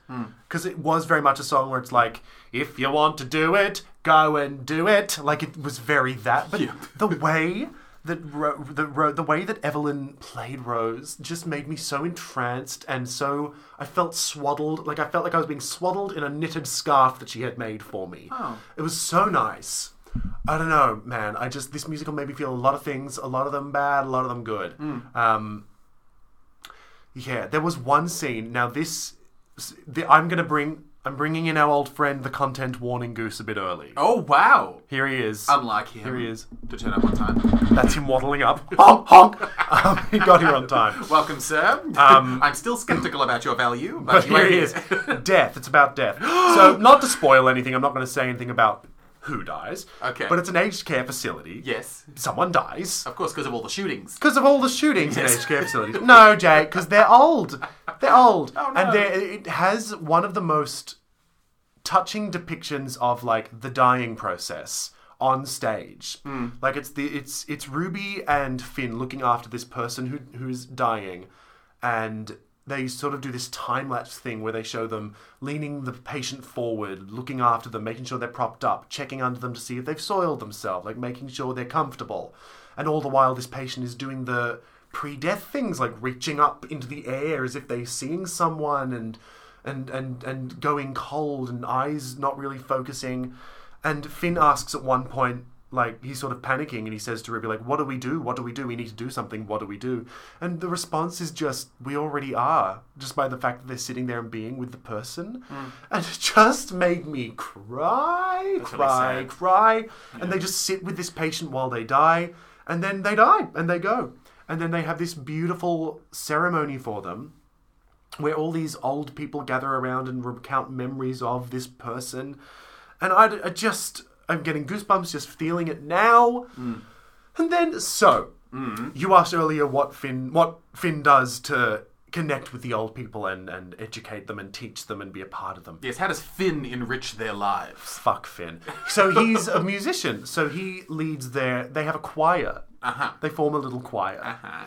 [SPEAKER 2] because it was very much a song where it's like, if you want to do it, go and do it. Like it was very that, but the way that Ro- the Ro- the way that Evelyn played Rose just made me so entranced and so I felt swaddled. Like I felt like I was being swaddled in a knitted scarf that she had made for me.
[SPEAKER 1] Oh.
[SPEAKER 2] It was so nice. I don't know, man. I just this musical made me feel a lot of things, a lot of them bad, a lot of them good. Um, yeah, there was one scene. Now this, the, I'm gonna bring. I'm bringing in our old friend, the content warning goose, a bit early.
[SPEAKER 1] Oh, wow.
[SPEAKER 2] Here he is.
[SPEAKER 1] Unlike him.
[SPEAKER 2] Here he is.
[SPEAKER 1] To turn up on time.
[SPEAKER 2] That's him waddling up. honk, honk. Um, he got here on time.
[SPEAKER 1] Welcome, sir. I'm still skeptical about your value,
[SPEAKER 2] But
[SPEAKER 1] but, you are
[SPEAKER 2] Um, here he is. death. It's about death. So, not to spoil anything, I'm not going to say anything about who dies.
[SPEAKER 1] Okay.
[SPEAKER 2] But it's an aged care facility.
[SPEAKER 1] Yes.
[SPEAKER 2] Someone dies.
[SPEAKER 1] Of course, because of all the shootings.
[SPEAKER 2] Because of all the shootings in aged care facilities. No, Jake, because they're old. They're old.
[SPEAKER 1] Oh, no.
[SPEAKER 2] And they're, it has one of the most touching depictions of like the dying process on stage. Like it's the it's it's Ruby and Finn looking after this person who who's dying and they sort of do this time lapse thing where they show them leaning the patient forward, looking after them, making sure they're propped up, checking under them to see if they've soiled themselves, like making sure they're comfortable. And all the while this patient is doing the pre-death things like reaching up into the air as if they're seeing someone and and and and going cold and eyes not really focusing And Finn asks at one point, like, he's sort of panicking and he says to Ruby, like, what do we do? What do we do? We need to do something. What do we do? And the response is just, we already are, just by the fact that they're sitting there and being with the person.
[SPEAKER 1] Hmm.
[SPEAKER 2] And it just made me cry,
[SPEAKER 1] really
[SPEAKER 2] cry,
[SPEAKER 1] sad.
[SPEAKER 2] cry. And they just sit with this patient while they die. And then they die and they go. And then they have this beautiful ceremony for them where all these old people gather around and recount memories of this person. And I, I just, I'm getting goosebumps just feeling it now. And then, so you asked earlier what Finn, what Finn does to connect with the old people and, and educate them and teach them and be a part of them.
[SPEAKER 1] Yes, how does Finn enrich their lives?
[SPEAKER 2] Fuck Finn. So he's a musician. So he leads their. They have a choir.
[SPEAKER 1] Uh-huh.
[SPEAKER 2] They form a little choir
[SPEAKER 1] Uh-huh.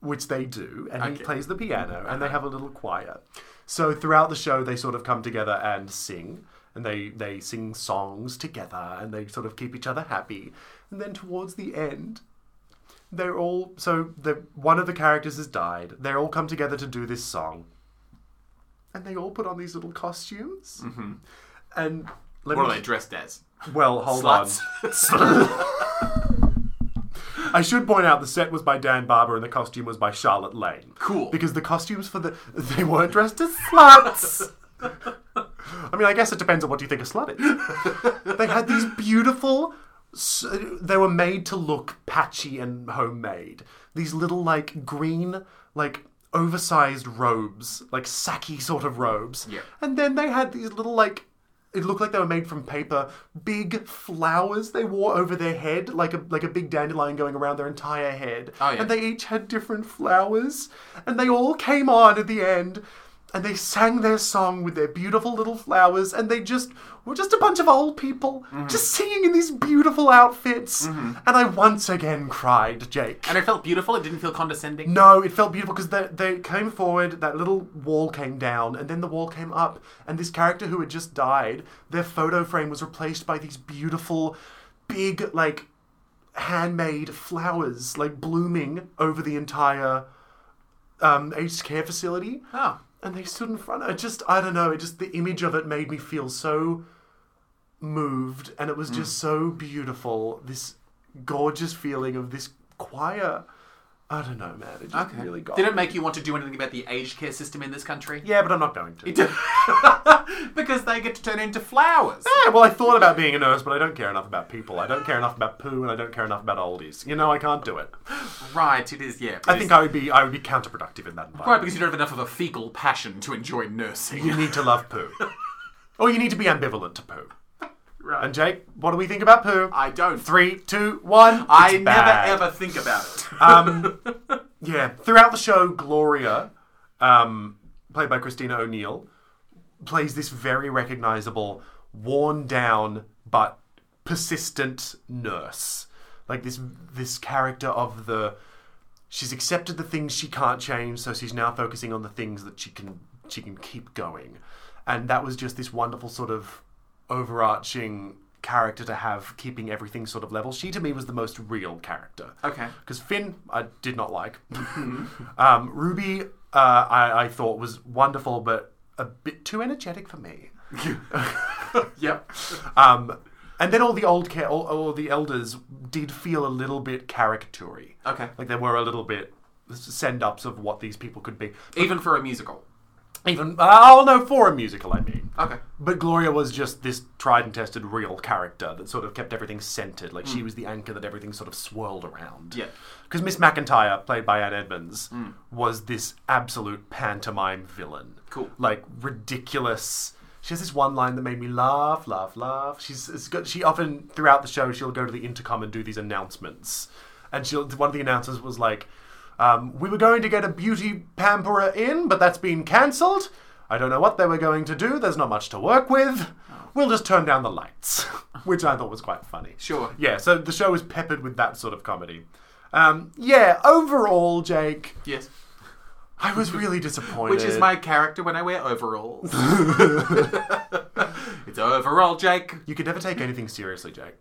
[SPEAKER 2] which they do, and he plays the piano, and they have a little choir. So throughout the show, they sort of come together and sing, and they they sing songs together, and they sort of keep each other happy. And then towards the end, they're all so the one of the characters has died. They all come together to do this song, and they all put on these little costumes, mm-hmm. and. Let
[SPEAKER 1] What
[SPEAKER 2] me
[SPEAKER 1] are they dressed as?
[SPEAKER 2] well, hold
[SPEAKER 1] Sluts.
[SPEAKER 2] on. I should point out the set was by Dan Barber and the costume was by Charlotte Lane.
[SPEAKER 1] Cool.
[SPEAKER 2] Because the costumes for the they weren't dressed as sluts. I mean, I guess it depends on what you think a slut is. they had these beautiful. s- They were made to look patchy and homemade. These little like green like oversized robes, like sacky sort of robes.
[SPEAKER 1] Yeah.
[SPEAKER 2] And then they had these little like it looked like they were made from paper. Big flowers they wore over their head, like a like a big dandelion going around their entire head.
[SPEAKER 1] Oh, yeah.
[SPEAKER 2] And they each had different flowers, and they all came on at the end, and they sang their song with their beautiful little flowers, and they just were just a bunch of old people just singing in these beautiful outfits. And I once again cried, Jake.
[SPEAKER 1] And it felt beautiful. It didn't feel condescending.
[SPEAKER 2] No, it felt beautiful because they, they came forward, that little wall came down, and then the wall came up, and this character who had just died, their photo frame was replaced by these beautiful, big, like, handmade flowers, like, blooming over the entire um, aged care facility.
[SPEAKER 1] Oh.
[SPEAKER 2] And they stood in front. I just, I don't know. It just the image of it made me feel so moved, and it was just so beautiful. This gorgeous feeling of this choir. I don't know, man. It just really got.
[SPEAKER 1] Did it make you want to do anything about the aged care system in this country?
[SPEAKER 2] yeah, but I'm not going to.
[SPEAKER 1] because they get to turn into flowers.
[SPEAKER 2] Yeah, well, I thought about being a nurse, but I don't care enough about people. I don't care enough about poo, and I don't care enough about oldies. You know, I can't do it.
[SPEAKER 1] right, it is, yeah.
[SPEAKER 2] I think I would be, I would be counterproductive in that environment.
[SPEAKER 1] Right, because you don't have enough of a fecal passion to enjoy nursing.
[SPEAKER 2] you need to love poo, or you need to be ambivalent to poo.
[SPEAKER 1] Right.
[SPEAKER 2] And Jake, what do we think about poo?
[SPEAKER 1] I don't.
[SPEAKER 2] Three, two, one.
[SPEAKER 1] I
[SPEAKER 2] It's
[SPEAKER 1] never
[SPEAKER 2] bad.
[SPEAKER 1] ever think about it. Uh,
[SPEAKER 2] Um, yeah. Throughout the show, Gloria, um, played by Christina O'Neill, plays this very recognizable, worn down but persistent nurse. Like this this character of the she's accepted the things she can't change, so she's now focusing on the things that she can she can keep going. And that was just this wonderful sort of overarching character to have keeping everything sort of level. She to me was the most real character
[SPEAKER 1] Okay.
[SPEAKER 2] because Finn I did not like.
[SPEAKER 1] Mm-hmm.
[SPEAKER 2] um, Ruby uh, I, I thought was wonderful, but a bit too energetic for me.
[SPEAKER 1] Yep.
[SPEAKER 2] Um, and then all the old care, all, all the elders did feel a little bit caricaturey.
[SPEAKER 1] Okay.
[SPEAKER 2] Like they were a little bit send ups of what these people could be.
[SPEAKER 1] Even for a musical.
[SPEAKER 2] Even oh no, for a musical I mean.
[SPEAKER 1] Okay.
[SPEAKER 2] But Gloria was just this tried and tested real character that sort of kept everything centered. Like she was the anchor that everything sort of swirled around.
[SPEAKER 1] Mm. Yeah.
[SPEAKER 2] Because Miss McIntyre, played by Anne Edmonds, was this absolute pantomime villain.
[SPEAKER 1] Cool.
[SPEAKER 2] Like ridiculous. She has this one line that made me laugh, laugh, laugh. She's it's got, she often throughout the show she'll go to the intercom and do these announcements, and she'll one of the announcers was like, um, "We were going to get a beauty pamperer in, but that's been cancelled. I don't know what they were going to do. There's not much to work with. We'll just turn down the lights," which I thought was quite funny.
[SPEAKER 1] Sure.
[SPEAKER 2] Yeah, so the show is peppered with that sort of comedy. Um, yeah, overall, Jake,
[SPEAKER 1] Yes.
[SPEAKER 2] I was really disappointed.
[SPEAKER 1] Which is my character when I wear overalls. it's overall, Jake.
[SPEAKER 2] You could never take anything seriously, Jake.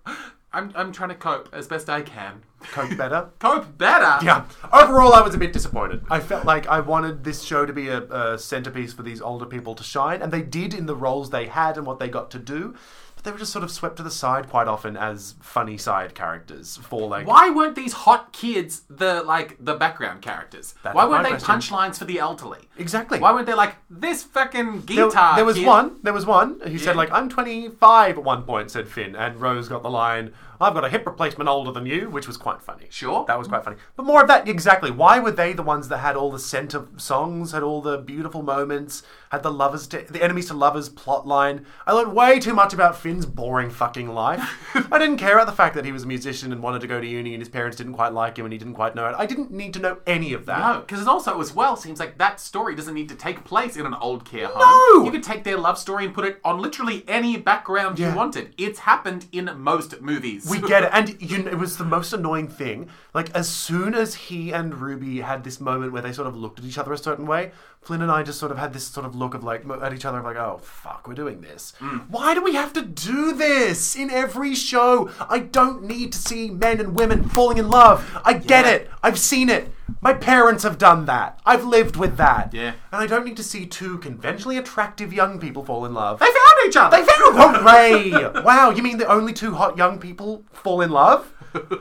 [SPEAKER 1] I'm, I'm trying to cope as best I can.
[SPEAKER 2] Cope better.
[SPEAKER 1] Cope better.
[SPEAKER 2] Yeah. Overall, I was a bit disappointed. I felt like I wanted this show to be a, a centerpiece for these older people to shine, and they did in the roles they had and what they got to do. but they were just sort of swept to the side quite often as funny side characters for like
[SPEAKER 1] Why weren't these hot kids the like the background characters?
[SPEAKER 2] That's
[SPEAKER 1] Why
[SPEAKER 2] my
[SPEAKER 1] weren't they
[SPEAKER 2] question.
[SPEAKER 1] punchlines for the elderly?
[SPEAKER 2] exactly
[SPEAKER 1] Why weren't they like this fucking
[SPEAKER 2] there,
[SPEAKER 1] guitar?
[SPEAKER 2] there was
[SPEAKER 1] kid?
[SPEAKER 2] one. There was one who
[SPEAKER 1] Yeah.
[SPEAKER 2] said like, "I'm 25" at one point," said Finn, and Rose got the line, "I've got a hip replacement older than you," which was quite funny.
[SPEAKER 1] Sure.
[SPEAKER 2] that was quite funny. But more of that exactly. Why were they the ones that had all the center songs, had all the beautiful moments, had the lovers, to, the enemies to lovers plot line? I learned way too much about Finn's boring fucking life. I didn't care about the fact that he was a musician and wanted to go to uni, and his parents didn't quite like him, and he didn't quite know it. I didn't need to know any of that.
[SPEAKER 1] No, because it also as well seems like that story doesn't need to take place in an old care home.
[SPEAKER 2] No!
[SPEAKER 1] you could take their love story and put it on literally any background you
[SPEAKER 2] Yeah.
[SPEAKER 1] wanted. It's happened in most movies.
[SPEAKER 2] We get it, and you know, it was the most annoying thing. Like as soon as he and Ruby had this moment where they sort of looked at each other a certain way, Flynn and I just sort of had this sort of look of like mo- at each other of like, oh fuck, we're doing this.
[SPEAKER 1] Mm.
[SPEAKER 2] Why do we have to do this in every show? I don't need to see men and women falling in love. I get
[SPEAKER 1] Yeah.
[SPEAKER 2] it. I've seen it. My parents have done that. I've lived with that.
[SPEAKER 1] Yeah.
[SPEAKER 2] and I don't need to see two conventionally attractive young people fall in love.
[SPEAKER 1] they found each other.
[SPEAKER 2] They found Hooray! wow, you mean the only two hot young people fall in love?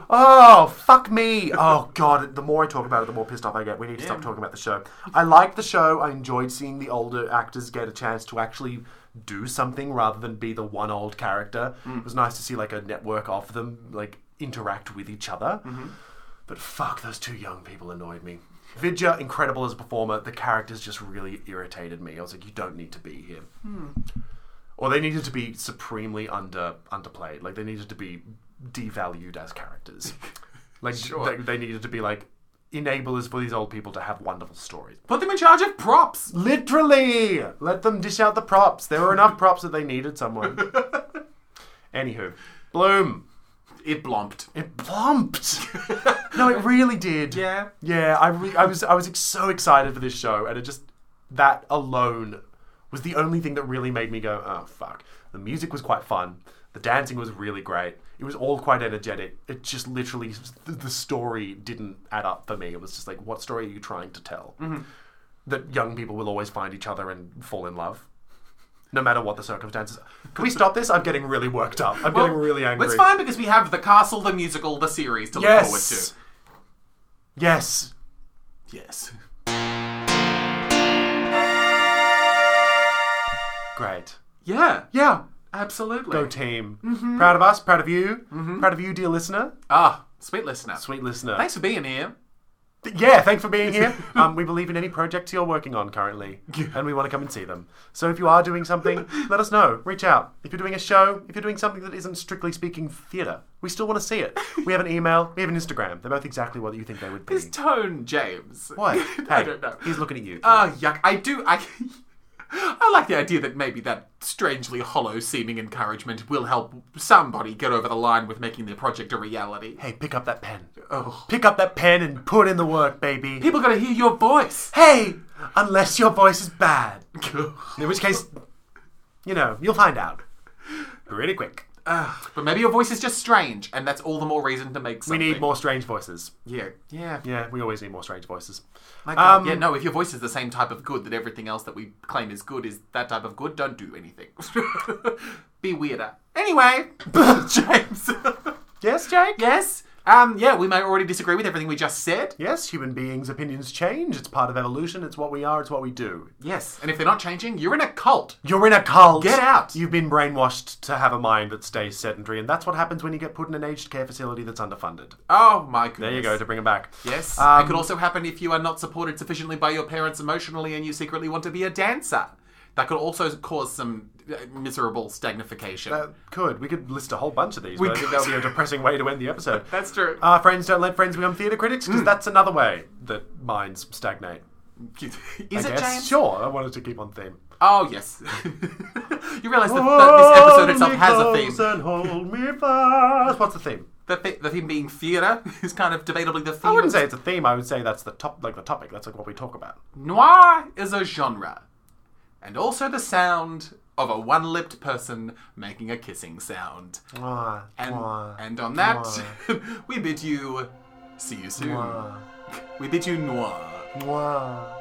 [SPEAKER 2] Oh, fuck me. Oh, God. The more I talk about it, the more pissed off I get. We need to stop talking about the show. I liked the show. I enjoyed seeing the older actors get a chance to actually do something rather than be the one old character. It was nice to see, like, a network of them, like, interact with each other. But fuck, those two young people annoyed me. Vidya, incredible as a performer, the characters just really irritated me. I was like, you don't need to be here or they needed to be supremely under underplayed. Like they needed to be devalued as characters. Like
[SPEAKER 1] Sure.
[SPEAKER 2] they, they needed to be like enablers for these old people to have wonderful stories.
[SPEAKER 1] Put them in charge of props.
[SPEAKER 2] Literally, let them dish out the props. There were enough props that they needed someone. Anywho, Bloom.
[SPEAKER 1] It blomped.
[SPEAKER 2] It plumped. no, it really did.
[SPEAKER 1] Yeah.
[SPEAKER 2] Yeah, I, re- I was I was ex- so excited for this show, and it just that alone was the only thing that really made me go, oh fuck. The music was quite fun. The dancing was really great. It was all quite energetic. It just literally the the story didn't add up for me. It was just like, what story are you trying to tell? That young people will always find each other and fall in love. No matter what the circumstances. Can we stop this? I'm getting really worked up. I'm getting really angry.
[SPEAKER 1] It's fine because we have the castle, the musical, the series to look forward to.
[SPEAKER 2] Yes. Yes.
[SPEAKER 1] Yes.
[SPEAKER 2] Great.
[SPEAKER 1] Yeah. Mm-hmm.
[SPEAKER 2] Yeah.
[SPEAKER 1] Absolutely.
[SPEAKER 2] Go team. Proud of us, proud of you, proud of you, dear listener,
[SPEAKER 1] Ah, sweet listener.
[SPEAKER 2] sweet listener.
[SPEAKER 1] Mm-hmm. Thanks for being here.
[SPEAKER 2] Th- Yeah, thanks for being here. um, we believe in any projects you're working on currently, and we want to come and see them. So if you are doing something, let us know. Reach out. If you're doing a show, if you're doing something that isn't strictly speaking theatre, we still want to see it. We have an email, we have an Instagram. They're both exactly what you think they would be.
[SPEAKER 1] His tone, James.
[SPEAKER 2] What?
[SPEAKER 1] I
[SPEAKER 2] Hey,
[SPEAKER 1] don't know.
[SPEAKER 2] He's looking at you.
[SPEAKER 1] Oh, yuck. I do. I. I like the idea that maybe that strangely hollow seeming encouragement will help somebody get over the line with making their project a reality.
[SPEAKER 2] hey, pick up that pen.
[SPEAKER 1] Oh.
[SPEAKER 2] Pick up that pen and put in the work, baby.
[SPEAKER 1] People gotta hear your voice.
[SPEAKER 2] Hey, unless your voice is bad. In which case, you know, you'll find out. Pretty quick.
[SPEAKER 1] Ugh, but maybe your voice is just strange, and that's all the more reason to make
[SPEAKER 2] We
[SPEAKER 1] something.
[SPEAKER 2] need more strange voices.
[SPEAKER 1] Yeah, yeah.
[SPEAKER 2] Yeah, we always need more strange voices.
[SPEAKER 1] My God.
[SPEAKER 2] Um,
[SPEAKER 1] yeah, no, if your voice is the same type of good that everything else that we claim is good is that type of good, don't do anything. Be weirder. Anyway, James.
[SPEAKER 2] Yes, Jake?
[SPEAKER 1] yes? Um, yeah, we may already disagree with everything we just said.
[SPEAKER 2] Yes, human beings' opinions change. It's part of evolution. It's what we are. It's what we do.
[SPEAKER 1] Yes, and if they're not changing, you're in a cult.
[SPEAKER 2] You're in a cult.
[SPEAKER 1] Get out.
[SPEAKER 2] You've been brainwashed to have a mind that stays sedentary, and that's what happens when you get put in an aged care facility that's underfunded.
[SPEAKER 1] Oh my goodness.
[SPEAKER 2] There you go, to bring it back.
[SPEAKER 1] Yes.
[SPEAKER 2] Um,
[SPEAKER 1] it could also happen if you are not supported sufficiently by your parents emotionally and you secretly want to be a dancer. That could also cause some uh, miserable stagnification.
[SPEAKER 2] Uh, could. We could list a whole bunch of these, but I think
[SPEAKER 1] could.
[SPEAKER 2] that would be a depressing way to end the episode.
[SPEAKER 1] That's true.
[SPEAKER 2] Uh, friends don't let friends become theatre critics, because that's another way that minds stagnate.
[SPEAKER 1] Is
[SPEAKER 2] I
[SPEAKER 1] it
[SPEAKER 2] guess.
[SPEAKER 1] James?
[SPEAKER 2] Sure, I wanted to keep on theme.
[SPEAKER 1] Oh, yes. you realize that, that this episode itself
[SPEAKER 2] Hold
[SPEAKER 1] has a
[SPEAKER 2] me
[SPEAKER 1] theme.
[SPEAKER 2] close Oh, and hold me fast. What's the theme?
[SPEAKER 1] The, thi- the theme being theatre is kind of debatably the theme.
[SPEAKER 2] I wouldn't say it's a theme. I would say that's the top, like the topic. That's like what we talk about.
[SPEAKER 1] Noir is a genre, and also the sound of a one lipped person making a kissing sound.
[SPEAKER 2] Mwah,
[SPEAKER 1] And,
[SPEAKER 2] mwah,
[SPEAKER 1] and on that, we bid you see you soon.
[SPEAKER 2] mwah,
[SPEAKER 1] We bid you noir.
[SPEAKER 2] mwah.